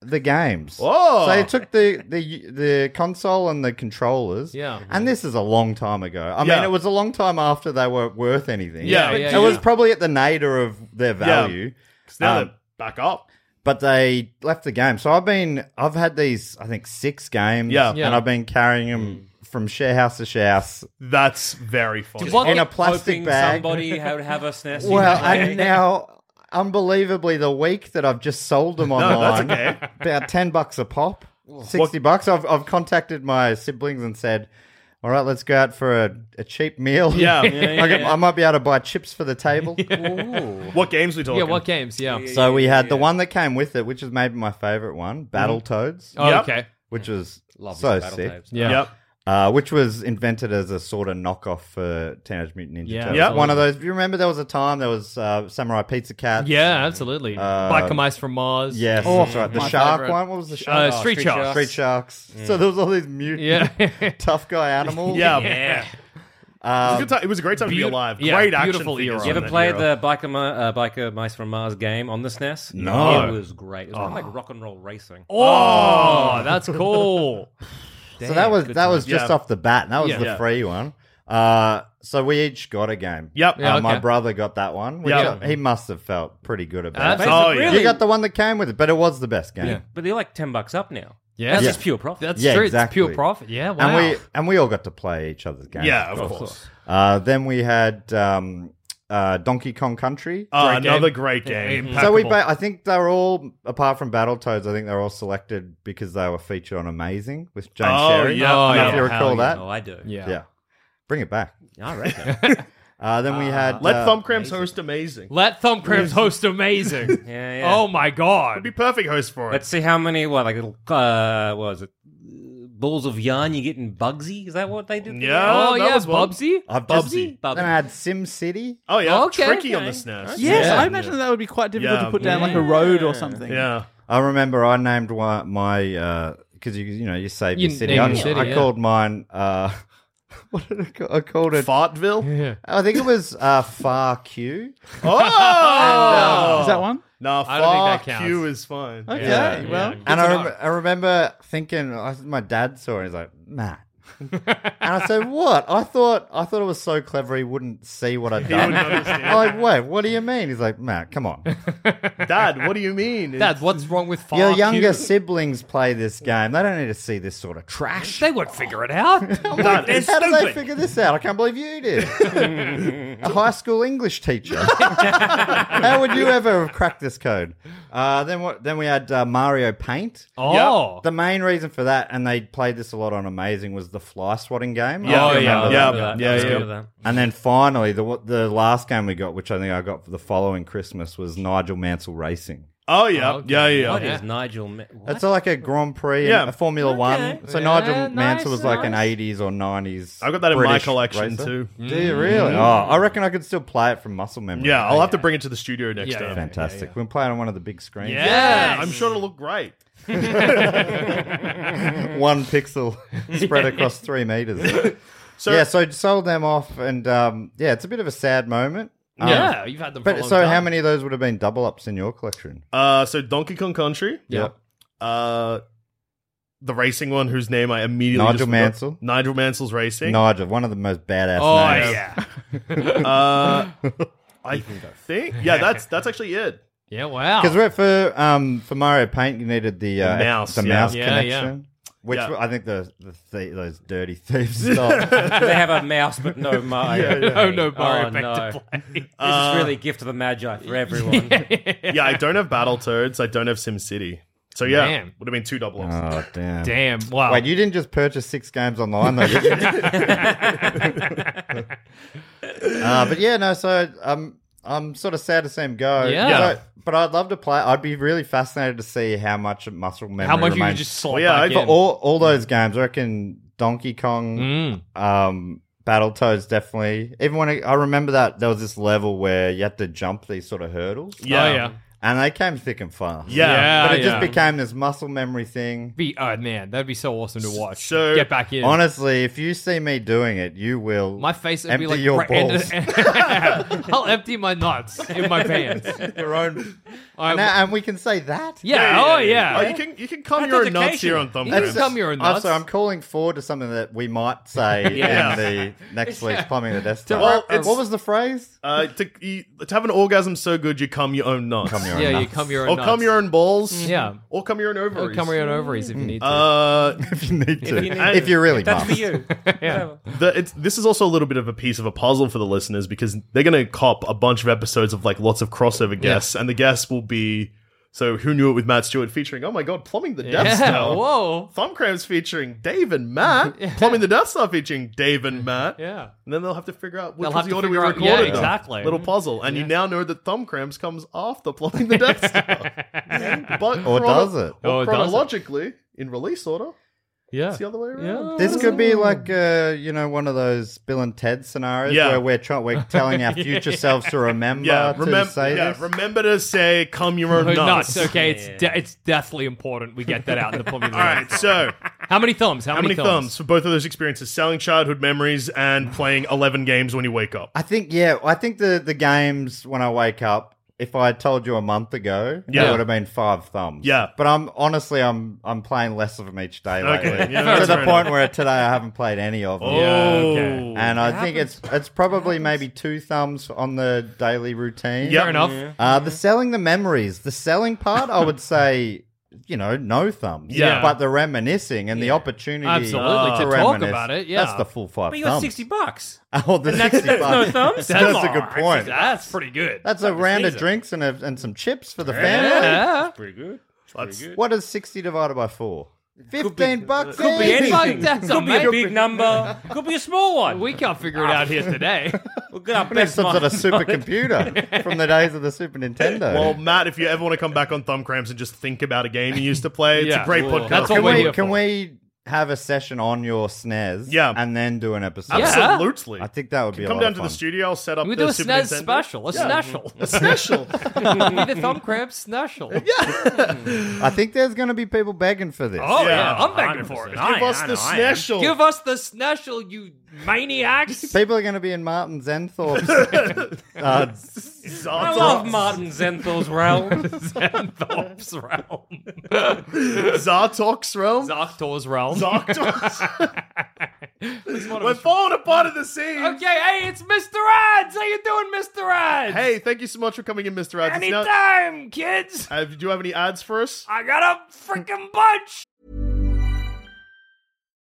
Speaker 8: the games.
Speaker 5: Oh.
Speaker 8: So they took the, the the console and the controllers.
Speaker 5: Yeah.
Speaker 8: And this is a long time ago. I
Speaker 5: Yeah.
Speaker 8: mean, it was a long time after they were worth anything.
Speaker 5: Yeah,
Speaker 8: It
Speaker 5: yeah,
Speaker 8: was
Speaker 5: yeah.
Speaker 8: probably at the nadir of their value.
Speaker 5: 'Cause now
Speaker 8: Um,
Speaker 5: they're back up.
Speaker 8: but they left the game. So I've been, I've had these, I think six games,
Speaker 5: Yeah.
Speaker 8: and
Speaker 5: Yeah.
Speaker 8: I've been carrying them from share house to share house.
Speaker 5: That's very funny.
Speaker 8: in a plastic
Speaker 9: hoping
Speaker 8: bag.
Speaker 9: Somebody would have a SNES.
Speaker 8: well,
Speaker 9: I
Speaker 8: and now, unbelievably, the week that I've just sold them
Speaker 5: No, that's
Speaker 8: online,
Speaker 5: okay.
Speaker 8: about ten bucks a pop, sixty bucks. I've I've contacted my siblings and said. All right, let's go out for a, a cheap meal.
Speaker 5: Yeah. Yeah,
Speaker 8: I, can-
Speaker 5: yeah.
Speaker 8: I might be able to buy chips for the table.
Speaker 5: What games we talking?
Speaker 6: Yeah, what games? Yeah.
Speaker 8: So we had the one that came with it, which is maybe my favorite one, Battletoads.
Speaker 6: Oh, Yep. okay.
Speaker 8: Which was
Speaker 6: Love
Speaker 8: so
Speaker 6: those
Speaker 8: sick.
Speaker 6: Battletoads. Yeah. Yep.
Speaker 8: Uh, which was invented as a sort of knockoff for Teenage Mutant Ninja
Speaker 6: Yeah,
Speaker 8: Turtles.
Speaker 6: Yep.
Speaker 8: One of those. You remember there was a time there was uh, Samurai Pizza Cat.
Speaker 6: Yeah, absolutely.
Speaker 8: Uh,
Speaker 6: Biker Mice from Mars.
Speaker 8: Yes,
Speaker 6: Oh,
Speaker 8: that's right. The
Speaker 6: my
Speaker 8: shark
Speaker 6: favourite.
Speaker 8: one. What was the
Speaker 6: Uh,
Speaker 8: shark? Oh,
Speaker 6: Street Sharks.
Speaker 8: Street Sharks. So there was all these mutant,
Speaker 6: Yeah.
Speaker 8: tough guy animals.
Speaker 5: Yeah. Yeah.
Speaker 8: Um,
Speaker 5: it, was a good ti- it was a great time to be
Speaker 9: Beaut-
Speaker 5: alive.
Speaker 9: yeah,
Speaker 5: great action
Speaker 9: beautiful
Speaker 5: figures
Speaker 9: You
Speaker 5: from
Speaker 9: ever
Speaker 5: that
Speaker 9: played
Speaker 5: era.
Speaker 9: the Biker, Mi- uh, Biker Mice from Mars game on the SNES?
Speaker 8: No.
Speaker 9: It was great. It was kind of
Speaker 5: Oh.
Speaker 9: like rock and roll racing.
Speaker 6: Oh, that's cool.
Speaker 8: so that was
Speaker 9: Good
Speaker 8: that was
Speaker 9: times.
Speaker 8: just
Speaker 9: Yeah.
Speaker 8: off the bat. and That was
Speaker 6: Yeah.
Speaker 8: the
Speaker 6: Yeah.
Speaker 8: free one. Uh, so we each got a game.
Speaker 5: Yep.
Speaker 8: Uh,
Speaker 5: Yeah,
Speaker 8: My
Speaker 5: okay.
Speaker 8: brother got that one. Which
Speaker 5: Yeah.
Speaker 8: I- he must have felt pretty good about.
Speaker 9: That's-
Speaker 8: it.
Speaker 9: Oh, yeah.
Speaker 8: You got the one that came with it, but it was the best game.
Speaker 9: Yeah. But they're like 10 bucks up now.
Speaker 6: Yeah.
Speaker 9: That's
Speaker 8: Yeah.
Speaker 9: just pure profit.
Speaker 6: That's
Speaker 8: yeah,
Speaker 6: true.
Speaker 8: exactly.
Speaker 6: It's pure profit. Yeah, wow.
Speaker 8: And we and we all got to play each other's games.
Speaker 5: Yeah, of course.
Speaker 8: Uh, then we had um, uh, Donkey Kong Country.
Speaker 5: Uh,
Speaker 6: Great game.
Speaker 5: another great game.
Speaker 8: So we,
Speaker 5: Impeccable.
Speaker 8: ba- I think they were all, apart from Battletoads, I think they were all selected because they were featured on Amazing with Jane
Speaker 5: Oh,
Speaker 8: Sherry.
Speaker 5: yeah.
Speaker 8: I don't know
Speaker 5: Oh,
Speaker 8: if you
Speaker 5: yeah.
Speaker 8: recall
Speaker 9: Hell yeah.
Speaker 8: that.
Speaker 9: Oh, I do.
Speaker 6: Yeah.
Speaker 8: Yeah. Bring it back.
Speaker 9: I reckon.
Speaker 8: Uh, then we had.
Speaker 5: Let
Speaker 8: uh,
Speaker 5: Thumbcramps host amazing.
Speaker 6: Let Thumb Cramps host amazing.
Speaker 9: Yeah, yeah.
Speaker 6: Oh my
Speaker 5: Would
Speaker 6: god.
Speaker 5: be perfect host for it.
Speaker 9: Let's see how many, what, like little, uh, what was it? Balls of yarn you get in Bugsy? Is that what they did? Uh,
Speaker 5: Yeah.
Speaker 6: Oh,
Speaker 5: that
Speaker 6: yeah,
Speaker 5: was one.
Speaker 6: Bubsy.
Speaker 8: I've just-
Speaker 9: Bubsy. Bubsy.
Speaker 8: Then I had Sim City.
Speaker 5: Oh yeah,
Speaker 6: Okay,
Speaker 5: tricky on
Speaker 6: okay.
Speaker 5: the SNES.
Speaker 7: Yes,
Speaker 8: Yeah.
Speaker 7: I imagine that would be quite difficult
Speaker 5: Yeah.
Speaker 7: to put down like a road or something.
Speaker 5: Yeah.
Speaker 8: I remember I named one, my. Because you you know, you save
Speaker 6: You
Speaker 8: your city.
Speaker 6: name
Speaker 8: I,
Speaker 6: your city,
Speaker 8: I
Speaker 6: yeah.
Speaker 8: called mine. Uh, what did I call, I called it?
Speaker 5: Fartville.
Speaker 6: Yeah.
Speaker 8: I think it was uh, Far Q. um,
Speaker 5: Oh,
Speaker 7: Is that one?
Speaker 5: No,
Speaker 6: I don't think that
Speaker 5: far
Speaker 6: counts.
Speaker 5: Q is fine.
Speaker 7: Okay,
Speaker 5: Yeah.
Speaker 7: well,
Speaker 8: And I, rem- I remember thinking, I, my dad saw it. He's like, Matt. and I said, "What? I thought I thought it was so clever he wouldn't see what I'd done."
Speaker 5: wouldn't understand.
Speaker 8: I'm like, wait, what do you mean? He's like, "Matt, come on,
Speaker 5: Dad, what do you mean?
Speaker 6: Dad, what's wrong with Far
Speaker 8: your
Speaker 6: Q?
Speaker 8: younger siblings play this game. They don't need to see this sort of trash."
Speaker 6: They would figure it out.
Speaker 5: Dad, it's
Speaker 8: How did
Speaker 5: stupid.
Speaker 8: they figure this out? I can't believe you did. a high school English teacher. How would you ever have cracked this code? Uh, then what? Then we had uh, Mario Paint.
Speaker 6: oh.
Speaker 8: The main reason for that, and they played this a lot on Amazing, was the fly swatting game.
Speaker 5: Yeah.
Speaker 8: I
Speaker 5: Oh,
Speaker 8: remember
Speaker 5: yeah.
Speaker 8: that.
Speaker 5: Yeah, yeah, yeah.
Speaker 8: And then finally, the the last game we got, which I think I got for the following Christmas, was Nigel Mansell Racing.
Speaker 5: Oh yeah,
Speaker 6: Okay.
Speaker 5: yeah, yeah.
Speaker 9: What
Speaker 5: yeah.
Speaker 9: is Nigel? Ma- What?
Speaker 8: It's like a Grand Prix,
Speaker 5: Yeah.
Speaker 8: yeah. a Formula One. So
Speaker 6: Yeah,
Speaker 8: Nigel
Speaker 6: nice,
Speaker 8: Mansell was like
Speaker 6: nice.
Speaker 8: an '80s or '90s.
Speaker 5: I've got that in my
Speaker 8: British
Speaker 5: collection,
Speaker 8: racer.
Speaker 5: too.
Speaker 8: Do you really?
Speaker 6: Mm.
Speaker 8: Oh, I reckon I could still play it from muscle memory.
Speaker 5: Yeah, I'll have to bring it to the studio next
Speaker 6: Yeah,
Speaker 5: time.
Speaker 6: yeah.
Speaker 8: Fantastic. We can play it on one of the big screens.
Speaker 6: Yes.
Speaker 5: I'm sure it'll look great.
Speaker 8: one pixel spread across three meters.
Speaker 5: So
Speaker 8: yeah, so sold them off, and um, yeah, it's a bit of a sad moment. Um,
Speaker 6: yeah, you've had them. for a
Speaker 8: But
Speaker 6: long
Speaker 8: so,
Speaker 6: time.
Speaker 8: how many of those would have been double ups in your collection?
Speaker 5: uh, so Donkey Kong Country.
Speaker 6: Yeah.
Speaker 5: Uh, the racing one, whose name I immediately
Speaker 8: Nigel
Speaker 5: just forgot.
Speaker 8: Mansell.
Speaker 5: Nigel Mansell's racing.
Speaker 8: Nigel, one of the most badass.
Speaker 6: Oh
Speaker 8: names.
Speaker 6: yeah.
Speaker 5: Uh, I think. Yeah, that's that's actually it.
Speaker 6: Yeah. Wow.
Speaker 8: Because we're for um for Mario Paint, you needed the uh,
Speaker 5: The mouse,
Speaker 8: the
Speaker 5: yeah.
Speaker 8: mouse
Speaker 6: Yeah, yeah.
Speaker 8: connection, which
Speaker 5: Yeah.
Speaker 8: I think the, the th- those dirty thieves stole. Oh,
Speaker 9: they have a mouse, but no Mario.
Speaker 6: no, no Mario
Speaker 9: Oh,
Speaker 6: back
Speaker 9: no.
Speaker 6: to play.
Speaker 9: This is really a gift of the Magi for everyone.
Speaker 5: Yeah, I don't have Battletoads. I don't have SimCity. So yeah,
Speaker 6: Man.
Speaker 5: would have been two double ups.
Speaker 8: oh damn!
Speaker 6: Damn. Wow.
Speaker 8: Wait, you didn't just purchase six games online though, did you? uh, but yeah, no. So um, I'm sort of sad to see him go.
Speaker 6: Yeah. Yeah.
Speaker 8: So- but I'd love to play. I'd be really fascinated to see how much muscle memory.
Speaker 6: how much you could
Speaker 8: remains.
Speaker 6: just slot
Speaker 5: Well, yeah,
Speaker 6: back
Speaker 5: I-
Speaker 6: in.
Speaker 8: all all those games? I reckon Donkey
Speaker 6: Mm.
Speaker 8: Kong, um, Battletoads, definitely. Even when I, I remember that there was this level where you had to jump these sort of hurdles.
Speaker 5: Yeah.
Speaker 6: Oh, yeah.
Speaker 8: and they came thick and fast.
Speaker 5: Yeah.
Speaker 6: Yeah,
Speaker 8: but it
Speaker 6: yeah.
Speaker 8: just became this muscle memory thing.
Speaker 6: Be oh man, that'd be so awesome to watch.
Speaker 5: So-
Speaker 6: get back in.
Speaker 8: Honestly, if you see me doing it, you will.
Speaker 6: my face would
Speaker 8: empty
Speaker 6: be like
Speaker 8: your
Speaker 6: right- and-
Speaker 8: balls.
Speaker 6: I'll empty my nuts in my pants.
Speaker 8: your own and, now- and we can say that.
Speaker 6: Yeah, Yeah, yeah, oh, yeah, yeah. yeah.
Speaker 5: you can you can come your own nuts here on Thumb.
Speaker 8: That's-
Speaker 6: come your own nuts.
Speaker 8: Also, I'm calling forward to something that we might say
Speaker 5: Yeah.
Speaker 8: in the next week's plumbing the desktop.
Speaker 5: Well, it's-
Speaker 8: what was the phrase?
Speaker 5: Uh, to, you, to have an orgasm so good, you cum your own nuts.
Speaker 8: Cum your own Yeah, you nuts.
Speaker 6: cum your own
Speaker 5: or
Speaker 6: nuts.
Speaker 5: cum your own balls.
Speaker 6: Yeah.
Speaker 5: or cum your own ovaries.
Speaker 6: Or cum your own ovaries if you need to.
Speaker 5: Uh,
Speaker 8: if you need
Speaker 6: to. If
Speaker 8: you really
Speaker 9: That's
Speaker 8: must.
Speaker 9: for you. Whatever.
Speaker 5: The, it's, this is also a little bit of a piece of a puzzle for the listeners because they're going to cop a bunch of episodes of like lots of crossover guests, and the guests will be so who knew it with Matt Stewart featuring oh my god, plumbing the Death Star,
Speaker 6: Whoa.
Speaker 5: Thumb Cramps featuring Dave and Matt, plumbing the Death Star featuring Dave and Matt,
Speaker 6: Yeah.
Speaker 5: and then they'll have to figure out which
Speaker 6: They'll
Speaker 5: was
Speaker 6: have
Speaker 5: the
Speaker 6: to
Speaker 5: order we
Speaker 6: figure out- yeah,
Speaker 5: recorded them.
Speaker 6: exactly.
Speaker 5: Little puzzle, and you now know that Thumb Cramps comes after plumbing the Death Star, but
Speaker 8: Or does it?
Speaker 5: or
Speaker 6: Or does Oh, it?
Speaker 5: chronologically in release order?
Speaker 6: Yeah.
Speaker 5: It's the other way around.
Speaker 8: This could be like, uh, you know, one of those Bill and Ted scenarios
Speaker 5: Yeah.
Speaker 8: where we're, try- we're telling our future selves to remember to
Speaker 5: uh, remem-
Speaker 8: say
Speaker 5: yeah,
Speaker 8: this.
Speaker 5: remember to say "come your own
Speaker 6: Nuts.
Speaker 5: nuts."
Speaker 6: Okay, it's de- it's deathly important we get that out in the plumbing.
Speaker 5: All right, so
Speaker 6: How many thumbs? How,
Speaker 5: how many thumbs for both of those experiences? Selling childhood memories and playing eleven games when you wake up.
Speaker 8: I think, yeah, I think the, the games when I wake up, if I had told you a month ago,
Speaker 5: Yeah.
Speaker 8: it would have been five thumbs.
Speaker 5: Yeah.
Speaker 8: But I'm honestly, I'm I'm playing less of them each day
Speaker 5: Okay,
Speaker 8: lately.
Speaker 5: yeah, that's
Speaker 8: to the
Speaker 5: fair
Speaker 8: point where today I haven't played any of them.
Speaker 6: okay.
Speaker 8: Oh.
Speaker 9: Oh.
Speaker 8: And I think it's it's probably maybe two thumbs on the daily routine.
Speaker 5: Yep. Fair
Speaker 6: enough.
Speaker 8: Uh, the selling the memories, the selling part, I would say, you know, no thumbs.
Speaker 5: Yeah.
Speaker 8: But the reminiscing and the opportunity,
Speaker 6: Absolutely, to
Speaker 8: to
Speaker 6: talk
Speaker 8: reminisce,
Speaker 6: about it, yeah.
Speaker 8: that's the full five.
Speaker 9: But you got
Speaker 8: thumbs.
Speaker 9: sixty bucks.
Speaker 8: Oh, the
Speaker 9: That's-
Speaker 8: sixty
Speaker 9: that's no
Speaker 8: bucks.
Speaker 9: thumbs?
Speaker 8: that's
Speaker 9: Come
Speaker 8: a good
Speaker 9: on.
Speaker 8: point.
Speaker 6: That's pretty good.
Speaker 8: That's a round of
Speaker 9: season.
Speaker 8: drinks and a, and some chips for the family.
Speaker 6: yeah.
Speaker 9: Pretty good.
Speaker 5: That's-
Speaker 9: Pretty good.
Speaker 8: What is sixty divided by four? Fifteen bucks.
Speaker 9: Could be
Speaker 8: each.
Speaker 9: anything.
Speaker 6: That's
Speaker 9: could be a
Speaker 6: amazing.
Speaker 9: big number. Could be a small one.
Speaker 6: We can't figure it out here today.
Speaker 9: We'll get our
Speaker 8: We need
Speaker 9: best
Speaker 8: some sort of
Speaker 9: minds.
Speaker 8: supercomputer from the days of the Super Nintendo.
Speaker 5: Well, Matt, if you ever want to come back on Thumb Cramps and just think about a game you used to play, it's
Speaker 6: Yeah.
Speaker 5: a great
Speaker 6: Cool.
Speaker 5: podcast.
Speaker 6: That's what
Speaker 8: can
Speaker 6: we're
Speaker 8: we
Speaker 6: here
Speaker 8: can
Speaker 6: for.
Speaker 8: we have a session on your snares?
Speaker 5: Yeah.
Speaker 8: and then do an episode.
Speaker 5: Absolutely.
Speaker 8: I think that would be.
Speaker 5: Come
Speaker 8: a lot
Speaker 5: down
Speaker 8: of
Speaker 5: to
Speaker 8: fun.
Speaker 5: the studio. I'll set up.
Speaker 6: We
Speaker 5: the
Speaker 6: do a
Speaker 5: Super
Speaker 6: SNES
Speaker 5: Nintendo.
Speaker 6: special. A snashel.
Speaker 5: A special.
Speaker 6: we did a thumb cramp snashel. Yeah.
Speaker 8: I think there's going to be people begging for this.
Speaker 6: Oh, yeah.
Speaker 5: Yeah.
Speaker 6: I'm begging for it.
Speaker 5: Give us the special.
Speaker 6: Give us the snashel, you maniacs.
Speaker 8: People are going to be in Martin Zenthorpe's. uh,
Speaker 9: I love Martin Zenthel's realm.
Speaker 6: Xanthops realm.
Speaker 5: Zartox realm.
Speaker 6: Zartor's realm.
Speaker 5: Zartox. We're falling apart at the seams.
Speaker 6: Okay, hey, it's Mr. Ads. How you doing, Mr. Ads?
Speaker 5: Hey, thank you so much for coming in, Mr. Ads. It's now-
Speaker 6: Anytime, kids.
Speaker 5: Uh, do you have any ads for us?
Speaker 6: I got a freaking bunch.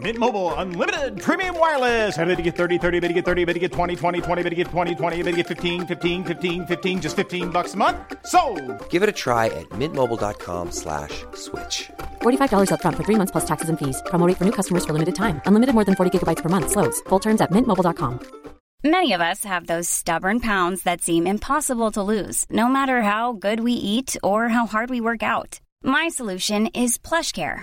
Speaker 10: Mint Mobile unlimited premium wireless. Ready to get 30, 30, bet you get 30, bet you get 20, 20, 20, bet you get 20, 20, bet you get 15, 15, 15, 15, just 15 bucks a month. So,
Speaker 11: Give it a try at mintmobile.com slash switch.
Speaker 12: $45 upfront for three months plus taxes and fees. Promo rate for new customers for limited time. Unlimited more than 40 gigabytes per month. Slows. Full terms at mintmobile.com.
Speaker 13: Many of us have those stubborn pounds that seem impossible to lose, no matter how good we eat or how hard we work out. My solution is PlushCare.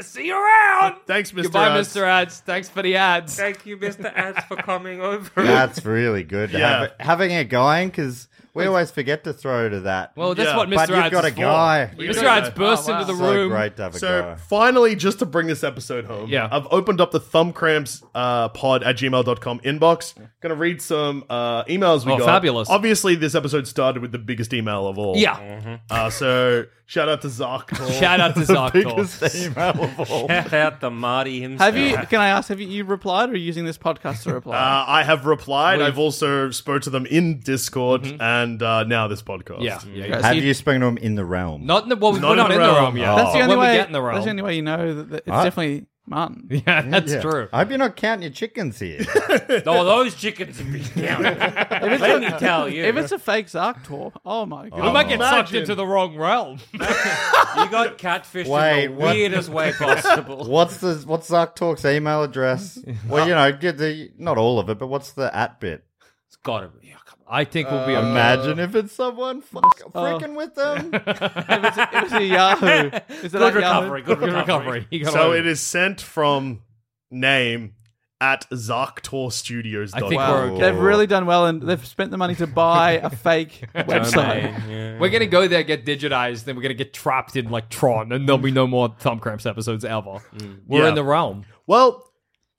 Speaker 6: See you around.
Speaker 5: Thanks, Mr.
Speaker 6: Goodbye,
Speaker 5: Ads.
Speaker 6: Mr. Ads. Thanks for the ads.
Speaker 9: Thank you, Mr. Ads, for coming over.
Speaker 8: that's really good. to
Speaker 5: Yeah.
Speaker 8: have it- having it going because We always forget to throw to that.
Speaker 6: Well, that's what Mr.
Speaker 8: But you've
Speaker 6: Ides
Speaker 8: got
Speaker 6: is
Speaker 8: a
Speaker 6: for.
Speaker 8: guy.
Speaker 6: Mr. Ides bursts into
Speaker 9: Ah.
Speaker 6: the
Speaker 8: So
Speaker 6: room.
Speaker 8: great to have a
Speaker 5: so
Speaker 8: guy.
Speaker 5: finally, just to bring this episode home,
Speaker 6: Yeah.
Speaker 5: I've opened up the thumbcramps uh, pod at gmail.com inbox. Gonna read some uh, emails we
Speaker 6: Oh,
Speaker 5: got.
Speaker 6: fabulous.
Speaker 5: Obviously, this episode started with the biggest email of all.
Speaker 6: Yeah. Mhm.
Speaker 5: Uh, so shout out to Zarktor.
Speaker 6: Shout out to
Speaker 5: The
Speaker 6: Zarktor.
Speaker 5: biggest email of all.
Speaker 9: Shout out to Marty himself.
Speaker 7: Have you? Can I ask? Have you, you replied, or are you using this podcast to reply?
Speaker 5: Uh, I have replied.
Speaker 7: We've-
Speaker 5: I've also spoke to them in Discord and uh, now this podcast.
Speaker 6: Mm-hmm. Yeah. Yeah, yeah.
Speaker 8: Have you spoken to him in the realm?
Speaker 6: Not in the well,
Speaker 5: Not
Speaker 6: we're
Speaker 5: in
Speaker 6: not
Speaker 5: the
Speaker 6: in the realm,
Speaker 5: realm.
Speaker 6: yet.
Speaker 7: That's the
Speaker 6: But
Speaker 7: only
Speaker 6: when we
Speaker 7: way.
Speaker 6: get in the realm.
Speaker 7: That's the only way you know that, that it's
Speaker 8: Huh?
Speaker 7: definitely Martin.
Speaker 6: Yeah, that's
Speaker 8: Yeah.
Speaker 6: true.
Speaker 8: I hope you're not counting your chickens here.
Speaker 9: No, those chickens would be down. Let me tell you.
Speaker 7: If it's a fake Zarktor, oh my god,
Speaker 6: We might get sucked
Speaker 5: Imagine.
Speaker 6: into the wrong realm.
Speaker 9: you got catfish
Speaker 8: Wait,
Speaker 9: in the
Speaker 8: what-
Speaker 9: weirdest way possible.
Speaker 8: what's the what's Zark Talk's email address? Well, you know, get the not all of it, but what's the at bit?
Speaker 9: it's gotta be.
Speaker 6: I think we'll be
Speaker 5: Uh,
Speaker 9: Uh,
Speaker 6: okay.
Speaker 8: Imagine if it's someone fuck, freaking with them.
Speaker 7: It was, it was a Yahoo. Is it
Speaker 9: Good
Speaker 7: at Yahoo?
Speaker 9: recovery, good recovery.
Speaker 6: Good recovery. You got
Speaker 5: So
Speaker 6: over
Speaker 5: it is sent from name at Zarktor Studios.
Speaker 6: I think we're okay.
Speaker 7: They've really done well, and they've spent the money to buy a fake website.
Speaker 6: We're gonna go there, get digitized, then we're gonna get trapped in like Tron, and there'll be no more Thumbcramps episodes ever. We're
Speaker 9: Mm.
Speaker 5: Yeah.
Speaker 6: in the realm.
Speaker 5: Well,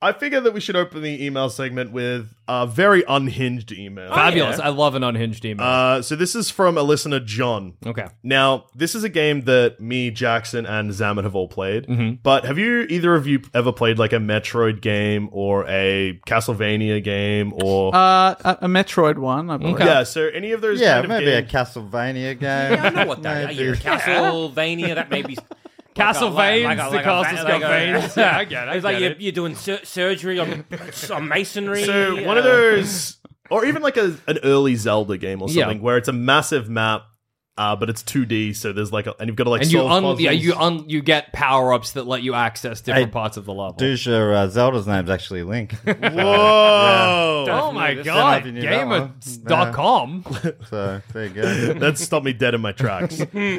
Speaker 5: I figure that we should open the email segment with a very unhinged
Speaker 9: Oh,
Speaker 5: email.
Speaker 6: Fabulous. I love an unhinged email.
Speaker 5: Uh, so this is from a listener, John.
Speaker 6: okay.
Speaker 5: Now, this is a game that me, Jackson, and Zaman have all played.
Speaker 6: Mm-hmm.
Speaker 5: But have you either of you ever played like a Metroid game or a Castlevania game or
Speaker 7: Uh, a, a Metroid one, I believe.
Speaker 5: yeah? So any of those?
Speaker 8: yeah,
Speaker 5: kind of
Speaker 8: maybe a
Speaker 5: games-
Speaker 8: Castlevania game.
Speaker 9: Yeah, I know what that
Speaker 8: Maybe.
Speaker 9: is. Castlevania, that may be.
Speaker 6: Castlevania,
Speaker 9: Like a-
Speaker 6: the
Speaker 9: like a-
Speaker 6: castle's
Speaker 9: like
Speaker 6: got
Speaker 9: a-
Speaker 6: veins. Yeah, I get it. I
Speaker 9: It's like
Speaker 6: get
Speaker 9: you're,
Speaker 6: it.
Speaker 9: you're doing sur- surgery on, on masonry.
Speaker 5: So one of
Speaker 9: uh,
Speaker 5: those, or even like a, an early Zelda game or
Speaker 6: Yeah.
Speaker 5: something, where it's a massive map, uh, but it's 2D. So there's like, a, and you've got to like
Speaker 6: and you
Speaker 5: solve
Speaker 6: un- yeah,
Speaker 5: puzzles.
Speaker 6: you un- you get power ups that let you access different
Speaker 8: Hey,
Speaker 6: parts of the level.
Speaker 8: Dusha, uh, Zelda's name's actually Link.
Speaker 5: Whoa!
Speaker 6: oh my
Speaker 8: Definitely.
Speaker 6: god,
Speaker 8: Didn't know if you knew that one.
Speaker 6: gamer.com.
Speaker 8: so there you go.
Speaker 5: that stopped me dead in my tracks.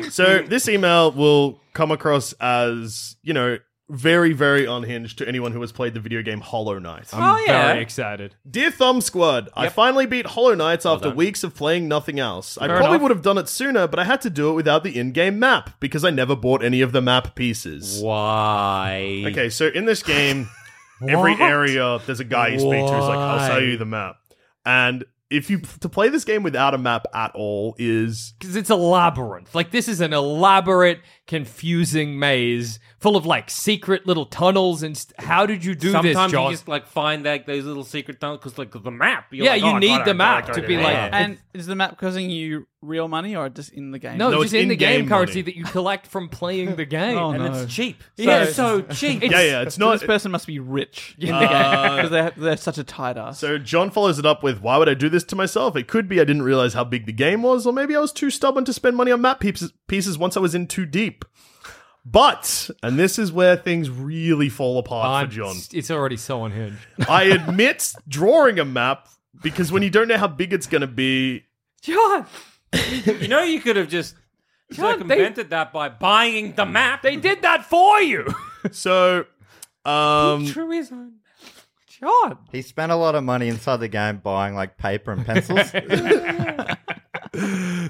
Speaker 5: so this email will come across as you know very very unhinged to anyone who has played the video game Hollow Knight.
Speaker 6: Um,
Speaker 9: Oh yeah.
Speaker 6: Very excited.
Speaker 5: Dear Thumb Squad, I finally beat Hollow Knights after weeks of playing nothing else. I probably
Speaker 6: enough.
Speaker 5: would have done it sooner, but I had to do it without the in-game map because I never bought any of the map pieces.
Speaker 9: Why?
Speaker 5: Okay, so in this game, every area there's a guy you speak to who's like, "I'll show you the map," and if you to play this game without a map at all is
Speaker 6: Because it's a labyrinth. Like, this is an elaborate, confusing maze full of like secret little tunnels. And st- how did you do
Speaker 9: Sometimes
Speaker 6: this, John?
Speaker 9: you just like find like those little secret tunnels because like the map. You're
Speaker 6: Yeah,
Speaker 9: like,
Speaker 6: you
Speaker 9: oh, I
Speaker 6: need
Speaker 9: gotta-
Speaker 6: the
Speaker 9: gotta-
Speaker 6: map
Speaker 9: gotta
Speaker 6: to
Speaker 9: do
Speaker 6: be
Speaker 9: that.
Speaker 6: like-
Speaker 9: Yeah.
Speaker 7: And is the map costing you real money or just in the game?
Speaker 6: no,
Speaker 5: No,
Speaker 6: just
Speaker 5: it's
Speaker 6: in the
Speaker 5: in-game
Speaker 6: game currency
Speaker 5: money.
Speaker 6: that you collect from playing the game.
Speaker 7: Oh,
Speaker 9: and
Speaker 7: no.
Speaker 9: it's cheap.
Speaker 6: Yeah,
Speaker 9: yeah, so cheap.
Speaker 5: yeah, yeah, it's
Speaker 7: So
Speaker 5: not
Speaker 7: this person must be rich in the game
Speaker 5: Uh,
Speaker 7: because they're, they're such a tight ass.
Speaker 5: So John follows it up with, "Why would I do this to myself? It could be I didn't realize how big the game was, or maybe I was too stubborn to spend money on map pieces, pieces once I was in too deep." But, and this is where things really fall apart
Speaker 6: I'm-
Speaker 5: for John.
Speaker 6: It's already so unhinged.
Speaker 5: I admit drawing a map because when you don't know how big it's going to be,
Speaker 6: John,
Speaker 9: you know, you could have just
Speaker 6: John,
Speaker 9: circumvented that by buying the map.
Speaker 6: they did that for you.
Speaker 5: so um,
Speaker 9: True is on.
Speaker 6: John.
Speaker 8: He spent a lot of money inside the game buying like paper and pencils.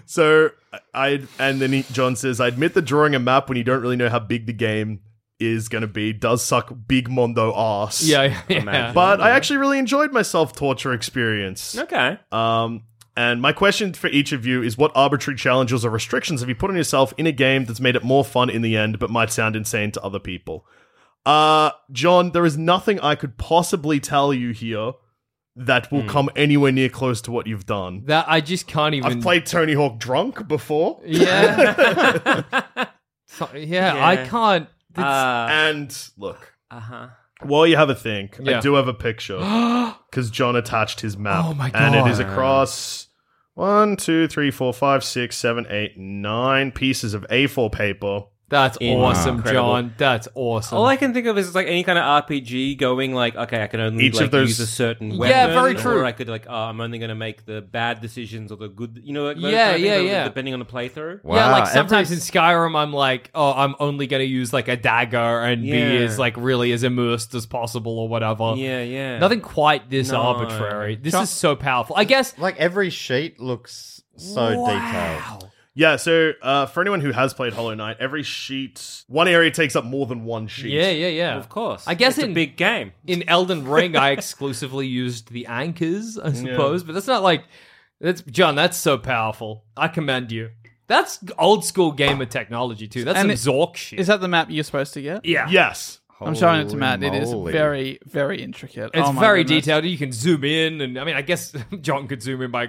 Speaker 5: So I and then he, John says, "I admit that drawing a map when you don't really know how big the game is going to be does suck big mondo ass."
Speaker 6: Yeah, yeah.
Speaker 5: But I actually really enjoyed my self torture experience.
Speaker 9: Okay.
Speaker 5: Um, and my question for each of you is what arbitrary challenges or restrictions have you put on yourself in a game that's made it more fun in the end, but might sound insane to other people? Uh, John, there is nothing I could possibly tell you here that
Speaker 6: Hmm.
Speaker 5: will come anywhere near close to what you've done.
Speaker 6: That I just can't even.
Speaker 5: I've played Tony Hawk drunk before,
Speaker 6: Yeah. So- yeah, I
Speaker 9: Yeah.
Speaker 6: can't. it's-
Speaker 9: Uh uh-huh.
Speaker 5: and look,
Speaker 9: huh.
Speaker 5: while you have a think, I
Speaker 6: Yeah.
Speaker 5: do have a picture because John attached his map.
Speaker 6: Oh my
Speaker 5: And
Speaker 6: God.
Speaker 5: it is across one, two, three, four, five, six, seven, eight, nine pieces of A4 paper.
Speaker 6: that's awesome,
Speaker 9: Incredible.
Speaker 6: John. That's awesome.
Speaker 9: All I can think of is like any kind of RPG going like, okay, I can only
Speaker 5: Each of
Speaker 9: like,
Speaker 5: those-
Speaker 9: use a certain
Speaker 6: Yeah,
Speaker 9: weapon.
Speaker 6: very true.
Speaker 9: Or I could like, oh, I'm only going to make the bad decisions or the good, you know, like, those
Speaker 6: Yeah,
Speaker 9: kind of things
Speaker 6: yeah,
Speaker 9: that-
Speaker 6: yeah.
Speaker 9: Depending on the playthrough.
Speaker 8: Wow,
Speaker 6: yeah, like
Speaker 8: every-
Speaker 6: sometimes in Skyrim, I'm like, oh, I'm only gonna use like a dagger and
Speaker 9: Yeah.
Speaker 6: be as like really as immersed as possible or whatever.
Speaker 9: Yeah, yeah.
Speaker 6: Nothing quite this
Speaker 9: No.
Speaker 6: arbitrary. This is so powerful. I guess
Speaker 8: like every sheet looks so detailed.
Speaker 5: Yeah, so uh, for anyone who has played Hollow Knight, every sheet, one area takes up more than one sheet.
Speaker 6: Yeah, yeah, yeah.
Speaker 9: Of course.
Speaker 6: I guess
Speaker 9: It's a
Speaker 6: in,
Speaker 9: big game.
Speaker 6: In Elden Ring, I exclusively used the anchors, I suppose, but that's not like that's John. That's so powerful. I commend you. That's old school gamer technology too. That's
Speaker 7: And
Speaker 6: some
Speaker 7: it-
Speaker 6: Zork shit.
Speaker 7: Is that the map you're supposed to get?
Speaker 6: Yeah.
Speaker 5: Yes.
Speaker 7: I'm showing it to
Speaker 6: Holy
Speaker 7: Matt. It is
Speaker 6: moly.
Speaker 7: very, very intricate.
Speaker 6: It's
Speaker 7: Oh my
Speaker 6: very
Speaker 7: goodness.
Speaker 6: detailed. You can zoom in, and I mean, I guess John could zoom in by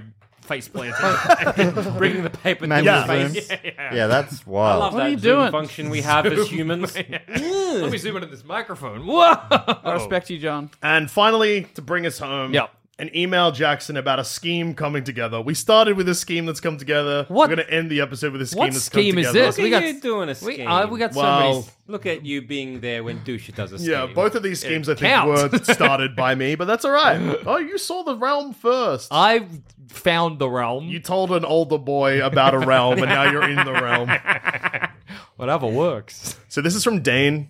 Speaker 6: face planting, bringing the paper to
Speaker 8: Maybe
Speaker 6: his
Speaker 8: zoom.
Speaker 6: face.
Speaker 8: Yeah, that's wild.
Speaker 9: I love
Speaker 8: What
Speaker 9: that
Speaker 8: are you
Speaker 9: zoom
Speaker 8: doing?
Speaker 9: function we have as humans.
Speaker 6: Let me zoom in at this microphone. Whoa! I
Speaker 7: respect you, John.
Speaker 5: And finally, to bring us home,
Speaker 6: Yep.
Speaker 5: an email Jackson about a scheme coming together. We started with a scheme that's come together. We're going to end the episode with a scheme
Speaker 6: What
Speaker 5: that's
Speaker 6: scheme
Speaker 5: come
Speaker 6: is
Speaker 5: together.
Speaker 6: this?
Speaker 9: Look
Speaker 6: We
Speaker 9: at
Speaker 6: got-
Speaker 9: you doing a scheme.
Speaker 6: we- uh, we got so
Speaker 5: Well-
Speaker 6: many-
Speaker 9: Look at you being there when Dusha does a scheme.
Speaker 5: Yeah, both of these schemes I think
Speaker 6: counts.
Speaker 5: were started by me, but that's all right. Oh, you saw the realm first.
Speaker 6: I found the realm.
Speaker 5: You told an older boy about a realm, and now you're in the realm.
Speaker 6: Whatever works.
Speaker 5: So this is from Dane.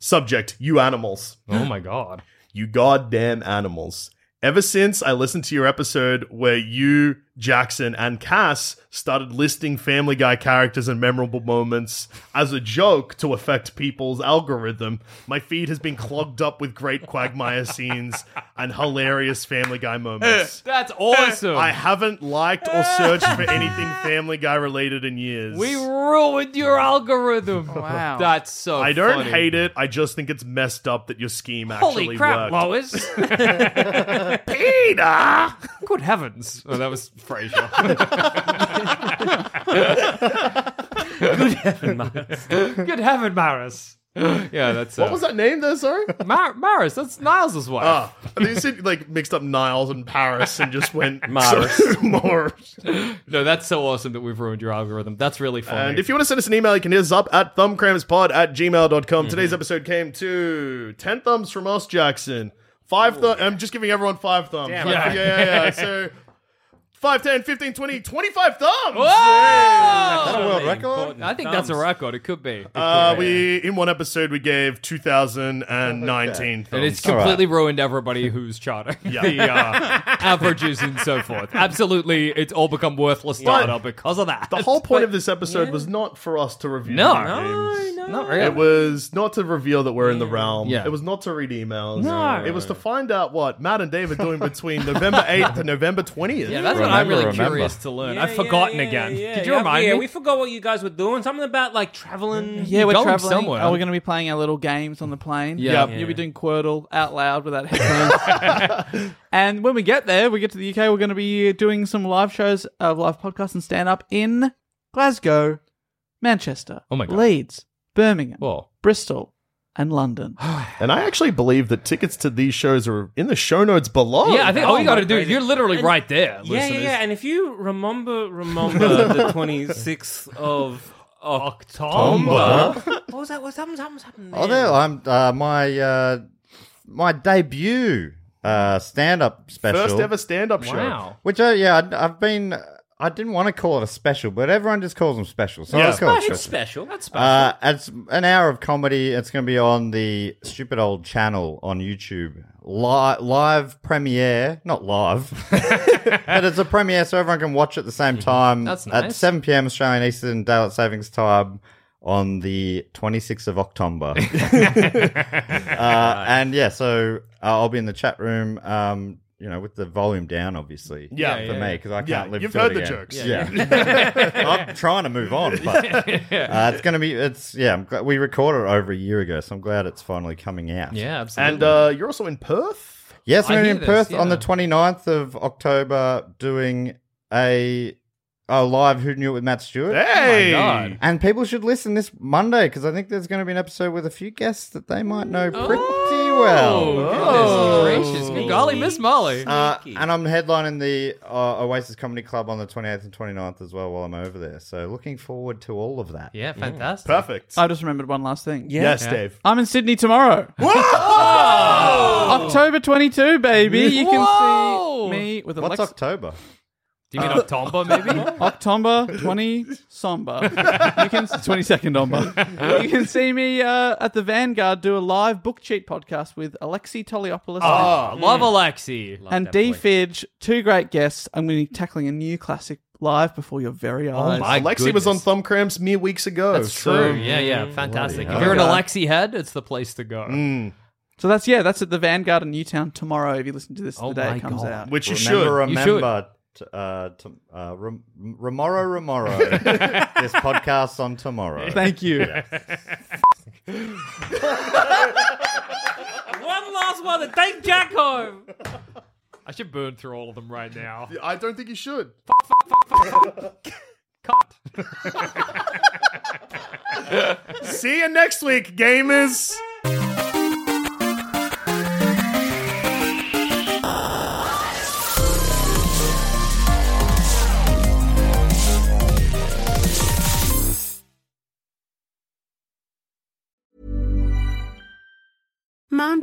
Speaker 5: Subject: You animals.
Speaker 6: Oh my god.
Speaker 5: You goddamn animals. Ever since I listened to your episode where you, Jackson, and Cass started listing Family Guy characters and memorable moments as a joke to affect people's algorithm, my feed has been clogged up with great Quagmire scenes and hilarious Family Guy moments.
Speaker 6: That's awesome.
Speaker 5: I haven't liked or searched for anything Family Guy related in years.
Speaker 6: We ruined your algorithm.
Speaker 7: Wow.
Speaker 6: That's so
Speaker 5: I don't
Speaker 6: funny.
Speaker 5: hate it. I just think it's messed up that your scheme actually
Speaker 6: Holy crap,
Speaker 5: worked.
Speaker 6: Lois.
Speaker 5: Peter!
Speaker 6: Good heavens. Oh, that was Frasier. Good heaven, Maris. Good heaven, Maris. Yeah, that's
Speaker 5: What
Speaker 6: uh,
Speaker 5: was that name there, sorry?
Speaker 6: Mar- Maris, that's Niles' wife.
Speaker 5: Ah, I think you said like mixed up Niles and Paris and just went
Speaker 6: Maris.
Speaker 5: more.
Speaker 6: No, that's so awesome that we've ruined your algorithm. That's really funny.
Speaker 5: And if you want to send us an email, you can hit us up at thumbcrampspod at gmail.com.
Speaker 6: Mm-hmm.
Speaker 5: Today's episode came to 10 thumbs from us, Jackson. Five thumbs. I'm just giving everyone five thumbs.
Speaker 6: Damn.
Speaker 5: Five-
Speaker 6: Yeah.
Speaker 5: yeah, yeah, yeah. So 5, 10, 15, 20, 25 thumbs.
Speaker 6: Whoa!
Speaker 8: a world record?
Speaker 6: I think that's a record. It could be.
Speaker 5: Uh, we in one episode we gave 2019 thumbs.
Speaker 6: And it's completely ruined everybody who's charting
Speaker 5: Yeah.
Speaker 6: the uh, averages and so forth. Absolutely, it's all become worthless data because of that.
Speaker 5: The whole point of this episode was not for us to review.
Speaker 6: No.
Speaker 5: the games.
Speaker 6: Not really.
Speaker 5: It was not to reveal that we're in the realm.
Speaker 6: Yeah.
Speaker 5: It was not to read emails.
Speaker 6: No.
Speaker 5: It was to find out what Matt and Dave are doing between November 8th and November 20th.
Speaker 6: yeah, that's what I'm really curious to learn. I've forgotten again. Did you
Speaker 9: yeah,
Speaker 6: remind
Speaker 9: yeah,
Speaker 6: me?
Speaker 9: we forgot what you guys were doing. Something about like traveling.
Speaker 7: Yeah, we're
Speaker 6: Going
Speaker 7: traveling.
Speaker 6: somewhere.
Speaker 7: Are we going to be playing our little games on the plane?
Speaker 6: Yeah.
Speaker 7: You'll be doing Quirtle out loud without headphones. and when we get there, we get to the UK, we're going to be uh, doing some live shows of live podcasts and stand up in Glasgow, Manchester,
Speaker 6: Oh my God.
Speaker 7: Leeds, Birmingham,
Speaker 6: Whoa.
Speaker 7: Bristol, and London.
Speaker 5: And I actually believe that tickets to these shows are in the show notes below.
Speaker 9: Oh,
Speaker 5: Oh
Speaker 6: yeah, I think all you got to do,
Speaker 9: crazy.
Speaker 6: you're literally
Speaker 9: And-
Speaker 6: right there,
Speaker 9: Yeah, yeah,
Speaker 6: listeners.
Speaker 9: yeah. And if you remember, remember the twenty sixth of October. what was that? What something, something's happened there?
Speaker 8: Oh, there I'm. Uh, my uh, my debut uh, stand-up special.
Speaker 5: First ever stand up
Speaker 6: Wow.
Speaker 8: Which, uh, yeah, I'd- I've been. I didn't want to call it a special, but everyone just calls them specials. So
Speaker 6: Oh,
Speaker 5: Yeah.
Speaker 8: let's call it
Speaker 9: It's special.
Speaker 8: special.
Speaker 9: That's
Speaker 8: Uh, it's an hour of comedy. It's going to be on the stupid old channel on YouTube. Li- live premiere, not live, but it's a premiere so everyone can watch at the same time.
Speaker 6: That's
Speaker 8: At
Speaker 6: nice.
Speaker 8: 7 p.m. Australian Eastern Daylight Savings Time on the 26th of October. uh, and yeah, so uh, I'll be in the chat room. Um, you know, with the volume down, obviously.
Speaker 5: Yeah.
Speaker 8: for
Speaker 5: Yeah,
Speaker 8: me because I
Speaker 5: yeah.
Speaker 8: can't live.
Speaker 5: You've
Speaker 8: through
Speaker 5: heard
Speaker 8: it
Speaker 5: the
Speaker 8: again.
Speaker 5: jokes.
Speaker 8: Yeah, I'm trying to move on, but uh, it's gonna be. It's yeah. I'm glad we recorded it over a year ago, so I'm glad it's finally coming out.
Speaker 6: Yeah, absolutely.
Speaker 5: And uh, you're also in Perth.
Speaker 8: Yes, I'm
Speaker 6: I
Speaker 8: gonna be
Speaker 6: hear
Speaker 8: in
Speaker 6: this,
Speaker 8: Perth on the
Speaker 6: yeah.
Speaker 8: 29th of October doing a a live Who Knew It with Matt Stewart.
Speaker 5: Hey.
Speaker 6: Oh God.
Speaker 8: And people should listen this Monday because I think there's going to be an episode with a few guests that they might know pretty well.
Speaker 6: Oh, goodness gracious. Good golly, Miss Molly.
Speaker 8: Uh, and I'm headlining the uh, Oasis Comedy Club on the 28th and 29th as well while I'm over there. So looking forward to all of that.
Speaker 6: yeah, fantastic.
Speaker 5: Perfect.
Speaker 6: Uh,
Speaker 7: I just remembered one last thing.
Speaker 5: yes, Dave.
Speaker 7: I'm in Sydney tomorrow. October 22, baby. You can
Speaker 6: Whoa!
Speaker 7: see me with
Speaker 8: What's
Speaker 7: Alexa.
Speaker 8: October?
Speaker 6: Do you mean October, maybe?
Speaker 7: October 20 somber. You can 22nd omber. You can see me uh, at the Vanguard do a live book cheat podcast with Alexi Toliopoulos
Speaker 5: Ah,
Speaker 6: Oh, love Alexi.
Speaker 7: and D Fidge, two great guests. I'm going to be tackling a new classic live before your very eyes.
Speaker 5: Oh my Alexi was on thumb cramps mere weeks ago.
Speaker 6: That's true. yeah, yeah, Hmm. fantastic. If you're an Alexi head, it's the place to go.
Speaker 7: So that's yeah, that's at the Vanguard in Newtown tomorrow. If you listen to this
Speaker 5: Oh
Speaker 7: the day it comes out,
Speaker 8: remember, Remember, t- uh, t- uh, Rom- Romoro Romoro. this podcast on tomorrow.
Speaker 7: Thank you.
Speaker 9: One last one to take Jack home.
Speaker 6: I should burn through all of them right now.
Speaker 5: I don't think you should. See you next week, gamers.
Speaker 14: Mom